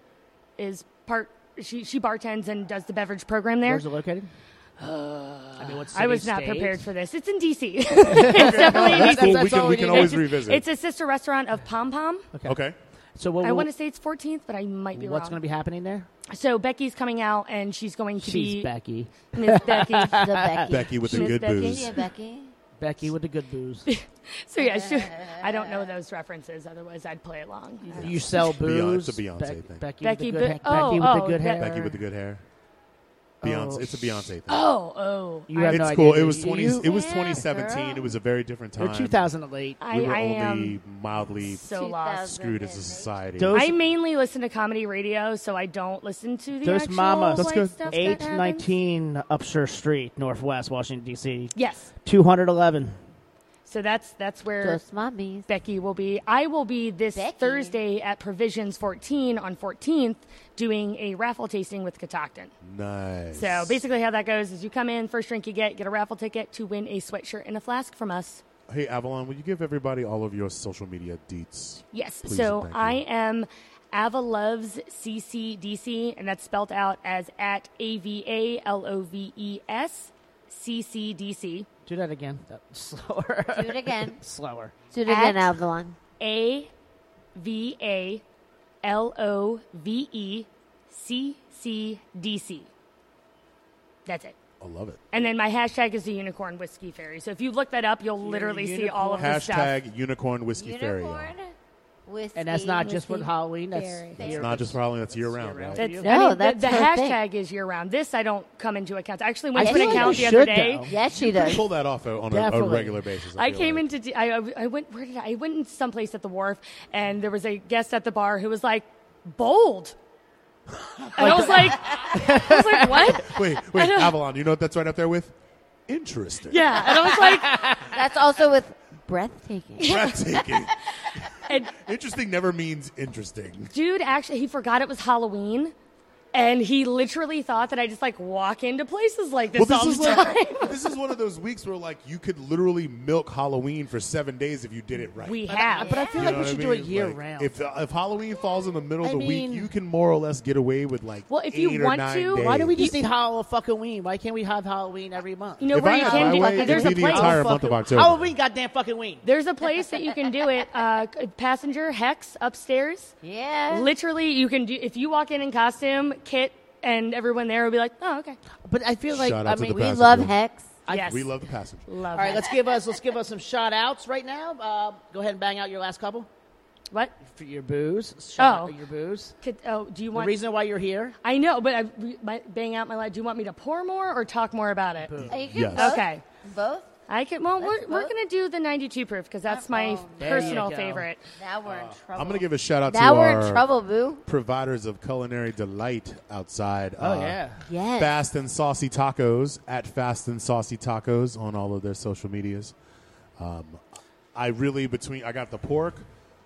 Speaker 4: is part. She she bartends and does the beverage program there.
Speaker 1: Where's it located? I mean, what
Speaker 4: I was
Speaker 1: city,
Speaker 4: not
Speaker 1: state?
Speaker 4: prepared for this. It's in
Speaker 2: [laughs]
Speaker 4: DC. [laughs] it's definitely in
Speaker 1: That's-
Speaker 4: DC.
Speaker 2: Well,
Speaker 1: that's
Speaker 2: we can,
Speaker 1: all
Speaker 2: we
Speaker 1: we
Speaker 2: can
Speaker 1: need.
Speaker 2: always
Speaker 4: It's-
Speaker 2: revisit.
Speaker 4: It's a sister restaurant of Pom Pom.
Speaker 2: okay.
Speaker 1: So what,
Speaker 4: I
Speaker 1: what-
Speaker 4: want to say it's 14th, but I might be
Speaker 1: what's
Speaker 4: wrong.
Speaker 1: going to be happening there?
Speaker 4: So Becky's coming out, and she's going to
Speaker 1: She's
Speaker 4: be
Speaker 1: Becky.
Speaker 4: Miss
Speaker 1: [laughs]
Speaker 4: Becky.
Speaker 3: the Becky.
Speaker 2: Becky with the
Speaker 4: Miss
Speaker 2: good
Speaker 4: Becky.
Speaker 2: booze.
Speaker 3: Yeah, Becky.
Speaker 1: Becky with the good
Speaker 4: [laughs]
Speaker 1: booze.
Speaker 4: So yeah, she, I don't know those references. Otherwise, I'd play along.
Speaker 1: you sell booze.
Speaker 2: it's a Beyonce
Speaker 1: Bec-
Speaker 2: thing.
Speaker 1: Becky,
Speaker 4: Becky
Speaker 1: with the
Speaker 4: Bo-
Speaker 1: good, ha-
Speaker 4: oh,
Speaker 1: Becky with the
Speaker 4: oh,
Speaker 1: good
Speaker 4: Be-
Speaker 1: hair.
Speaker 2: Becky with the good hair. Beyonce.
Speaker 1: Oh,
Speaker 2: It's a Beyonce thing.
Speaker 4: Oh, oh,
Speaker 1: You
Speaker 4: I,
Speaker 1: have no
Speaker 2: it's
Speaker 1: idea,
Speaker 2: cool.
Speaker 1: do
Speaker 2: It was
Speaker 1: you?
Speaker 2: twenty. It was
Speaker 3: Yeah,
Speaker 2: twenty seventeen.
Speaker 3: girl.
Speaker 2: It was a very different
Speaker 1: Or
Speaker 2: time.
Speaker 1: 2008.
Speaker 4: I,
Speaker 2: We were
Speaker 4: I
Speaker 2: only
Speaker 4: am
Speaker 2: mildly
Speaker 4: so
Speaker 3: 2000.
Speaker 4: lost.
Speaker 2: screwed as a society.
Speaker 1: Those-
Speaker 4: I mainly listen to comedy radio, so I don't listen to the
Speaker 1: There's
Speaker 4: actual
Speaker 1: Mama. That's
Speaker 4: white
Speaker 2: good.
Speaker 4: stuff that happens.
Speaker 1: 819 Upshur Street, Northwest, Washington, D.C.
Speaker 4: Yes,
Speaker 1: 211.
Speaker 4: so that's that's where
Speaker 3: Those mommies.
Speaker 4: Becky will be. I will be this
Speaker 3: Becky.
Speaker 4: Thursday at Provisions 14 on 14th doing a raffle tasting with Catoctin.
Speaker 2: nice.
Speaker 4: So basically, how that goes is you come in, first drink you get, get a raffle ticket to win a sweatshirt and a flask from us.
Speaker 2: hey Avalon, will you give everybody all of your social media deets?
Speaker 4: Yes.
Speaker 2: Please and
Speaker 4: so
Speaker 2: thank you.
Speaker 4: I am Ava Loves CCDC, and that's spelled out as at A V A L O V E S C C D C.
Speaker 1: Do that again. That- slower.
Speaker 3: Do it
Speaker 1: [laughs]
Speaker 3: again.
Speaker 1: slower.
Speaker 3: Do it
Speaker 4: At-
Speaker 3: again, Avalon.
Speaker 4: A V A L O V E C C D C. That's it.
Speaker 2: I love it.
Speaker 4: And then my hashtag is the unicorn whiskey fairy. So if you look that up, you'll literally see all of the stuff.
Speaker 2: Hashtag unicorn whiskey fairy. y'all.
Speaker 3: Unicorn whiskey.
Speaker 1: And that's not just for Halloween. That's
Speaker 3: That's
Speaker 1: year-
Speaker 2: Not just for Halloween. That's year round.
Speaker 1: year-round.
Speaker 2: Right?
Speaker 4: That's,
Speaker 3: No,
Speaker 4: I mean, the-
Speaker 3: Oh, that's
Speaker 4: the,
Speaker 3: her thing.
Speaker 4: hashtag is year round. This I don't come into account. I actually went
Speaker 3: I
Speaker 4: to an
Speaker 3: feel like
Speaker 4: account
Speaker 1: you
Speaker 4: the other
Speaker 1: should,
Speaker 4: day.
Speaker 1: though.
Speaker 3: Yes, she does.
Speaker 2: Pull that off on a, a
Speaker 1: Definitely.
Speaker 2: regular basis.
Speaker 4: I
Speaker 2: feel
Speaker 4: came
Speaker 2: like.
Speaker 4: into D- I, I went where did I, I went in someplace at the wharf and there was a guest at the bar who was like bold, and I was like I was like what?
Speaker 2: [laughs] Wait, wait, Avalon. You know what that's right up there with? Interesting.
Speaker 4: Yeah, and I was like
Speaker 3: That's also with breathtaking.
Speaker 2: Breathtaking.
Speaker 4: [laughs] and
Speaker 2: interesting never means interesting.
Speaker 4: dude actually he forgot it was Halloween And he literally thought that I just like walk into places like this
Speaker 2: Well, this
Speaker 4: all
Speaker 2: is
Speaker 4: the time.
Speaker 2: like, [laughs] this is one of those weeks where like you could literally milk Halloween for seven days if you did it right.
Speaker 4: we
Speaker 1: But,
Speaker 4: have.
Speaker 1: but I feel
Speaker 2: You
Speaker 1: like
Speaker 2: know
Speaker 1: we
Speaker 2: what I
Speaker 1: should do
Speaker 2: mean?
Speaker 1: it year
Speaker 2: Like,
Speaker 1: round.
Speaker 2: If uh, if Halloween falls in the middle of
Speaker 1: I
Speaker 2: the
Speaker 1: mean-
Speaker 2: week, you can more or less get away with like.
Speaker 4: Well, if you
Speaker 2: eight or
Speaker 4: want
Speaker 2: nine
Speaker 4: to, Uh,
Speaker 2: days.
Speaker 1: Why do we just need Halloween fucking Ween? Why can't we have Halloween every month?
Speaker 4: you know
Speaker 2: if
Speaker 4: where
Speaker 2: I
Speaker 4: you
Speaker 2: had
Speaker 4: can
Speaker 2: my
Speaker 4: do
Speaker 2: way, it'd
Speaker 4: there's
Speaker 2: be
Speaker 4: a
Speaker 2: the
Speaker 4: place.
Speaker 2: entire month of October.
Speaker 1: Halloween, goddamn fucking Ween.
Speaker 4: There's a place that you can do it. Uh, c- passenger Hex upstairs.
Speaker 3: Yeah.
Speaker 4: Literally, you can do if you walk in in costume, Kit and everyone there will be like, "Oh, okay."
Speaker 1: But I feel like
Speaker 2: Shout out
Speaker 1: I
Speaker 2: to
Speaker 1: mean,
Speaker 2: the
Speaker 1: we
Speaker 2: best.
Speaker 1: love.
Speaker 3: Love
Speaker 2: Good.
Speaker 3: Hex.
Speaker 4: yes,
Speaker 2: We love the passage.
Speaker 4: love.
Speaker 1: All right,
Speaker 4: that.
Speaker 1: let's give us let's give us some shout outs right now. Uh, go ahead and bang out your last couple
Speaker 4: what?
Speaker 1: for your booze. Shout
Speaker 4: Oh.
Speaker 1: out your booze.
Speaker 4: Kit, oh, do you
Speaker 1: The
Speaker 4: want?
Speaker 1: reason why you're here.
Speaker 4: I know, but I we- my, bang out my light. Do you want me to pour more or talk more about it?
Speaker 3: Are you good
Speaker 2: Yes.
Speaker 3: both?
Speaker 4: Okay.
Speaker 3: Both?
Speaker 4: I can. Well, we're,
Speaker 3: Let's
Speaker 4: we're
Speaker 3: vote.
Speaker 4: gonna do the 92 proof because that's my
Speaker 3: Oh, there
Speaker 1: you
Speaker 4: personal
Speaker 1: go.
Speaker 4: favorite.
Speaker 3: Now we're in trouble.
Speaker 2: Uh, I'm gonna give a shout out
Speaker 3: Now
Speaker 2: to
Speaker 3: we're
Speaker 2: our
Speaker 3: in trouble, boo.
Speaker 2: providers of culinary delight outside. uh,
Speaker 1: Oh, yeah.
Speaker 3: Yes.
Speaker 2: Fast and Saucy Tacos at Fast and Saucy Tacos on all of their social medias. Um, I really between I got the pork,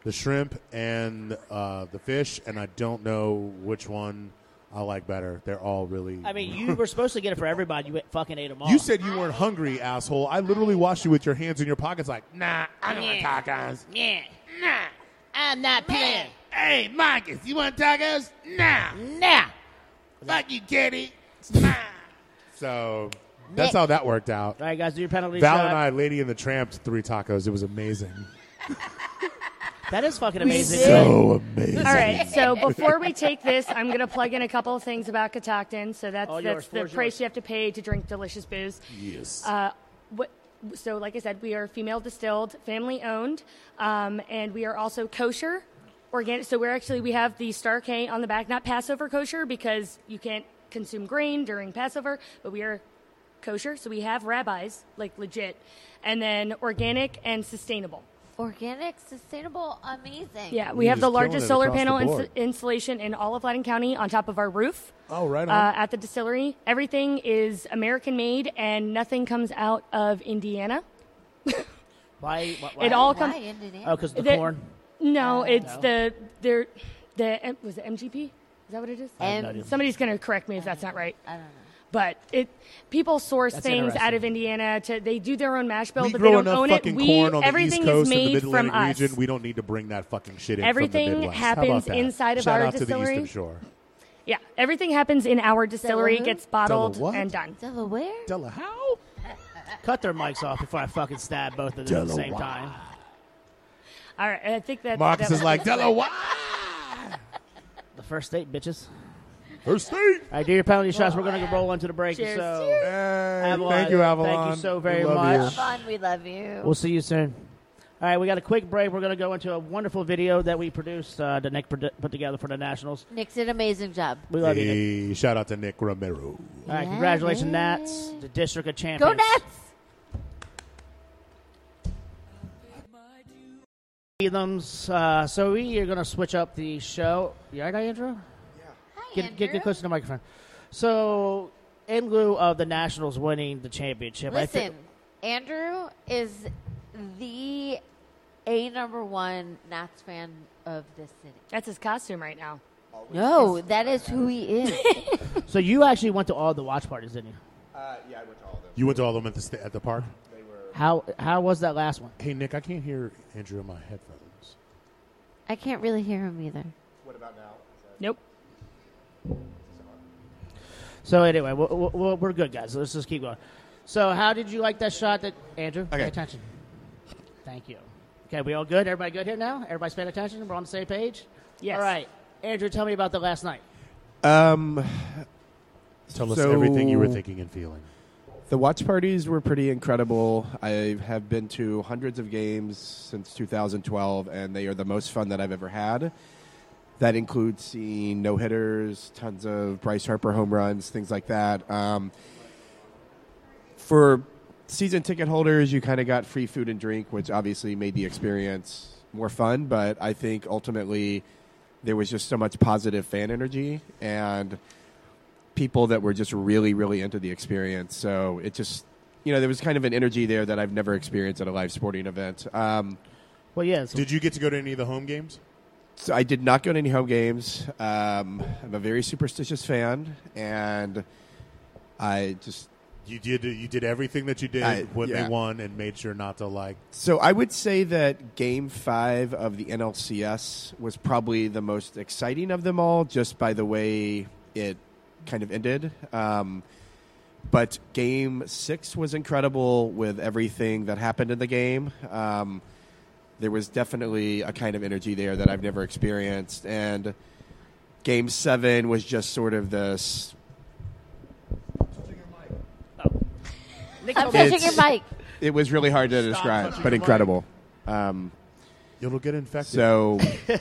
Speaker 2: the shrimp, and uh, the fish, and I don't know which one I like better. They're all really.
Speaker 1: I mean, you were supposed to get it for everybody. You fucking ate them all.
Speaker 2: you said you weren't hungry, asshole. I literally watched you with your hands in your pockets, like nah, I don't want tacos.
Speaker 1: yeah, nah, I'm not playing.
Speaker 2: Hey, Marcus, you want tacos? Nah,
Speaker 1: Nah.
Speaker 2: fuck you, kitty. Nah. So that's how that worked out.
Speaker 1: All right, guys, do your penalty
Speaker 2: Val
Speaker 1: shot.
Speaker 2: and I, Lady and the Tramps, three tacos. It was amazing.
Speaker 1: That is fucking amazing.
Speaker 2: So amazing.
Speaker 4: All right.
Speaker 1: [laughs]
Speaker 2: [laughs]
Speaker 4: So before we take this, I'm going to plug in a couple of things about Catoctin. So that's,
Speaker 1: All yours,
Speaker 4: that's the
Speaker 1: floor's
Speaker 4: price
Speaker 1: yours.
Speaker 4: you have to pay to drink delicious booze. Yes. Uh, what, so, like I said, we are female distilled, family owned, um, and we are also kosher, organic. So we're actually we have the Star K on the back, not Passover kosher because you can't consume grain during Passover, but we are kosher. So we have rabbis, like legit, and then organic and sustainable.
Speaker 3: Organic, sustainable, amazing.
Speaker 4: Yeah, we
Speaker 2: You're
Speaker 4: have the
Speaker 2: just killing
Speaker 4: largest
Speaker 2: it
Speaker 4: solar
Speaker 2: across the
Speaker 4: panel ins-
Speaker 2: board.
Speaker 4: installation in all of Loudoun County on top of our roof.
Speaker 2: Oh, right on.
Speaker 4: Uh, at the distillery, everything is American made, and nothing comes out of Indiana.
Speaker 1: Why, why, why?
Speaker 4: It all
Speaker 3: Why
Speaker 4: comes.
Speaker 3: ended it?
Speaker 1: Oh, because the
Speaker 4: the-
Speaker 1: corn.
Speaker 2: Oh,
Speaker 4: No, it's
Speaker 1: no.
Speaker 4: the the the M- was it MGP? Is that what it is?
Speaker 3: And
Speaker 4: Somebody's gonna correct me if that's not right.
Speaker 3: I don't know.
Speaker 4: But it people source
Speaker 1: That's
Speaker 4: things out
Speaker 1: interesting.
Speaker 4: of Indiana to they do their own mash bill,
Speaker 2: we
Speaker 4: but they
Speaker 2: grow
Speaker 4: don't
Speaker 2: enough
Speaker 4: own it.
Speaker 2: fucking
Speaker 4: We
Speaker 2: corn on the
Speaker 4: everything
Speaker 2: East
Speaker 4: is
Speaker 2: Coast and the
Speaker 4: made
Speaker 2: Mid
Speaker 4: from
Speaker 2: Atlantic
Speaker 4: us.
Speaker 2: region. We don't need to bring that fucking shit in
Speaker 4: Everything
Speaker 2: from the Midwest. How about
Speaker 4: happens
Speaker 2: that?
Speaker 4: inside of
Speaker 2: Shout
Speaker 4: our
Speaker 2: out to the
Speaker 4: distillery.
Speaker 2: Eastern Shore.
Speaker 4: Yeah, everything happens in our distillery,
Speaker 3: who?
Speaker 4: gets bottled
Speaker 2: Della what?
Speaker 4: and done.
Speaker 3: Delaware?
Speaker 2: Della, how?
Speaker 1: Cut their mics off before I fucking stab both of them at the same
Speaker 2: Delaware.
Speaker 1: time.
Speaker 4: All right, I think that's
Speaker 2: Marcus
Speaker 4: that
Speaker 2: is like, Della, why?
Speaker 1: The first date, bitches.
Speaker 2: Her state.
Speaker 1: All right, do your penalty shots. We're going to roll into the break.
Speaker 4: Cheers.
Speaker 1: So,
Speaker 2: Hey,
Speaker 1: Avalon,
Speaker 2: thank you,
Speaker 1: thank
Speaker 2: Avalon.
Speaker 1: you so
Speaker 2: We
Speaker 1: very
Speaker 2: love
Speaker 1: much.
Speaker 2: you.
Speaker 3: Fun, we love you.
Speaker 1: We'll see you soon. All right, we got a quick break. We're going to go into a wonderful video that we produced, uh, that Nick produ- put together for the Nationals.
Speaker 3: Nick did an amazing job.
Speaker 1: We love you, Nick.
Speaker 2: Hey, shout out to Nick Romero.
Speaker 1: All
Speaker 3: Yeah,
Speaker 1: right,
Speaker 3: yeah.
Speaker 1: congratulations, Nats, the District of
Speaker 3: Go
Speaker 1: Champions.
Speaker 3: Nats!
Speaker 1: Heathens. Uh, so we are going to switch up the show. You all right, Andrew?
Speaker 3: Hi,
Speaker 1: Get, get,
Speaker 3: Andrew.
Speaker 1: get close to the microphone. So, in lieu of the Nationals winning the championship, I
Speaker 3: Listen,
Speaker 1: think
Speaker 3: Andrew is the a number one Nats fan of this city.
Speaker 4: That's his costume right now.
Speaker 3: No, that is who he is.
Speaker 1: [laughs] so. You actually went to all the watch parties, didn't you?
Speaker 10: Uh, yeah, I went to all of them.
Speaker 2: You went to all of them at the, sta at the park?
Speaker 1: How how was that last one?
Speaker 2: Hey, Nick, I can't hear Andrew in my headphones.
Speaker 3: I can't really hear him either.
Speaker 10: What about now? Is that-
Speaker 4: Nope.
Speaker 1: So anyway, we're, we're, we're good, guys. Let's just keep going. So how did you like that shot that Andrew? Pay
Speaker 8: Okay.
Speaker 1: attention. Thank you. Okay, we all good? Everybody good here now? Everybody's paying attention? We're on the same page?
Speaker 4: Yes.
Speaker 1: All right. Andrew, tell me about the last night.
Speaker 10: Um,
Speaker 2: Tell us
Speaker 10: So-
Speaker 2: everything you were thinking and feeling.
Speaker 10: the watch parties were pretty incredible. I have been to hundreds of games since 2012, and they are the most fun that I've ever had. That includes seeing no hitters, tons of Bryce Harper home runs, things like that. Um, for season ticket holders, you kind of got free food and drink, which obviously made the experience more fun. But I think ultimately there was just so much positive fan energy and people that were just really, really into the experience. So it just, you know, there was kind of an energy there that I've never experienced at a live sporting event. Um,
Speaker 1: Well, yes.
Speaker 2: Did you get to go to any of the home games?
Speaker 10: so I did not go to any home games. Um, I'm a very superstitious fan, and I just
Speaker 2: You did you did everything that you did
Speaker 10: I-
Speaker 2: when
Speaker 10: yeah.
Speaker 2: they won and made sure not to like.
Speaker 10: So I would say that Game Five of the NLCS was probably the most exciting of them all, just by the way it kind of ended. Um, but Game Six was incredible with everything that happened in the game. Um, there was definitely a kind of energy there that I've never experienced, and Game Seven was just sort of this.
Speaker 3: I'm touching your
Speaker 4: [laughs]
Speaker 10: It's-
Speaker 3: mic.
Speaker 10: It was really hard to describe, but incredible. Um,
Speaker 2: It'll get infected.
Speaker 10: so
Speaker 3: So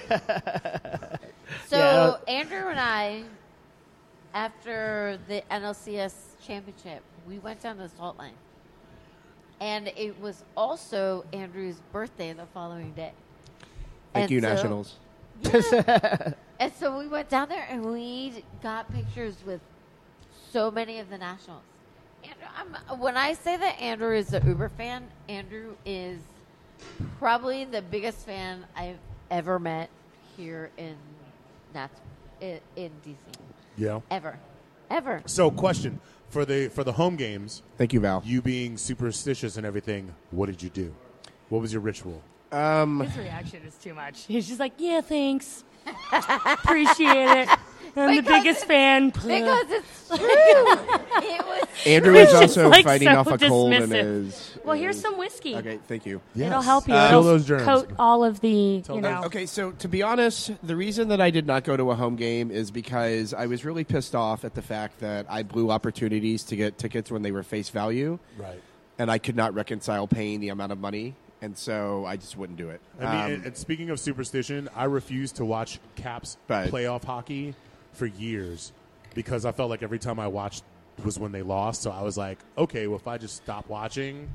Speaker 1: Yeah.
Speaker 3: Andrew and I, after the NLCS championship, we went down to the salt line, and it was also Andrew's birthday the following day. And
Speaker 10: thank you,
Speaker 3: so-
Speaker 1: [laughs]
Speaker 10: Nationals.
Speaker 3: And so we went down there and we got pictures with so many of the nationals. Andrew, I'm, when I say that Andrew is the Uber fan, Andrew is probably the biggest fan I've ever met here in Nats, in, in DC.
Speaker 2: yeah.
Speaker 3: Ever, ever.
Speaker 2: So question for the for the home games,
Speaker 10: Thank you, Val.
Speaker 2: you being superstitious and everything, what did you do? What was your ritual?
Speaker 3: [laughs]
Speaker 10: Um,
Speaker 4: His reaction is too much. He's just like, yeah, thanks. Appreciate
Speaker 3: [laughs]
Speaker 4: it. I'm the
Speaker 3: Because
Speaker 4: biggest fan.
Speaker 3: Because
Speaker 4: [laughs]
Speaker 3: it's true. it was
Speaker 10: Andrew is
Speaker 4: It's
Speaker 10: also
Speaker 4: like
Speaker 10: fighting
Speaker 4: so
Speaker 10: off a cold and
Speaker 4: dismissive.
Speaker 10: is.
Speaker 4: well, here's
Speaker 10: is-
Speaker 4: some whiskey.
Speaker 10: Okay, thank you.
Speaker 4: It'll help you.
Speaker 2: Uh,
Speaker 4: It'll
Speaker 2: Kill those germs.
Speaker 4: coat all of the, you
Speaker 2: them.
Speaker 4: know.
Speaker 10: Okay, so to be honest, the reason that I did not go to a home game is because I was really pissed off at the fact that I blew opportunities to get tickets when they were face value,
Speaker 2: Right.
Speaker 10: and I could not reconcile paying the amount of money, and so I just wouldn't do it.
Speaker 2: I mean,
Speaker 10: Um,
Speaker 2: and, and speaking of superstition, I refused to watch Caps
Speaker 10: Right.
Speaker 2: playoff hockey for years because I felt like every time I watched was when they lost. So I was like, okay, well, if I just stop watching,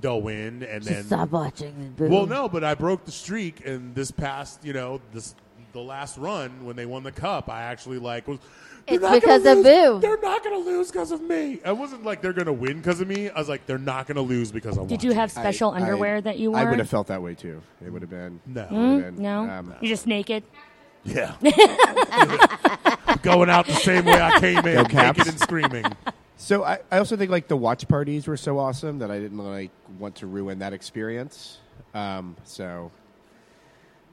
Speaker 2: they'll win. And then
Speaker 3: stop watching. Boo.
Speaker 2: Well, no, but I broke the streak, and this past, you know, this the last run when they won the cup, I actually like was. "They're
Speaker 3: It's
Speaker 2: not gonna
Speaker 3: because of
Speaker 2: lose-
Speaker 3: Boo."
Speaker 2: They're not going to lose because of me. I wasn't like they're going to win because of me. I was like they're not going to lose because I'm.
Speaker 4: Did you have
Speaker 10: I-
Speaker 4: special
Speaker 10: I-
Speaker 4: underwear that you wore?
Speaker 10: I would have felt that way too. It would have been
Speaker 2: No. Oh,
Speaker 10: it would have been,
Speaker 4: Hmm? No?
Speaker 10: um,
Speaker 4: You're just naked?
Speaker 2: Yeah. Going out the same way I came in,
Speaker 10: Caps.
Speaker 2: naked and screaming.
Speaker 10: So I, I also think like the watch parties were so awesome that I didn't like want to ruin that experience. Um, so,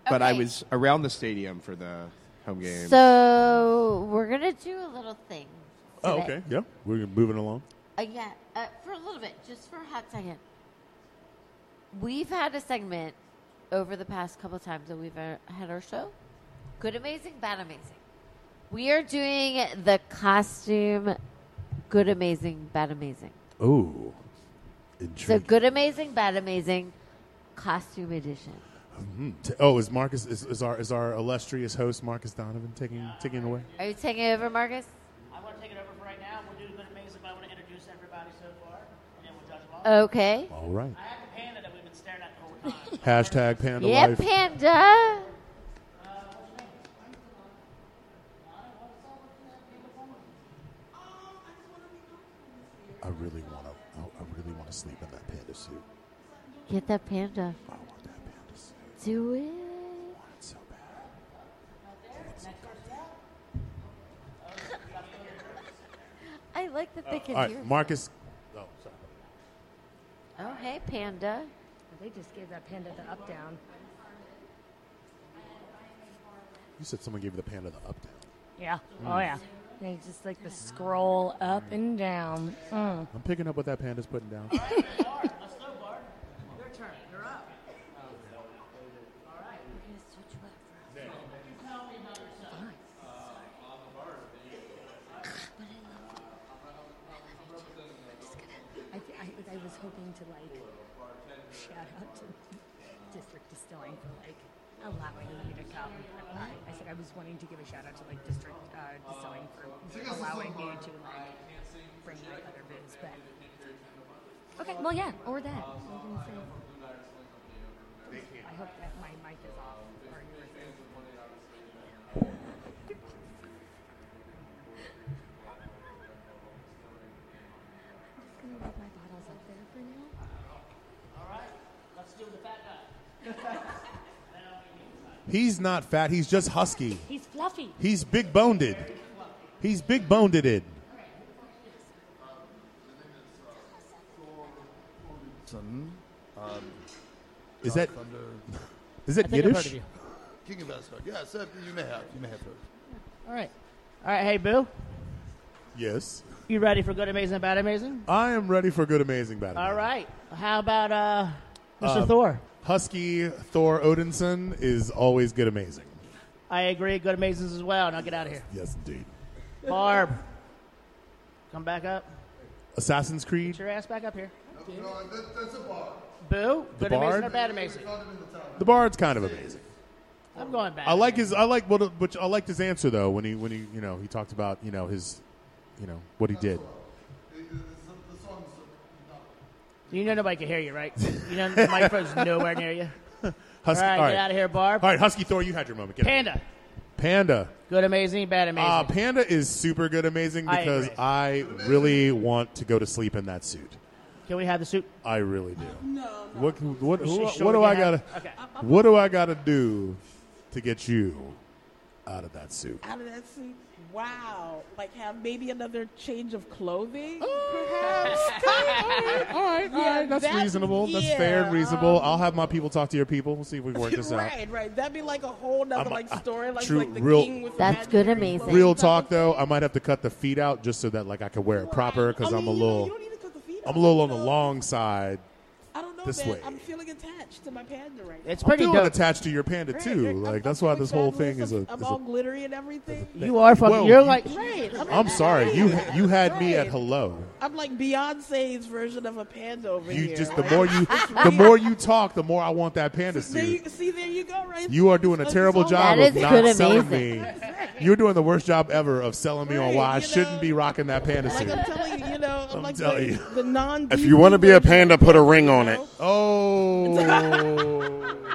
Speaker 10: but I
Speaker 3: Okay.
Speaker 10: was around the stadium for the home game.
Speaker 3: So we're gonna do a little thing.
Speaker 2: Oh,
Speaker 3: today.
Speaker 2: okay. Yeah, we're moving along.
Speaker 3: Uh, yeah, uh, for a little bit, just for a hot second. We've had a segment over the past couple times that we've uh, had our show. Good, amazing, bad, amazing. We are doing the costume. Good, amazing, bad, amazing.
Speaker 2: Ooh,
Speaker 3: So,
Speaker 2: intriguing.
Speaker 3: good, amazing, bad, amazing, costume edition.
Speaker 2: T- oh, is Marcus is, is our is our illustrious host Marcus Donovan taking taking away?
Speaker 3: Are you taking it over, Marcus?
Speaker 1: I want to take it over for right now. We'll do good amazing. I want to introduce everybody so far, and then we'll judge them all.
Speaker 3: Okay.
Speaker 2: All right.
Speaker 1: I have a panda that we've been staring at the whole time.
Speaker 2: Hashtag Panda
Speaker 3: Yeah,
Speaker 2: Life.
Speaker 3: Panda.
Speaker 2: I really want to. I, I really want to sleep in that panda suit.
Speaker 3: Get that panda.
Speaker 2: I want that panda suit
Speaker 3: Do it.
Speaker 2: so bad.
Speaker 3: I like that they can
Speaker 2: Uh, All
Speaker 3: hear.
Speaker 2: right, Marcus. Oh, sorry.
Speaker 3: Oh, hey, Panda.
Speaker 4: They just gave that panda the up down.
Speaker 2: You said someone gave the panda the up down.
Speaker 4: Yeah. Oh,
Speaker 10: hmm.
Speaker 4: yeah. They just like the scroll up and down. Mm.
Speaker 2: I'm picking up what that panda's putting down. [laughs]
Speaker 10: Oh,
Speaker 4: I, I, I was hoping to like shout out to [laughs] District Distilling for like allowing me to come. I, I said I was wanting to give a shout out to like District uh, Distilling for allowing me to like bring my other booze, but okay, well yeah, or that. I didn't say- I hope that my mic is off. or yours is. I'm gonna leave my bottles up there for now.
Speaker 2: He's not fat. He's just husky.
Speaker 4: He's fluffy.
Speaker 2: He's big boned. He's big boned it.
Speaker 9: Son, um,
Speaker 2: Is
Speaker 9: Dark
Speaker 2: that
Speaker 9: Thunder,
Speaker 2: [laughs] is that
Speaker 1: think I've heard of
Speaker 2: Yiddish?
Speaker 1: you.
Speaker 9: King of Asgard. Yes, uh, you may have. You may have heard.
Speaker 1: [laughs] All right. All right. Hey, Boo.
Speaker 2: Yes.
Speaker 1: You ready for good, amazing, bad, amazing?
Speaker 2: I am ready for good, amazing battle.
Speaker 1: All right. How about uh, Mr. Thor?
Speaker 2: Husky Thor Odinson is always good, amazing.
Speaker 1: I agree. Good, amazings as well. Now get out of here.
Speaker 2: Yes, indeed.
Speaker 1: Barb, come back up.
Speaker 2: Assassin's Creed.
Speaker 1: Get your ass back up here.
Speaker 9: No, that, that's a bar.
Speaker 1: Boo.
Speaker 2: The
Speaker 1: good, amazing,
Speaker 2: Bard?
Speaker 1: or bad, amazing?
Speaker 2: The Bard's kind of amazing.
Speaker 1: I'm going back.
Speaker 2: I like his. I like what. Which I liked his answer though when he when he you know he talked about you know his, you know what he did.
Speaker 1: You know nobody can hear you,
Speaker 2: [laughs]
Speaker 1: right? You know the microphone's nowhere near you. All
Speaker 2: Husky.
Speaker 1: right,
Speaker 2: all
Speaker 1: get out
Speaker 2: right.
Speaker 1: of here, Barb.
Speaker 2: All right, Husky Thor, you had your moment. Get out.
Speaker 1: Panda,
Speaker 2: Panda.
Speaker 1: good, amazing, bad, amazing.
Speaker 2: Uh, Panda is super good, amazing
Speaker 1: I
Speaker 2: because
Speaker 1: agree.
Speaker 2: I, really want to go to sleep in that suit.
Speaker 1: can we have the suit?
Speaker 2: I really do. No. What what
Speaker 1: Is she
Speaker 2: what,
Speaker 1: sure
Speaker 2: what do
Speaker 1: you
Speaker 2: I
Speaker 1: have-
Speaker 2: gotta
Speaker 1: Okay.
Speaker 2: what do I gotta do to get you out of that suit?
Speaker 11: [laughs] Out of that suit. Wow. Like have maybe another change of
Speaker 2: [laughs]
Speaker 11: clothing? [laughs]
Speaker 2: all right, all right. That's
Speaker 11: that-
Speaker 2: reasonable. That's
Speaker 11: yeah,
Speaker 2: fair and reasonable. I'll have my people talk to your people. We'll see if we can work this out.
Speaker 11: right, right. That'd be like a whole nother
Speaker 2: I'm a- uh,
Speaker 11: like story, like,
Speaker 2: true,
Speaker 11: like the
Speaker 2: real-
Speaker 11: king with
Speaker 3: That's
Speaker 11: the
Speaker 3: good,
Speaker 11: magic
Speaker 3: amazing.
Speaker 11: cloak.
Speaker 2: Real talk though, I might have to cut the feet out just so that like I can wear it proper because
Speaker 11: I
Speaker 2: I'm a
Speaker 11: mean, you know,
Speaker 2: little
Speaker 11: you don't need to cut the feet
Speaker 2: I'm
Speaker 11: off,
Speaker 2: a little
Speaker 11: you
Speaker 2: on the
Speaker 11: know?
Speaker 2: long side.
Speaker 11: I don't know,
Speaker 2: this
Speaker 11: man.
Speaker 2: way.
Speaker 11: I'm feeling attached to my panda right now.
Speaker 1: It's
Speaker 2: I'm
Speaker 1: pretty
Speaker 2: feeling
Speaker 1: dope.
Speaker 2: attached to your panda
Speaker 11: Right,
Speaker 2: too.
Speaker 11: right. I'm-
Speaker 2: Like
Speaker 11: I'm
Speaker 2: that's why
Speaker 11: feeling
Speaker 2: this whole
Speaker 11: fabulous.
Speaker 2: thing is
Speaker 11: I'm,
Speaker 2: a.
Speaker 11: I'm
Speaker 2: is a-
Speaker 11: all glittery and everything.
Speaker 1: you are fucking.
Speaker 2: Well,
Speaker 1: you're
Speaker 2: you-
Speaker 1: like.
Speaker 11: Right. I'm,
Speaker 2: I'm sorry. You you had me at
Speaker 11: Right.
Speaker 2: hello.
Speaker 11: I'm like Beyonce's version of a panda over here.
Speaker 2: You just the
Speaker 11: right? [laughs]
Speaker 2: more you the more you talk, the more I want that panda
Speaker 11: There
Speaker 2: suit.
Speaker 11: you, see, there you go, right?
Speaker 2: You are doing a
Speaker 11: That's
Speaker 2: terrible
Speaker 11: all-
Speaker 2: job
Speaker 3: That
Speaker 2: of
Speaker 3: is
Speaker 2: not
Speaker 3: good
Speaker 2: selling
Speaker 3: amazing.
Speaker 2: me. You're doing the worst job ever of selling me on
Speaker 11: Right,
Speaker 2: why I
Speaker 11: you
Speaker 2: shouldn't
Speaker 11: know.
Speaker 2: be rocking that panda
Speaker 11: Like
Speaker 2: suit.
Speaker 11: I'm telling you, you know, I'm,
Speaker 2: I'm
Speaker 11: like
Speaker 2: telling
Speaker 11: the,
Speaker 2: you. [laughs]
Speaker 11: the non.
Speaker 9: If you wanna be a panda, put a ring on it.
Speaker 2: Oh.
Speaker 11: [laughs]
Speaker 2: Why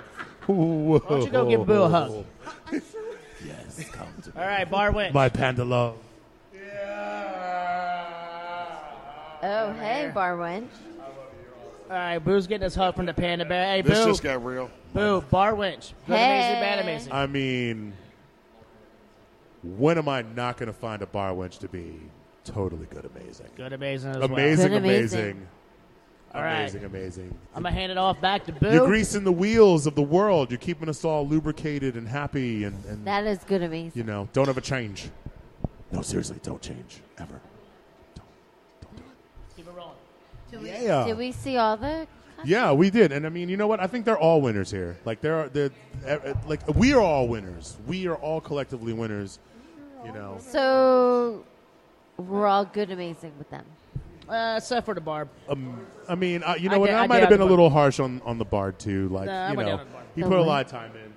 Speaker 1: Why don't you go give Boo a hug? yes,
Speaker 2: [laughs]
Speaker 1: come to All right, Barb went.
Speaker 2: My panda love.
Speaker 3: Oh, hey, Barwin.
Speaker 1: All right, Boo's getting his hug from the Panda Bear. Hey,
Speaker 9: This
Speaker 1: Boo,
Speaker 9: just got real.
Speaker 1: Boo, Bar Winch. Good, amazing, bad,
Speaker 3: Hey.
Speaker 1: amazing.
Speaker 2: I mean, when am I not going to find a bar wench to be totally good, amazing?
Speaker 1: Good, amazing as
Speaker 2: Amazing,
Speaker 3: Good, amazing.
Speaker 2: amazing.
Speaker 1: well. All right,
Speaker 2: Amazing, amazing.
Speaker 1: I'm gonna hand it off back to Boo.
Speaker 2: You're greasing the wheels of the world. You're keeping us all lubricated and happy and, and
Speaker 3: That is good, amazing.
Speaker 2: you know, don't ever change. No, seriously, don't change. Ever.
Speaker 1: Keep it rolling.
Speaker 2: Yeah.
Speaker 3: Did we see all the?
Speaker 2: Yeah, we did, and I mean, you know what? I think they're all winners here. Like there are, they're, eh, eh, like we are all winners. We are all collectively winners. You know,
Speaker 3: So we're all good, amazing with them.
Speaker 1: Uh, except for the Barb.
Speaker 2: um, I mean, I, you know
Speaker 1: I
Speaker 2: what?
Speaker 1: did-
Speaker 2: I,
Speaker 1: I
Speaker 2: might
Speaker 1: did
Speaker 2: have
Speaker 1: on
Speaker 2: been
Speaker 1: the
Speaker 2: a
Speaker 1: bar.
Speaker 2: little harsh on on the bard too. Like
Speaker 1: Nah, I
Speaker 2: you
Speaker 1: went
Speaker 2: know,
Speaker 1: down on the bar.
Speaker 2: he
Speaker 3: The
Speaker 2: put a
Speaker 3: win-
Speaker 2: lot of time in.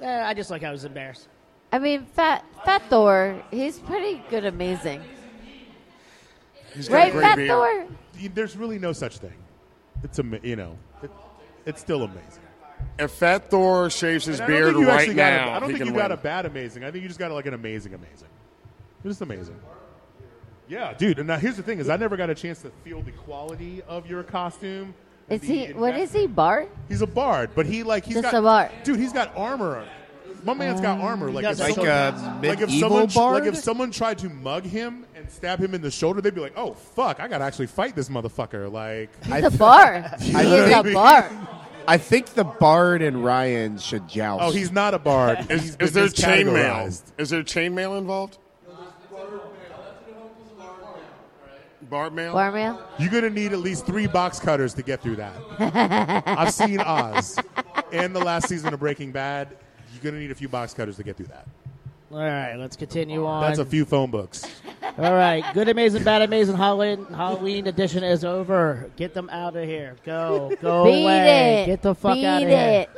Speaker 1: Yeah, I just like I was embarrassed.
Speaker 3: I mean, Fat Fat Thor, he's pretty good, amazing.
Speaker 9: He's got
Speaker 3: Right,
Speaker 9: a great
Speaker 3: Fat
Speaker 9: beard.
Speaker 3: Thor?
Speaker 2: He- There's really no such thing. It's a, you know, it, it's still amazing.
Speaker 9: If Fat Thor shaves his
Speaker 2: And I don't
Speaker 9: beard
Speaker 2: think you
Speaker 9: right
Speaker 2: actually got a-
Speaker 9: now,
Speaker 2: I don't
Speaker 9: he
Speaker 2: think you
Speaker 9: can
Speaker 2: got a
Speaker 9: win.
Speaker 2: bad amazing. I think you just got like an amazing amazing. Just amazing. Yeah, dude. And now here's the thing: is I never got a chance to feel the quality of your costume.
Speaker 3: Is
Speaker 2: The
Speaker 3: he? What
Speaker 2: investment-
Speaker 3: is he? Bart?
Speaker 2: He's a bard, but he like he's
Speaker 3: Just
Speaker 2: got
Speaker 3: a bard.
Speaker 2: Dude, he's got armor. My man's got armor. Like,
Speaker 1: got
Speaker 2: if
Speaker 1: like
Speaker 2: someone-
Speaker 10: a
Speaker 2: like if
Speaker 10: medieval
Speaker 2: someone like
Speaker 10: bard?
Speaker 2: if someone tried to mug him and stab him in the shoulder, they'd be like, "Oh fuck, I gotta actually fight this motherfucker." Like,
Speaker 3: He's
Speaker 9: [laughs]
Speaker 2: [laughs]
Speaker 3: a bar. He's a
Speaker 2: think-
Speaker 3: bar.
Speaker 10: I think the Bard and Ryan should joust.
Speaker 2: oh, he's not a bard. He's
Speaker 9: Is,
Speaker 2: been
Speaker 9: is there chainmail?
Speaker 2: miscategorized.
Speaker 9: Is there chainmail involved? Bar mail.
Speaker 3: Barman.
Speaker 2: You're gonna need at least three box cutters to get
Speaker 3: [laughs]
Speaker 2: through that. I've seen Oz and the last season of Breaking Bad. You're gonna need a few box cutters to get through that.
Speaker 1: All right, let's continue on.
Speaker 2: Oh, That's a few phone books.
Speaker 1: All right, good, amazing, bad, amazing. Halloween Halloween edition is over. Get them out of here. Go, go
Speaker 3: Beat
Speaker 1: away.
Speaker 3: it.
Speaker 1: Get the fuck
Speaker 3: Beat
Speaker 1: out of here.
Speaker 3: it.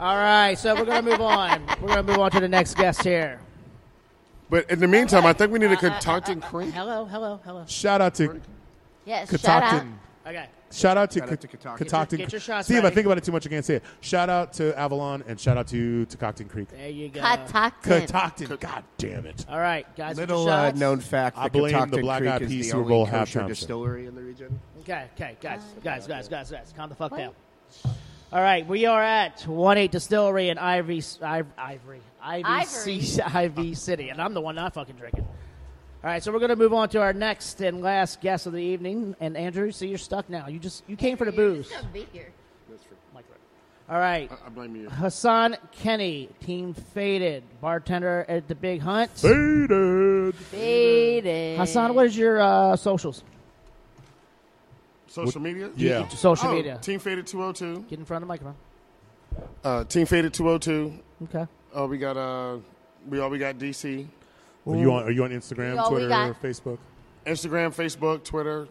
Speaker 1: All right, so we're gonna move on. We're gonna move on to the next guest here.
Speaker 9: But in the meantime, I think we need a Catoctin cream.
Speaker 1: Hello, hello, hello.
Speaker 2: Shout out to
Speaker 3: Yes, shout out.
Speaker 2: Catoctin.
Speaker 1: Okay.
Speaker 2: Shout out to
Speaker 10: Shout out to
Speaker 2: Catoctin.
Speaker 10: Catoctin.
Speaker 1: Get your- get your shots
Speaker 2: See, if I
Speaker 1: ready.
Speaker 2: think about it too much, I can't say it. Shout out to Avalon and shout out to Catoctin Creek.
Speaker 1: There you go.
Speaker 3: Catoctin.
Speaker 2: Catoctin, god damn it.
Speaker 1: All right, guys. get your
Speaker 10: Little uh,
Speaker 1: shots.
Speaker 10: known fact:
Speaker 2: I
Speaker 10: the
Speaker 2: blame the
Speaker 10: Catoctin Creek
Speaker 2: Black Eyed
Speaker 10: is
Speaker 2: Peas
Speaker 10: the
Speaker 2: Super
Speaker 10: only
Speaker 2: Bowl halftime
Speaker 10: kosher
Speaker 2: show.
Speaker 10: distillery in the region.
Speaker 4: Uh,
Speaker 1: Okay, okay, guys, guys, guys, guys, guys. Calm the fuck down. All right, we are at One Eight Distillery in Ivory, Ivory, Ivory, Ivy,
Speaker 3: Ivory.
Speaker 1: C- Ivy City, [laughs] and I'm the one not fucking drinking. All right, so we're gonna move on to our next and last guest of the evening. And Andrew, so you're stuck now. You just you came for the
Speaker 3: You're just
Speaker 1: booze.
Speaker 3: gonna be here.
Speaker 1: All right,
Speaker 9: I blame you.
Speaker 1: Hassan Kenny, Team Faded, bartender at the Big Hunt.
Speaker 9: Faded.
Speaker 3: Faded.
Speaker 1: Hassan, what is your uh, socials?
Speaker 9: Social media?
Speaker 1: Yeah. Social
Speaker 9: Oh,
Speaker 1: media.
Speaker 9: Team Faded 202.
Speaker 1: Get in front of the microphone.
Speaker 9: Uh, Team Faded 202.
Speaker 1: Okay.
Speaker 9: Oh, we got uh, we all we got DC.
Speaker 2: Are you on? Are you on Instagram,
Speaker 3: Yo, we
Speaker 2: Twitter,
Speaker 3: got-
Speaker 2: or Facebook?
Speaker 9: Instagram, Facebook, Twitter,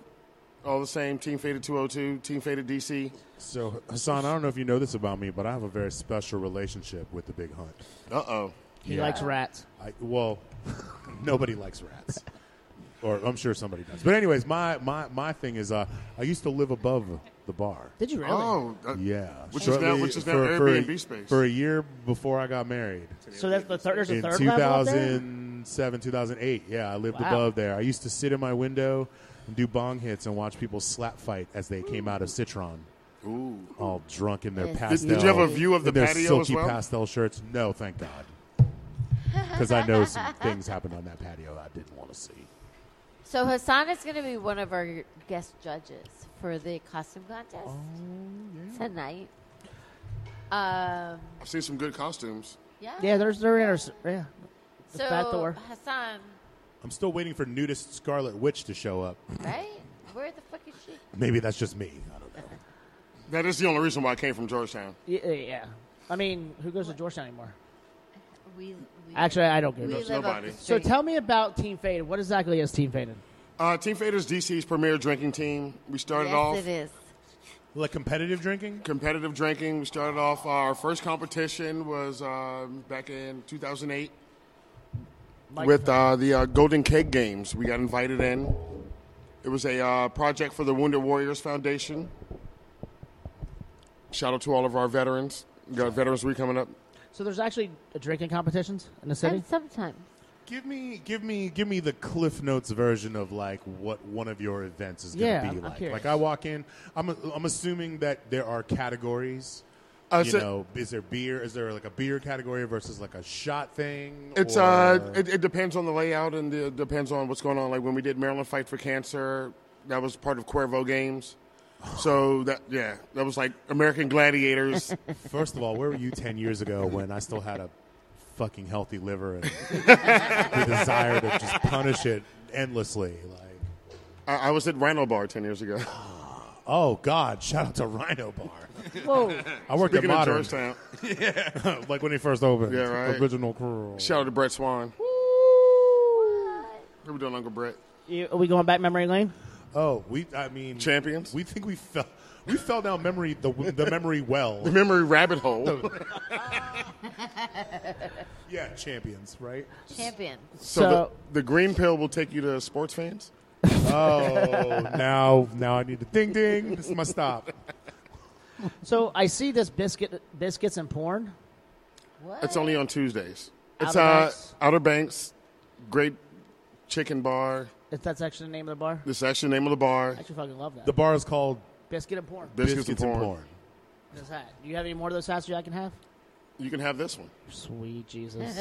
Speaker 9: all the same. Team Faded 202. Team Faded DC.
Speaker 2: So Hassan, I don't know if you know this about me, but I have a very special relationship with the Big Hunt.
Speaker 9: Uh oh.
Speaker 1: He likes rats.
Speaker 2: I, well, [laughs] nobody likes rats, or I'm sure somebody does. But anyways, my my, my thing is, uh, I used to live above the bar.
Speaker 1: Did you really?
Speaker 9: Oh. uh,
Speaker 2: Yeah,
Speaker 9: Which is now-
Speaker 2: shortly-
Speaker 9: which is now
Speaker 2: for,
Speaker 9: Airbnb space.
Speaker 2: for a year before I got married.
Speaker 1: So that's the third. There's a
Speaker 2: in
Speaker 1: third level up there.
Speaker 2: 2007, 2008. Yeah, I lived
Speaker 1: Wow.
Speaker 2: above there. I used to sit in my window and do bong hits and watch people slap fight as they came out of Citron.
Speaker 9: Ooh.
Speaker 2: All drunk in their
Speaker 3: Yes.
Speaker 2: pastel.
Speaker 3: Did-
Speaker 9: did you have a view of
Speaker 2: in
Speaker 9: the
Speaker 2: their
Speaker 9: patio as
Speaker 2: silky
Speaker 9: well?
Speaker 2: pastel shirts? No,
Speaker 3: [laughs]
Speaker 2: thank God. Because I know some things happened on that patio I didn't want to see.
Speaker 3: So Hassan is going to be one of our guest judges for the costume contest
Speaker 1: Oh,
Speaker 3: tonight. Um,
Speaker 9: I've seen some good costumes.
Speaker 3: yeah.
Speaker 1: Yeah, there's their inner. Yeah.
Speaker 3: so
Speaker 1: back door.
Speaker 3: Hassan,
Speaker 2: I'm still waiting for nudist Scarlet Witch to show up. [laughs]
Speaker 3: right? Where the fuck is she?
Speaker 2: Maybe that's just me. I don't know.
Speaker 9: That is the only reason why I came from Georgetown.
Speaker 1: Yeah, yeah, yeah. I mean, who goes to Georgetown anymore?
Speaker 3: We, we
Speaker 1: Actually, I don't go.
Speaker 3: we
Speaker 1: to
Speaker 9: There's
Speaker 3: live up
Speaker 9: nobody.
Speaker 3: the
Speaker 1: So
Speaker 3: street.
Speaker 1: tell me about Team Faded. What exactly is Team Faded?
Speaker 9: Uh, team Faded is DC's premier drinking team. We started
Speaker 3: yes,
Speaker 9: off
Speaker 3: it is.
Speaker 2: Like competitive drinking?
Speaker 9: competitive drinking. We started off our first competition was um, back in 2008 with uh, the uh, Golden Keg Games. We got invited in. It was a uh, project for the Wounded Warriors Foundation. Shout out to all of our veterans. We got Veterans Week coming up.
Speaker 1: So there's actually drinking competitions in the city.
Speaker 3: And Uh, sometimes.
Speaker 2: Give me, give me, give me the Cliff Notes version of like what one of your events is going to
Speaker 1: Yeah,
Speaker 2: be
Speaker 1: I'm
Speaker 2: like.
Speaker 1: curious.
Speaker 2: Like I walk in, I'm I'm assuming that there are categories.
Speaker 9: Uh,
Speaker 2: you
Speaker 9: so-
Speaker 2: know, is there beer? Is there like a beer category versus like a shot thing?
Speaker 9: It's
Speaker 2: or-
Speaker 9: uh, it, it depends on the layout and it depends on what's going on. Like when we did Maryland Fight for Cancer, that was part of Cuervo
Speaker 2: [sighs]
Speaker 9: Games. So that yeah, that was like American Gladiators.
Speaker 2: first of all, where were you ten years ago when I still had a fucking healthy liver and the desire to just punish it endlessly? Like,
Speaker 9: I, I was at Rhino Bar ten years ago.
Speaker 2: oh God! Shout out to Rhino Bar.
Speaker 9: [laughs]
Speaker 2: Whoa! I worked
Speaker 9: Speaking
Speaker 2: at
Speaker 9: of
Speaker 2: Modern, [laughs]
Speaker 9: Georgetown,
Speaker 2: like when it first opened.
Speaker 9: Yeah, right.
Speaker 2: Original crew.
Speaker 9: shout out to Brett Swan. How we doing, Uncle Brett?
Speaker 1: You, are we going back memory lane?
Speaker 2: Oh, we. I mean,
Speaker 9: Champions?
Speaker 2: We think we fell. We fell down memory the the memory
Speaker 9: [laughs]
Speaker 2: well.
Speaker 9: Memory rabbit [laughs] hole.
Speaker 2: yeah, champions, right?
Speaker 3: Champion.
Speaker 9: So, the, the green pill will take you to sports fans.
Speaker 2: [laughs] Oh, now now I need to ding ding. This is my stop.
Speaker 1: So I see this biscuit, biscuits and porn.
Speaker 3: What?
Speaker 9: It's only on Tuesdays. It's
Speaker 1: Outer
Speaker 9: uh,
Speaker 1: Banks?
Speaker 9: Outer Banks, great chicken bar.
Speaker 1: If that's actually the name of the bar,
Speaker 9: This is actually the name of the bar.
Speaker 1: I actually fucking love that.
Speaker 2: The bar is called
Speaker 1: biscuit and
Speaker 9: [laughs]
Speaker 1: porn.
Speaker 9: Biscuits, and porn.
Speaker 1: This hat. Do you have any more of those hats that I can have?
Speaker 9: You can have this one.
Speaker 1: Sweet
Speaker 9: [laughs]
Speaker 1: Jesus.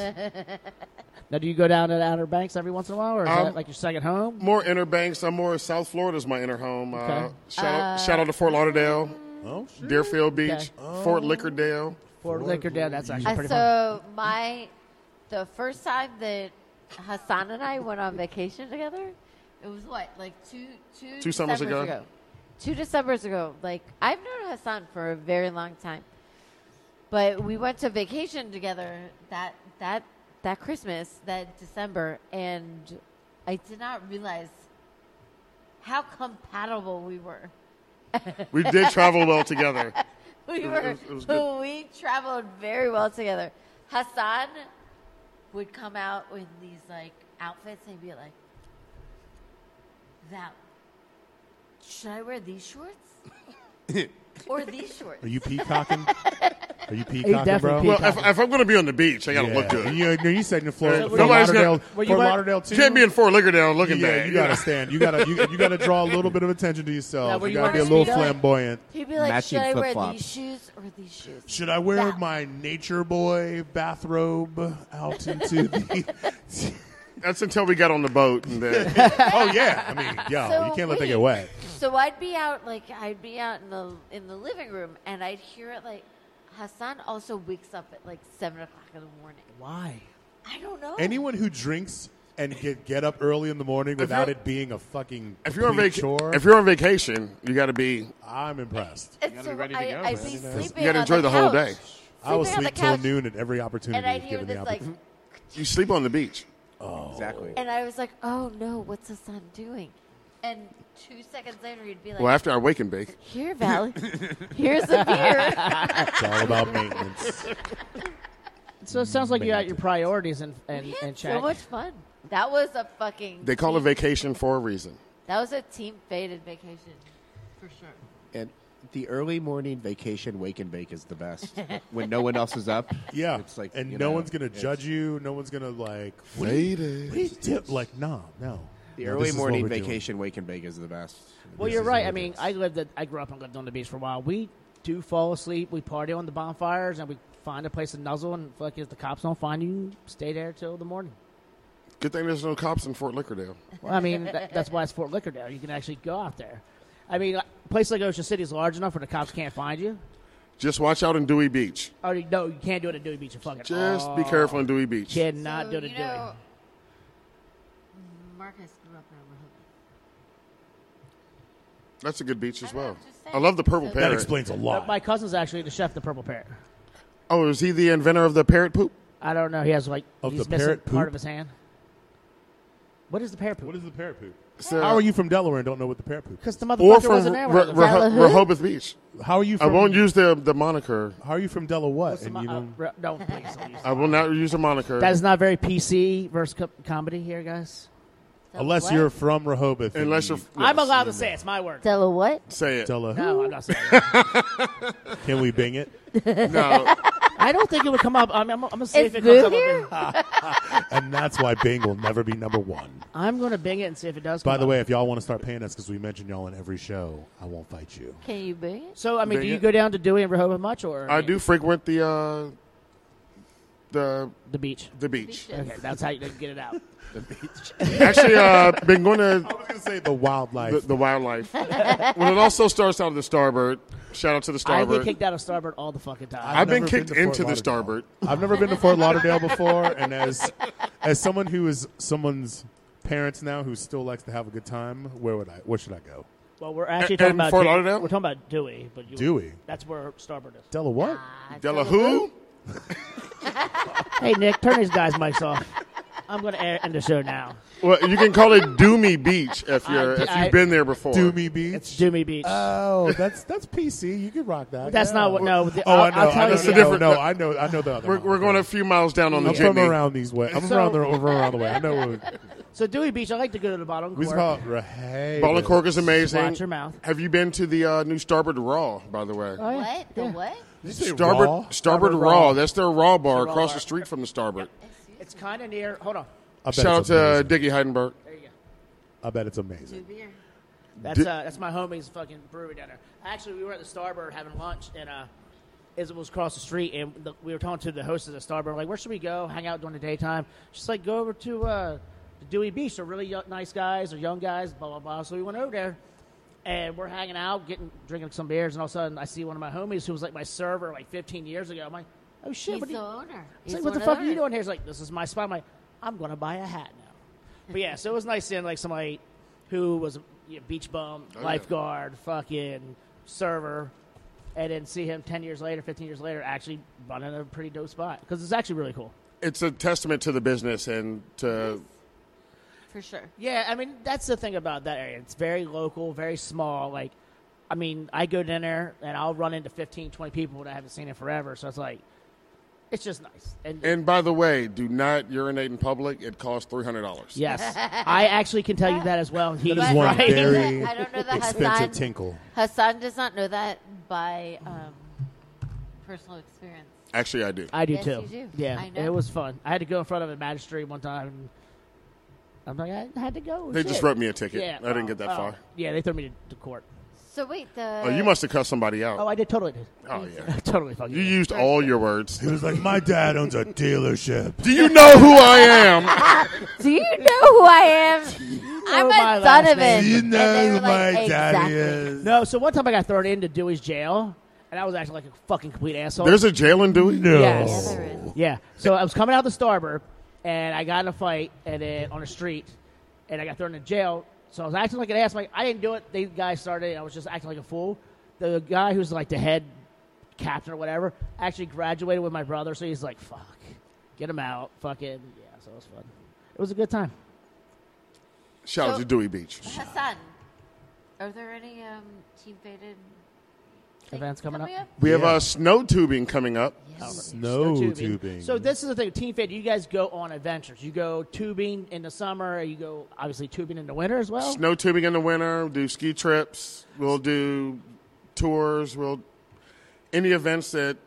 Speaker 1: now, do you go down to the Outer Banks every once in a while, or is
Speaker 9: Um,
Speaker 1: that like your second home?
Speaker 9: More inner banks. I'm more South Florida's my inner home. Uh,
Speaker 1: Okay.
Speaker 9: shout, out, shout out to Fort Lauderdale,
Speaker 2: Oh shit!
Speaker 9: Deerfield Beach,
Speaker 1: Okay.
Speaker 9: Fort Lickerdale.
Speaker 1: Fort Liquor Down. That's actually
Speaker 3: Uh,
Speaker 1: pretty fun.
Speaker 3: so my, the first time that Hassan and I went on vacation together, it was what, like two, two,
Speaker 9: Two summers
Speaker 3: Decembers
Speaker 9: ago.
Speaker 3: Two December's ago. Like I've known Hassan for a very long time, but we went to vacation together that that that Christmas, that December, and I did not realize how compatible we were.
Speaker 9: We did travel well together.
Speaker 3: [laughs] we
Speaker 9: was-
Speaker 3: were
Speaker 9: it was-
Speaker 3: [laughs]
Speaker 9: it was good.
Speaker 3: we traveled very well together. Hassan would come out with these like outfits and he'd be like, "That
Speaker 9: [laughs]
Speaker 3: should I wear these shorts or these shorts?"
Speaker 2: Are you peacocking? Are you
Speaker 1: He
Speaker 2: peacocking,
Speaker 1: definitely
Speaker 2: bro?
Speaker 9: Well, if, if I'm going to be on the beach, I got to
Speaker 2: Yeah.
Speaker 9: look good.
Speaker 2: You, you, you said in Florida,
Speaker 9: Yeah.
Speaker 2: Fort
Speaker 9: Nobody's gonna-
Speaker 2: Lauderdale,
Speaker 1: Well, you
Speaker 2: Fort
Speaker 1: might-
Speaker 2: Lauderdale too.
Speaker 9: Can't be in Fort Lickerdale looking
Speaker 2: yeah,
Speaker 9: bad.
Speaker 2: you gotta
Speaker 9: know?
Speaker 2: stand. You gotta you, you gotta draw a little bit of attention to yourself.
Speaker 1: Now,
Speaker 2: you
Speaker 1: were
Speaker 2: gotta
Speaker 1: you
Speaker 2: be
Speaker 1: wearing
Speaker 2: a little
Speaker 1: speedo?
Speaker 2: flamboyant.
Speaker 3: [laughs] He'd be like,
Speaker 10: Matching
Speaker 3: should I wear
Speaker 10: flip-flops.
Speaker 3: these shoes or these shoes?
Speaker 2: Should I wear
Speaker 3: That-
Speaker 2: my nature boy bathrobe
Speaker 3: [laughs]
Speaker 2: out into the?
Speaker 9: [laughs] That's until we got on the boat.
Speaker 1: [laughs]
Speaker 9: And then,
Speaker 2: oh yeah, I mean, yo,
Speaker 3: So
Speaker 2: you can't let that
Speaker 3: wait.
Speaker 2: get wet.
Speaker 3: So I'd be out like I'd be out in the in the living room, and I'd hear it like Hassan also wakes up at like seven o'clock in the morning.
Speaker 1: Why?
Speaker 3: I don't know.
Speaker 2: Anyone who drinks and get get up early in the morning without it being a fucking
Speaker 9: if you're on
Speaker 2: complete
Speaker 9: vacation,
Speaker 2: chore,
Speaker 9: if you're on vacation, you got to be.
Speaker 2: I'm impressed.
Speaker 3: And
Speaker 8: gotta
Speaker 3: so
Speaker 8: be ready to
Speaker 3: I,
Speaker 8: go,
Speaker 3: I'd
Speaker 8: man.
Speaker 3: be
Speaker 8: You know.
Speaker 3: sleeping.
Speaker 9: You gotta
Speaker 3: on
Speaker 9: enjoy the whole
Speaker 3: couch,
Speaker 9: day.
Speaker 2: I will
Speaker 3: sleeping on
Speaker 2: sleep
Speaker 3: the
Speaker 2: till
Speaker 3: couch,
Speaker 2: noon at every opportunity
Speaker 3: And I'd
Speaker 2: if
Speaker 3: hear
Speaker 2: given Oh. the
Speaker 3: this like,
Speaker 2: opportunity.
Speaker 9: You sleep on the beach.
Speaker 10: Exactly.
Speaker 3: and I was like, oh no, what's Hassan doing? And two seconds later, he'd be like,
Speaker 9: Well, after I wake and bake,
Speaker 3: here,
Speaker 9: [laughs]
Speaker 3: Valley, here's a beer.
Speaker 2: It's all about maintenance.
Speaker 1: So it sounds like you got your priorities in, in, in
Speaker 3: It's [laughs]
Speaker 1: check.
Speaker 3: so much fun. That was a fucking.
Speaker 9: they call it
Speaker 3: team-
Speaker 9: vacation for a reason.
Speaker 3: That was a team faded vacation, for sure.
Speaker 10: And the early morning vacation wake and bake is the best
Speaker 2: [laughs]
Speaker 10: when no one else is up.
Speaker 2: Yeah,
Speaker 10: It's like,
Speaker 2: and
Speaker 10: you
Speaker 2: no
Speaker 10: know,
Speaker 2: one's gonna
Speaker 10: it's-
Speaker 2: judge you. No one's gonna like. What do you, what do you do? Like, nah, no.
Speaker 10: The
Speaker 2: No,
Speaker 10: early
Speaker 2: this is what
Speaker 10: morning
Speaker 2: we're doing.
Speaker 10: vacation wake and bake is the best.
Speaker 1: Well,
Speaker 10: This
Speaker 1: you're
Speaker 10: is
Speaker 1: right. I
Speaker 10: what it
Speaker 1: mean,
Speaker 10: is.
Speaker 1: I lived. At, I grew up on Godona Beach for a while. We do fall asleep. We party on the bonfires, and we find a place to nuzzle. And fuck, if the cops don't find you, stay there till the morning.
Speaker 9: Good thing there's no cops in Fort Lickerdale.
Speaker 1: Well, I mean, that, that's why it's Fort Lickerdale. You can actually go out there. I mean, a place like Ocean City is large enough where the cops can't find you.
Speaker 9: Just watch out in Dewey Beach.
Speaker 1: Or no, you can't do it at Dewey Beach. You fucking
Speaker 9: Just
Speaker 1: oh,
Speaker 9: be careful in Dewey Beach.
Speaker 1: Cannot
Speaker 3: So,
Speaker 1: do it at
Speaker 3: you
Speaker 1: Dewey.
Speaker 3: know, Marcus grew up in Oklahoma.
Speaker 9: That's a good beach as
Speaker 3: I know,
Speaker 9: well.
Speaker 3: just saying.
Speaker 9: I love the purple
Speaker 3: That
Speaker 2: That
Speaker 9: parrot.
Speaker 2: explains a
Speaker 1: Uh,
Speaker 2: lot.
Speaker 1: My cousin's actually the chef, of the Purple Parrot.
Speaker 9: oh, is he the inventor of the parrot poop?
Speaker 1: I don't know. He has like
Speaker 2: Of
Speaker 1: he's
Speaker 2: the
Speaker 1: missing
Speaker 2: parrot
Speaker 1: part
Speaker 2: poop?
Speaker 1: of his hand. What is the parrot
Speaker 2: what
Speaker 1: poop?
Speaker 2: is the parrot poop?
Speaker 9: So-
Speaker 2: How are you from Delaware and don't know what the parrot poop? is?
Speaker 1: Because the
Speaker 9: Or
Speaker 1: motherfucker
Speaker 9: from
Speaker 1: wasn't
Speaker 9: Re-
Speaker 1: there.
Speaker 9: Re-
Speaker 1: When I was there.
Speaker 9: Reho- Rehoboth Beach.
Speaker 2: How are you?
Speaker 9: I
Speaker 2: From,
Speaker 9: won't use the the moniker.
Speaker 2: How are you from Delaware? What?
Speaker 1: What's the
Speaker 2: And
Speaker 1: mo-
Speaker 2: you
Speaker 1: uh,
Speaker 2: don't-
Speaker 1: re- no, please don't use
Speaker 9: I will not use the moniker.
Speaker 1: That is not very PC versus co- comedy here, guys.
Speaker 3: Del
Speaker 2: unless
Speaker 3: what?
Speaker 2: you're from Rehoboth. and
Speaker 9: unless
Speaker 2: you
Speaker 9: you're.
Speaker 1: I'm allowed to say it. it's my word.
Speaker 3: Della what?
Speaker 9: Say it.
Speaker 2: Dela-
Speaker 1: No, I'm not saying. That.
Speaker 2: [laughs] Can we bing it?
Speaker 1: [laughs]
Speaker 9: No,
Speaker 1: I don't think it would come up. I'm, I'm, I'm gonna see
Speaker 3: It's
Speaker 1: if it comes
Speaker 3: Boo
Speaker 1: up.
Speaker 3: here?
Speaker 2: And that's why Bing will never be number one.
Speaker 1: [laughs] I'm gonna bing it and see if it does.
Speaker 2: By
Speaker 1: come
Speaker 2: the
Speaker 1: up.
Speaker 2: way, if y'all want to start paying us because we mention y'all in every show, I won't fight
Speaker 9: [laughs]
Speaker 2: you.
Speaker 3: Can you bring it?
Speaker 1: so I mean, do
Speaker 9: Bing
Speaker 1: you
Speaker 9: it.
Speaker 1: go down to Dewey and Rehoboth much, or
Speaker 9: I do frequent the uh, the
Speaker 1: the beach?
Speaker 9: the beach.
Speaker 1: Okay, that's how you get it out.
Speaker 9: [laughs] Actually, uh,
Speaker 1: [laughs]
Speaker 9: been going to
Speaker 2: [laughs] I was gonna say the wildlife.
Speaker 9: the, the [laughs] wildlife. well, it also starts out of the Starboard. Shout out to
Speaker 1: I
Speaker 9: the
Speaker 1: get
Speaker 9: Starboard.
Speaker 1: kicked out of Starboard all the fucking time.
Speaker 9: I've been
Speaker 2: never
Speaker 9: kicked
Speaker 2: to Fort
Speaker 9: into the
Speaker 2: Lauderdale.
Speaker 9: starboard.
Speaker 2: I've never been to Fort Lauderdale before, and as as someone who is someone's parents now who still likes to have a good time, where would I? Where should I go?
Speaker 1: well, we're actually
Speaker 9: A-
Speaker 1: talking
Speaker 9: and
Speaker 1: about
Speaker 9: Fort
Speaker 1: Dewey.
Speaker 9: Lauderdale?
Speaker 1: We're talking about Dewey, but you,
Speaker 2: Dewey?
Speaker 1: That's where Starboard is.
Speaker 2: Della what?
Speaker 9: Della who?
Speaker 1: Hey Nick, turn these guys' mics off. [laughs] I'm gonna air, end the show now.
Speaker 9: Well, you can call it Doomy Beach if you're
Speaker 1: I-
Speaker 9: if
Speaker 1: I-
Speaker 9: you've been there before.
Speaker 2: Doomy Beach.
Speaker 1: Dewey Beach.
Speaker 2: Oh, that's that's PC. You could rock that.
Speaker 1: That's
Speaker 2: Yeah.
Speaker 1: not what. No, the,
Speaker 2: Oh,
Speaker 1: I'll,
Speaker 2: i know.
Speaker 1: I'll tell
Speaker 2: I know.
Speaker 1: you.
Speaker 9: That's a
Speaker 2: no,
Speaker 9: different-
Speaker 2: No, I know. I know the other.
Speaker 9: We're,
Speaker 2: one.
Speaker 9: we're going a few miles down on the
Speaker 2: I'm from
Speaker 9: jitney.
Speaker 2: around these way. I'm
Speaker 1: So-
Speaker 2: around the over around the way. I know. where-
Speaker 1: So Dewey Beach, I like to go to the bottom.
Speaker 2: We used to call it Rahay.
Speaker 9: Ball and Cork is amazing.
Speaker 1: Watch your mouth.
Speaker 9: Have you been to the uh, new Starboard Raw? By the
Speaker 2: Uh,
Speaker 9: way,
Speaker 1: Oh, yeah.
Speaker 3: What? The
Speaker 1: Yeah.
Speaker 3: what?
Speaker 9: Starboard Starboard, Raw. That's their Raw bar
Speaker 1: Raw
Speaker 9: across
Speaker 1: bar.
Speaker 9: the street from the Starboard.
Speaker 1: It's kind of near. Hold on.
Speaker 9: Shout out to uh, Diggy Heidenberg.
Speaker 2: I bet it's amazing.
Speaker 3: Beer.
Speaker 1: That's uh, that's my homie's fucking brewery down there. Actually, we were at the Starbird having lunch, and uh, Isabel was across the street, and the, we were talking to the host of the Starbird, like, where should we go? Hang out during the daytime? She's like, go over to uh, the Dewey Beach. They're really yo- nice guys, or young guys, blah blah blah. So we went over there, and we're hanging out, getting drinking some beers, and all of a sudden, I see one of my homies who was like my server like 15 years ago. I'm like, oh shit,
Speaker 3: He's
Speaker 1: what do
Speaker 3: the
Speaker 1: you-
Speaker 3: owner.
Speaker 1: It's
Speaker 3: He's
Speaker 1: like, what the
Speaker 3: one of
Speaker 1: fuck are you
Speaker 3: ours.
Speaker 1: doing here? He's like, this is my spot. I'm like, I'm going to buy a hat
Speaker 3: [laughs]
Speaker 1: now. But yeah, so it was nice seeing like somebody who was a you know, beach bum,
Speaker 3: Oh,
Speaker 1: lifeguard, fucking server, and then see him 10 years later, 15 years later, actually running a pretty dope spot. Because it's actually really cool.
Speaker 9: It's a testament to the business and to
Speaker 3: For sure.
Speaker 1: Yeah, I mean, that's the thing about that area. It's very local, very small. Like, I mean, I go down there and I'll run into 15, 20 people that I haven't seen in forever. So it's like, it's just nice. And,
Speaker 9: And by the way, do not urinate in public. It costs three hundred dollars.
Speaker 1: yes, I actually can tell you that
Speaker 3: [laughs]
Speaker 1: as well. He
Speaker 2: That is
Speaker 3: But
Speaker 2: one
Speaker 3: I don't know
Speaker 2: very
Speaker 3: that- I don't know that
Speaker 2: Expensive
Speaker 3: Hassan,
Speaker 2: tinkle.
Speaker 3: Hassan does not know that by um, personal experience.
Speaker 9: [laughs] Actually, I do.
Speaker 1: I do
Speaker 3: Yes,
Speaker 1: too.
Speaker 3: you do.
Speaker 1: Yeah,
Speaker 3: I
Speaker 1: and
Speaker 3: know.
Speaker 1: it was fun. I had to go in front of a magistrate one time. and I'm like, I had to go.
Speaker 9: They
Speaker 1: Shit.
Speaker 9: just wrote me a ticket.
Speaker 1: Yeah,
Speaker 9: I didn't
Speaker 1: oh,
Speaker 9: get that
Speaker 1: oh.
Speaker 9: far.
Speaker 1: Yeah, they threw me to, to court.
Speaker 3: So wait, the
Speaker 9: Oh, you must have cussed somebody
Speaker 1: Oh,
Speaker 9: out.
Speaker 1: I did totally did.
Speaker 9: Oh, yeah.
Speaker 1: totally [laughs] fucking.
Speaker 9: You
Speaker 1: did.
Speaker 9: used all your words.
Speaker 2: It was like, my dad
Speaker 9: [laughs]
Speaker 2: owns a dealership.
Speaker 9: Do you know who I
Speaker 2: [laughs]
Speaker 9: am?
Speaker 3: Do you know who I
Speaker 9: [laughs]
Speaker 3: am? I'm
Speaker 1: my
Speaker 3: a
Speaker 1: last
Speaker 3: Donovan.
Speaker 1: name.
Speaker 2: Do you
Speaker 3: And
Speaker 2: know
Speaker 3: they
Speaker 2: who
Speaker 3: were like,
Speaker 2: my
Speaker 3: "Exactly."
Speaker 2: daddy is?
Speaker 1: No, so one time I got thrown into Dewey's jail, and I was acting like a fucking complete asshole.
Speaker 9: There's a Jalen Dewey.
Speaker 3: Yeah,
Speaker 2: No.
Speaker 1: Yes.
Speaker 3: there is.
Speaker 1: yeah. So I was coming out the Starboard, and I got in a fight, and then on the street, and I got thrown in jail. So I was acting like an ass. Like I didn't do it. The guy started. it. I was just acting like a fool. The guy who's like the head captain or whatever actually graduated with my brother. So he's like, "Fuck, get him out." Fucking yeah. So it was fun. It was a good time.
Speaker 9: Shout out
Speaker 3: So-
Speaker 9: to Dewey Beach.
Speaker 3: Hassan, are there any um, team faded
Speaker 1: Events coming up.
Speaker 9: We have uh, snow tubing coming up.
Speaker 2: Snow tubing.
Speaker 1: So this is the thing, Team Fit. You guys go on adventures. You go tubing in the summer. You go obviously tubing in the winter as well.
Speaker 9: Snow tubing in the winter. We'll do ski trips. We'll do tours. We'll any events that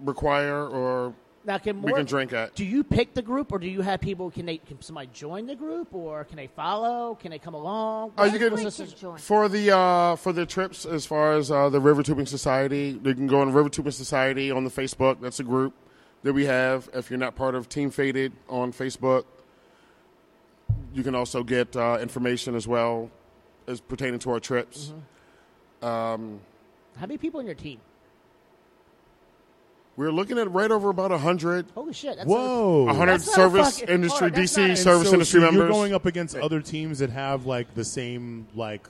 Speaker 9: require or
Speaker 1: Now, can
Speaker 9: we
Speaker 1: more-
Speaker 9: can drink at.
Speaker 1: Do you pick the group, or do you have people? Can they? Can somebody join the group, or can they follow? Can they come along?
Speaker 9: Oh, you
Speaker 3: Everyone
Speaker 9: can
Speaker 3: can join.
Speaker 9: for the uh, for the trips as far as uh, the River Tubing Society. They can go on River Tubing Society on the Facebook. That's a group that we have. If you're not part of Team Faded on Facebook, you can also get uh, information as well as pertaining to our trips.
Speaker 1: Mm-hmm.
Speaker 9: Um,
Speaker 1: How many people in your team?
Speaker 9: We're looking at right over about hundred.
Speaker 1: Holy shit! That's
Speaker 2: Whoa.
Speaker 9: 100
Speaker 1: That's not a
Speaker 9: service
Speaker 1: fucking-
Speaker 9: industry,
Speaker 1: hold on, that's
Speaker 9: DC
Speaker 1: not a-
Speaker 9: service
Speaker 2: so
Speaker 9: industry
Speaker 2: you're
Speaker 9: members.
Speaker 2: going up against other teams that have like the same like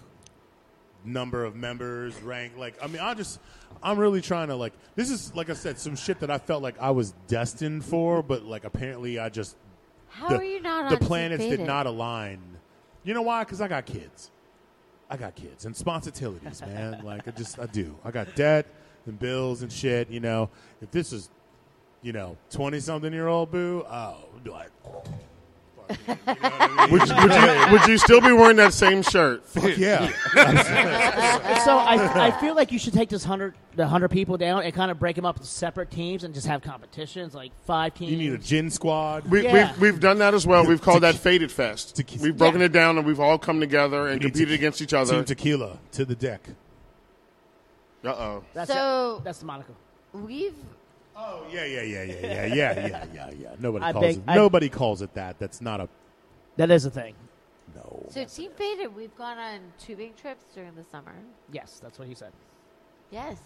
Speaker 2: number of members, rank. Like, I mean, I just, I'm really trying to like. This is like I said, some shit that I felt like I was destined for, but like apparently I just
Speaker 3: How
Speaker 2: the,
Speaker 3: are you not
Speaker 2: the
Speaker 3: on Team
Speaker 2: planets did
Speaker 3: Faded?
Speaker 2: not align. You know why? Because I got kids. I got kids and
Speaker 3: [laughs]
Speaker 2: sponsorilities, man. like I just I do. I got debt and bills and shit. You know, if this is, you know, twenty something year old boo, oh, do I?
Speaker 9: Would, would you, would you still be wearing that same shirt? [laughs]
Speaker 2: Fuck yeah.
Speaker 1: [laughs]
Speaker 2: [laughs]
Speaker 1: So I, I feel like you should take this hundred the hundred people down and kind of break them up into separate teams and just have competitions like five teams.
Speaker 2: You need a gin squad.
Speaker 9: We,
Speaker 1: Yeah.
Speaker 9: we've, we've done that as well. We've called that Faded Fest.
Speaker 2: Tequi-
Speaker 9: We've broken it down and we've all come together and
Speaker 2: We need
Speaker 9: competed
Speaker 2: tequi-
Speaker 9: against each
Speaker 2: Team
Speaker 9: other.
Speaker 2: Tequila to the deck.
Speaker 9: Uh oh.
Speaker 1: that's
Speaker 3: So-
Speaker 1: it. that's the Monaco.
Speaker 3: We've
Speaker 2: Oh yeah, yeah, yeah, yeah, yeah, yeah, yeah, yeah, yeah. Nobody
Speaker 1: I
Speaker 2: calls
Speaker 1: beg-
Speaker 2: it.
Speaker 1: I-
Speaker 2: nobody calls it that. That's not a
Speaker 1: That is a thing.
Speaker 2: no.
Speaker 3: so team faded. We've gone on tubing trips during the summer.
Speaker 1: Yes, that's what he said.
Speaker 3: Yes,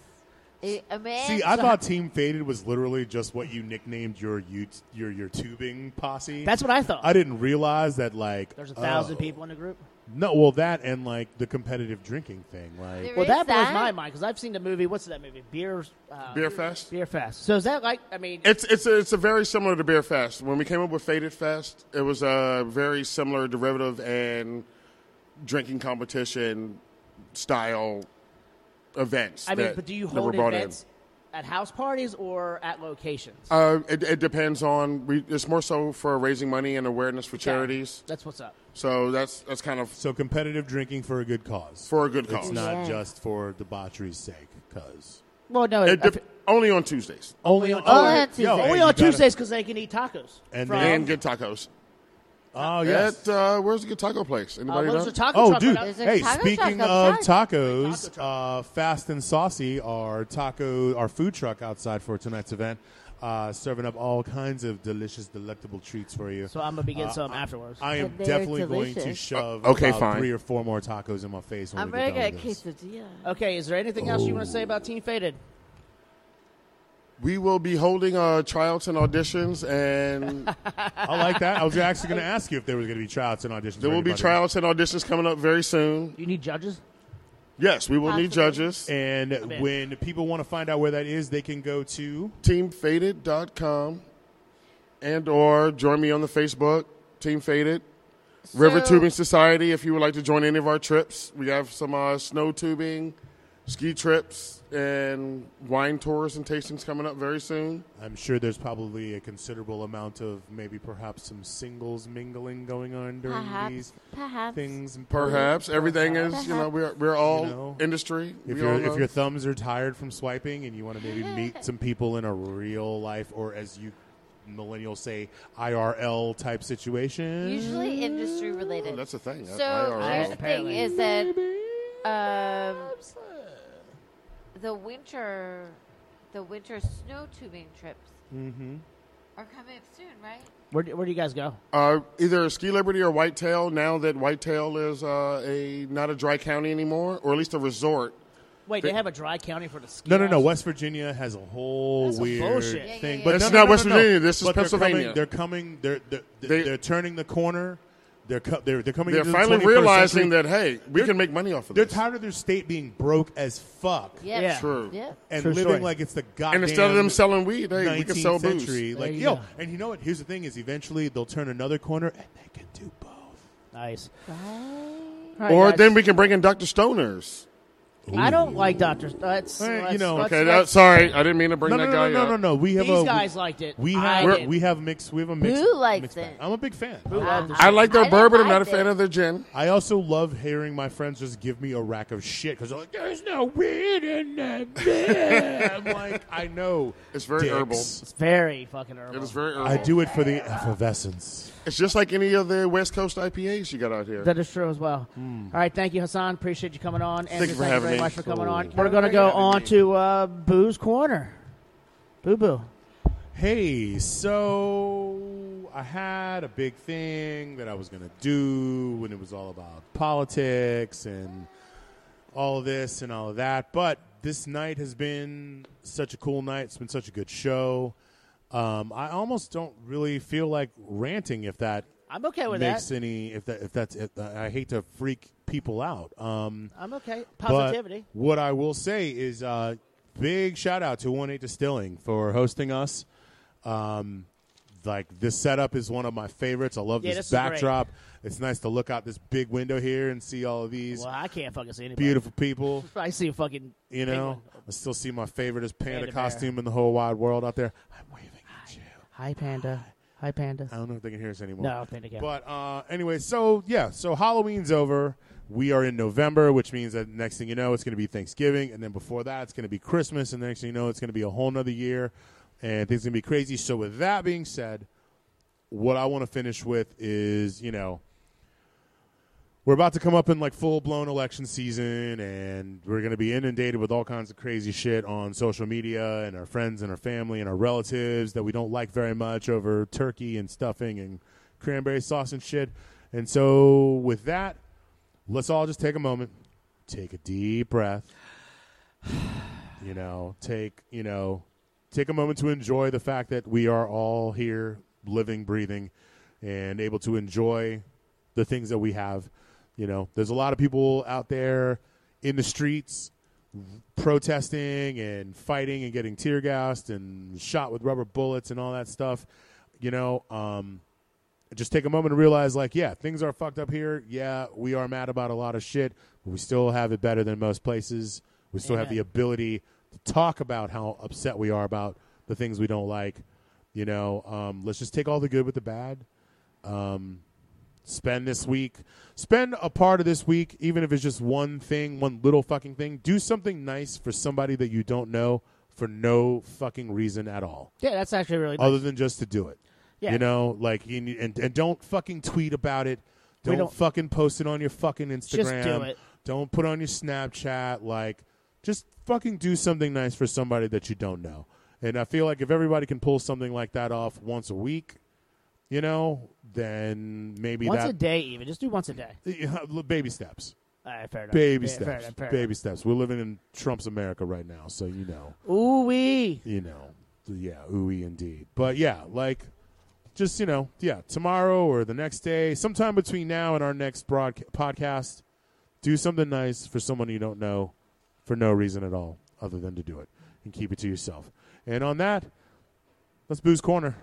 Speaker 3: I- a man.
Speaker 2: See, I thought Team Faded was literally just what you nicknamed your you, your your tubing posse.
Speaker 1: That's what I thought.
Speaker 2: I didn't realize that like
Speaker 1: There's a thousand
Speaker 2: oh.
Speaker 1: people in the group.
Speaker 2: No, well that and like the competitive drinking thing. Like
Speaker 3: There
Speaker 1: Well,
Speaker 3: is
Speaker 1: that blows my mind because I've seen the movie. What's that movie? Beer. Uh,
Speaker 9: Beer Fest?
Speaker 1: Beer Fest. So is that like? I mean,
Speaker 9: It's, it's, a, it's a very similar to Beer Fest. When we came up with Faded Fest, it was a very similar derivative and drinking competition style events.
Speaker 1: I mean,
Speaker 9: that-
Speaker 1: but do you
Speaker 9: that were
Speaker 1: hold
Speaker 9: brought in.
Speaker 1: events at house parties or at locations?
Speaker 9: Uh, it, it depends on. We, it's more so for raising money and awareness for charities.
Speaker 1: That's what's up.
Speaker 9: So that's that's kind of
Speaker 2: so competitive drinking for a good cause.
Speaker 9: for a good
Speaker 2: it's
Speaker 9: cause.
Speaker 2: not
Speaker 3: Yeah.
Speaker 2: just for debauchery's sake, because
Speaker 1: Well, no,
Speaker 9: It dep- only on Tuesdays
Speaker 2: only
Speaker 1: on
Speaker 2: oh,
Speaker 1: Tuesdays.
Speaker 2: yo,
Speaker 3: Tuesdays.
Speaker 2: hey,
Speaker 1: only
Speaker 2: you
Speaker 1: on
Speaker 2: gotta-
Speaker 1: Tuesdays because they can eat tacos.
Speaker 2: And
Speaker 1: from-
Speaker 2: then-
Speaker 9: and good tacos.
Speaker 2: Oh yes.
Speaker 9: At uh, where's the good taco place?
Speaker 1: uh, well,
Speaker 9: Anybody know?
Speaker 1: there's a taco
Speaker 2: Oh,
Speaker 1: truck right
Speaker 2: dude!
Speaker 1: out-
Speaker 3: There's a
Speaker 2: Hey,
Speaker 3: taco truck
Speaker 2: speaking of
Speaker 3: outside.
Speaker 2: tacos, uh, Fast and Saucy, our taco, our food truck outside for tonight's event, uh, serving up all kinds of delicious, delectable treats for you.
Speaker 1: So I'm gonna be getting
Speaker 2: Uh,
Speaker 1: some
Speaker 2: I-
Speaker 1: afterwards.
Speaker 2: I am
Speaker 3: They're
Speaker 2: definitely going to
Speaker 3: delicious.
Speaker 2: shove
Speaker 9: Uh, okay,
Speaker 2: about
Speaker 9: fine.
Speaker 2: three or four more tacos in my face. When
Speaker 3: I'm
Speaker 2: we
Speaker 3: ready to
Speaker 2: done
Speaker 3: get a
Speaker 2: with this.
Speaker 3: quesadilla.
Speaker 1: okay, is there anything else you want to say about Team Faded?
Speaker 9: we will be holding uh, tryouts and auditions, and
Speaker 2: [laughs] I like that. I was actually going to ask you if there was going to be tryouts and auditions.
Speaker 9: there
Speaker 2: for
Speaker 9: will be
Speaker 2: anybody.
Speaker 9: tryouts and auditions coming up very soon.
Speaker 1: You need judges.
Speaker 9: Yes, we will need judges.
Speaker 2: And when people want to find out where that is, they can go to.
Speaker 9: Teamfaded.com, and or join me on the Facebook Team Faded. River Tubing Society, if you would like to join any of our trips, we have some uh, snow tubing, ski trips and wine tours and tastings coming up very soon.
Speaker 2: I'm sure there's probably a considerable amount of maybe perhaps some singles mingling going on during
Speaker 3: Perhaps,
Speaker 2: these
Speaker 3: perhaps.
Speaker 2: things.
Speaker 9: Perhaps everything is you know
Speaker 3: Perhaps.
Speaker 9: we're we're all
Speaker 2: You know,
Speaker 9: industry.
Speaker 2: If,
Speaker 9: we all
Speaker 2: your if
Speaker 9: know.
Speaker 2: your thumbs are tired from swiping and you want to
Speaker 3: [laughs]
Speaker 2: maybe meet some people in a real life or as you millennials say IRL type situation,
Speaker 3: Usually industry
Speaker 9: Oh,
Speaker 3: related.
Speaker 9: that's the thing.
Speaker 3: So
Speaker 9: I-
Speaker 3: here's
Speaker 9: I-
Speaker 3: the thing: is that um, the winter, the winter snow tubing trips
Speaker 1: Mm-hmm.
Speaker 3: are coming up soon, right?
Speaker 1: Where do, where do you guys go?
Speaker 9: uh, either Ski Liberty or Whitetail. Now that Whitetail is uh, a not a dry county anymore, or at least a resort.
Speaker 1: Wait, they have a dry county for the ski.
Speaker 2: No, no, no.
Speaker 1: house?
Speaker 2: West Virginia has a whole
Speaker 1: That's some
Speaker 2: weird
Speaker 1: bullshit. Yeah, yeah,
Speaker 2: thing.
Speaker 3: yeah.
Speaker 2: But
Speaker 9: This
Speaker 2: no,
Speaker 9: is
Speaker 2: no,
Speaker 9: not
Speaker 2: no,
Speaker 9: West
Speaker 2: no, no.
Speaker 9: Virginia. This is
Speaker 2: But they're coming-
Speaker 9: Pennsylvania.
Speaker 2: They're coming. They're they're,
Speaker 9: They-
Speaker 2: they're, they're turning the corner. They're co- they're they're coming.
Speaker 9: They're
Speaker 2: into the
Speaker 9: finally
Speaker 2: 21st
Speaker 9: realizing
Speaker 2: century.
Speaker 9: that hey, we can make money off of
Speaker 2: they're
Speaker 9: this.
Speaker 2: tired of their state being broke as fuck
Speaker 3: Yeah.
Speaker 1: Yeah.
Speaker 9: True.
Speaker 3: Yeah.
Speaker 2: and
Speaker 1: True
Speaker 2: living
Speaker 1: story.
Speaker 2: like it's the goddamn.
Speaker 9: And instead of them selling weed, hey, we can
Speaker 2: 19th
Speaker 9: sell booze.
Speaker 2: century. Like
Speaker 1: you
Speaker 2: yo,
Speaker 1: go.
Speaker 2: and you know what? Here's the thing: is eventually they'll turn another corner and they can do both.
Speaker 1: Nice.
Speaker 9: or then we can bring in Dr. Stoners.
Speaker 1: I don't like Doctor. That's
Speaker 2: Hey, you
Speaker 1: let's-
Speaker 2: know,
Speaker 1: let's-
Speaker 9: Okay, that,
Speaker 1: let's-
Speaker 9: sorry, I didn't mean to bring
Speaker 2: No, no,
Speaker 9: that
Speaker 2: no,
Speaker 9: guy
Speaker 2: no, no,
Speaker 9: up.
Speaker 2: no, no. We have
Speaker 1: These
Speaker 2: a,
Speaker 1: guys liked it.
Speaker 2: We
Speaker 1: I
Speaker 2: have
Speaker 1: did.
Speaker 2: we have mixed. We have a mixed.
Speaker 3: liked
Speaker 2: mixed
Speaker 3: it?
Speaker 2: bag. I'm a big fan.
Speaker 9: I like
Speaker 3: I
Speaker 9: their
Speaker 3: didn't
Speaker 9: bourbon. I'm
Speaker 3: like
Speaker 9: not a fan
Speaker 3: it.
Speaker 9: of their gin.
Speaker 2: I also love hearing my friends just give me a rack of shit because they're like, "There's no weed in that beer." [laughs] I'm
Speaker 10: [laughs]
Speaker 2: like, "I know."
Speaker 9: It's very
Speaker 2: dicks.
Speaker 9: herbal.
Speaker 1: It's very fucking herbal.
Speaker 9: It was very herbal.
Speaker 2: I do it for the effervescence.
Speaker 9: It's just like any of the West Coast IPAs you got out here.
Speaker 1: That is true as well.
Speaker 9: Hmm.
Speaker 1: All right, thank you, Hassan. Appreciate you coming on. Andrew,
Speaker 9: you
Speaker 1: thank
Speaker 9: for
Speaker 1: you
Speaker 9: having
Speaker 1: very
Speaker 9: me.
Speaker 1: much for coming
Speaker 2: Cool.
Speaker 1: on. We're going to
Speaker 9: Thank you for
Speaker 1: go
Speaker 9: having
Speaker 1: on
Speaker 9: me.
Speaker 1: to uh, Boo's Corner. Boo Boo.
Speaker 2: Hey, so I had a big thing that I was going to do when it was all about politics and all of this and all of that. But this night has been such a cool night. It's been such a good show. Um, I almost don't really feel like ranting if that
Speaker 1: I'm okay with
Speaker 2: makes
Speaker 1: that.
Speaker 2: any if that if that's if, I hate to freak people out. Um,
Speaker 1: I'm okay.
Speaker 2: but
Speaker 1: Positivity.
Speaker 2: what I will say is, uh, big shout out to One Eight Distilling for hosting us. Um, like this setup is one of my favorites. I love
Speaker 1: Yeah,
Speaker 2: this
Speaker 1: this is great.
Speaker 2: backdrop. It's nice to look out this big window here and see all of these
Speaker 1: well, I can't fucking see anybody.
Speaker 2: beautiful people.
Speaker 1: [laughs] I see a fucking.
Speaker 2: You know,
Speaker 1: penguin.
Speaker 2: I still see my favorite is panda,
Speaker 1: Panda bear.
Speaker 2: costume in the whole wide world out there. I'm waving at you.
Speaker 1: Hi, Panda. Hi, Panda.
Speaker 2: I don't know if they can hear us anymore.
Speaker 1: No, Panda can't.
Speaker 2: But uh, anyway, so yeah, so Halloween's over. We are in November, which means that next thing you know, it's going to be Thanksgiving, and then before that, it's going to be Christmas, and the next thing you know, it's going to be a whole nother year, and things going to be crazy. So with that being said, what I want to finish with is you know. We're about to come up in like full blown election season, and we're going to be inundated with all kinds of crazy shit on social media and our friends and our family and our relatives that we don't like very much over turkey and stuffing and cranberry sauce and shit. And so, with that, let's all just take a moment, take a deep breath, you know, take, you know, take a moment to enjoy the fact that we are all here living, breathing, and able to enjoy the things that we have. You know, there's a lot of people out there in the streets protesting and fighting and getting tear gassed and shot with rubber bullets and all that stuff. You know, um, just take a moment to realize like yeah things are fucked up here yeah we are mad about a lot of shit but we still have it better than most places we still have
Speaker 1: Amen.
Speaker 2: the ability to talk about how upset we are about the things we don't like you know um, let's just take all the good with the bad um, spend this week spend a part of this week even if it's just one thing one little fucking thing do something nice for somebody that you don't know for no fucking reason at all
Speaker 1: Yeah, that's actually really.
Speaker 2: other than just to do it.
Speaker 1: Yeah.
Speaker 2: You know, like you need, and and don't fucking tweet about it.
Speaker 1: We
Speaker 2: Don't,
Speaker 1: don't-
Speaker 2: fucking post it on your fucking Instagram.
Speaker 1: do it.
Speaker 2: Don't put on your Snapchat. Like, just fucking do something nice for somebody that you don't know. And I feel like if everybody can pull something like that off once a week, you know, then maybe
Speaker 1: once
Speaker 2: that
Speaker 1: a day, even just do once a day.
Speaker 2: Yeah, baby steps,
Speaker 1: All right, fair enough.
Speaker 2: baby
Speaker 1: Yeah, Fair
Speaker 2: steps,
Speaker 1: enough, fair
Speaker 2: baby steps. We're living in Trump's America right now, so you know
Speaker 1: enough. Ooh wee.
Speaker 2: you know, yeah, ooey indeed. But yeah, like just you know, yeah, tomorrow or the next day, sometime between now and our next broadca- podcast, do something nice for someone you don't know for no reason at all other than to do it and keep it to yourself. And on that, let's booze corner.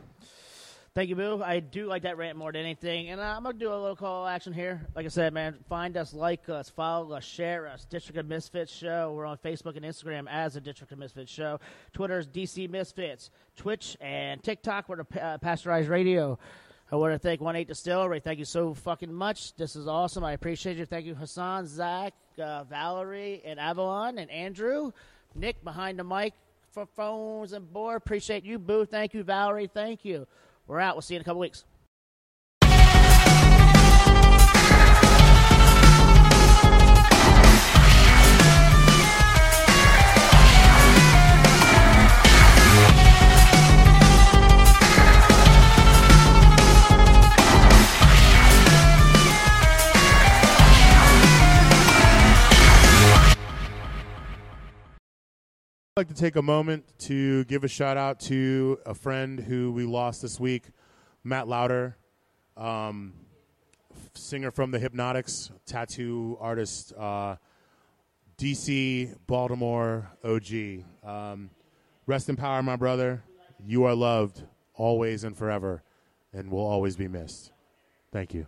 Speaker 1: Thank you, Boo. I do like that rant more than anything. And uh, I'm going to do a little call action here. Like I said, man, find us, like us, follow us, share us. District of Misfits Show. We're on Facebook and Instagram as the District of Misfits Show. Twitter is DC Misfits. Twitch and TikTok, we're the uh, Pasteurized Radio. I want to thank One Eight Distillery. Thank you so fucking much. This is awesome. I appreciate you. Thank you, Hassan, Zach, uh, Valerie, and Avalon, and Andrew, Nick behind the mic for phones and board. Appreciate you, Boo. Thank you, Valerie. Thank you. We're out. We'll see you in a couple weeks.
Speaker 2: I'd like to take a moment to give a shout out to a friend who we lost this week, Matt Lauder, um, f- singer from the Hypnotics, tattoo artist, uh, DC, Baltimore, OG. Um, rest in power, my brother. You are loved always and forever, and will always be missed. Thank you.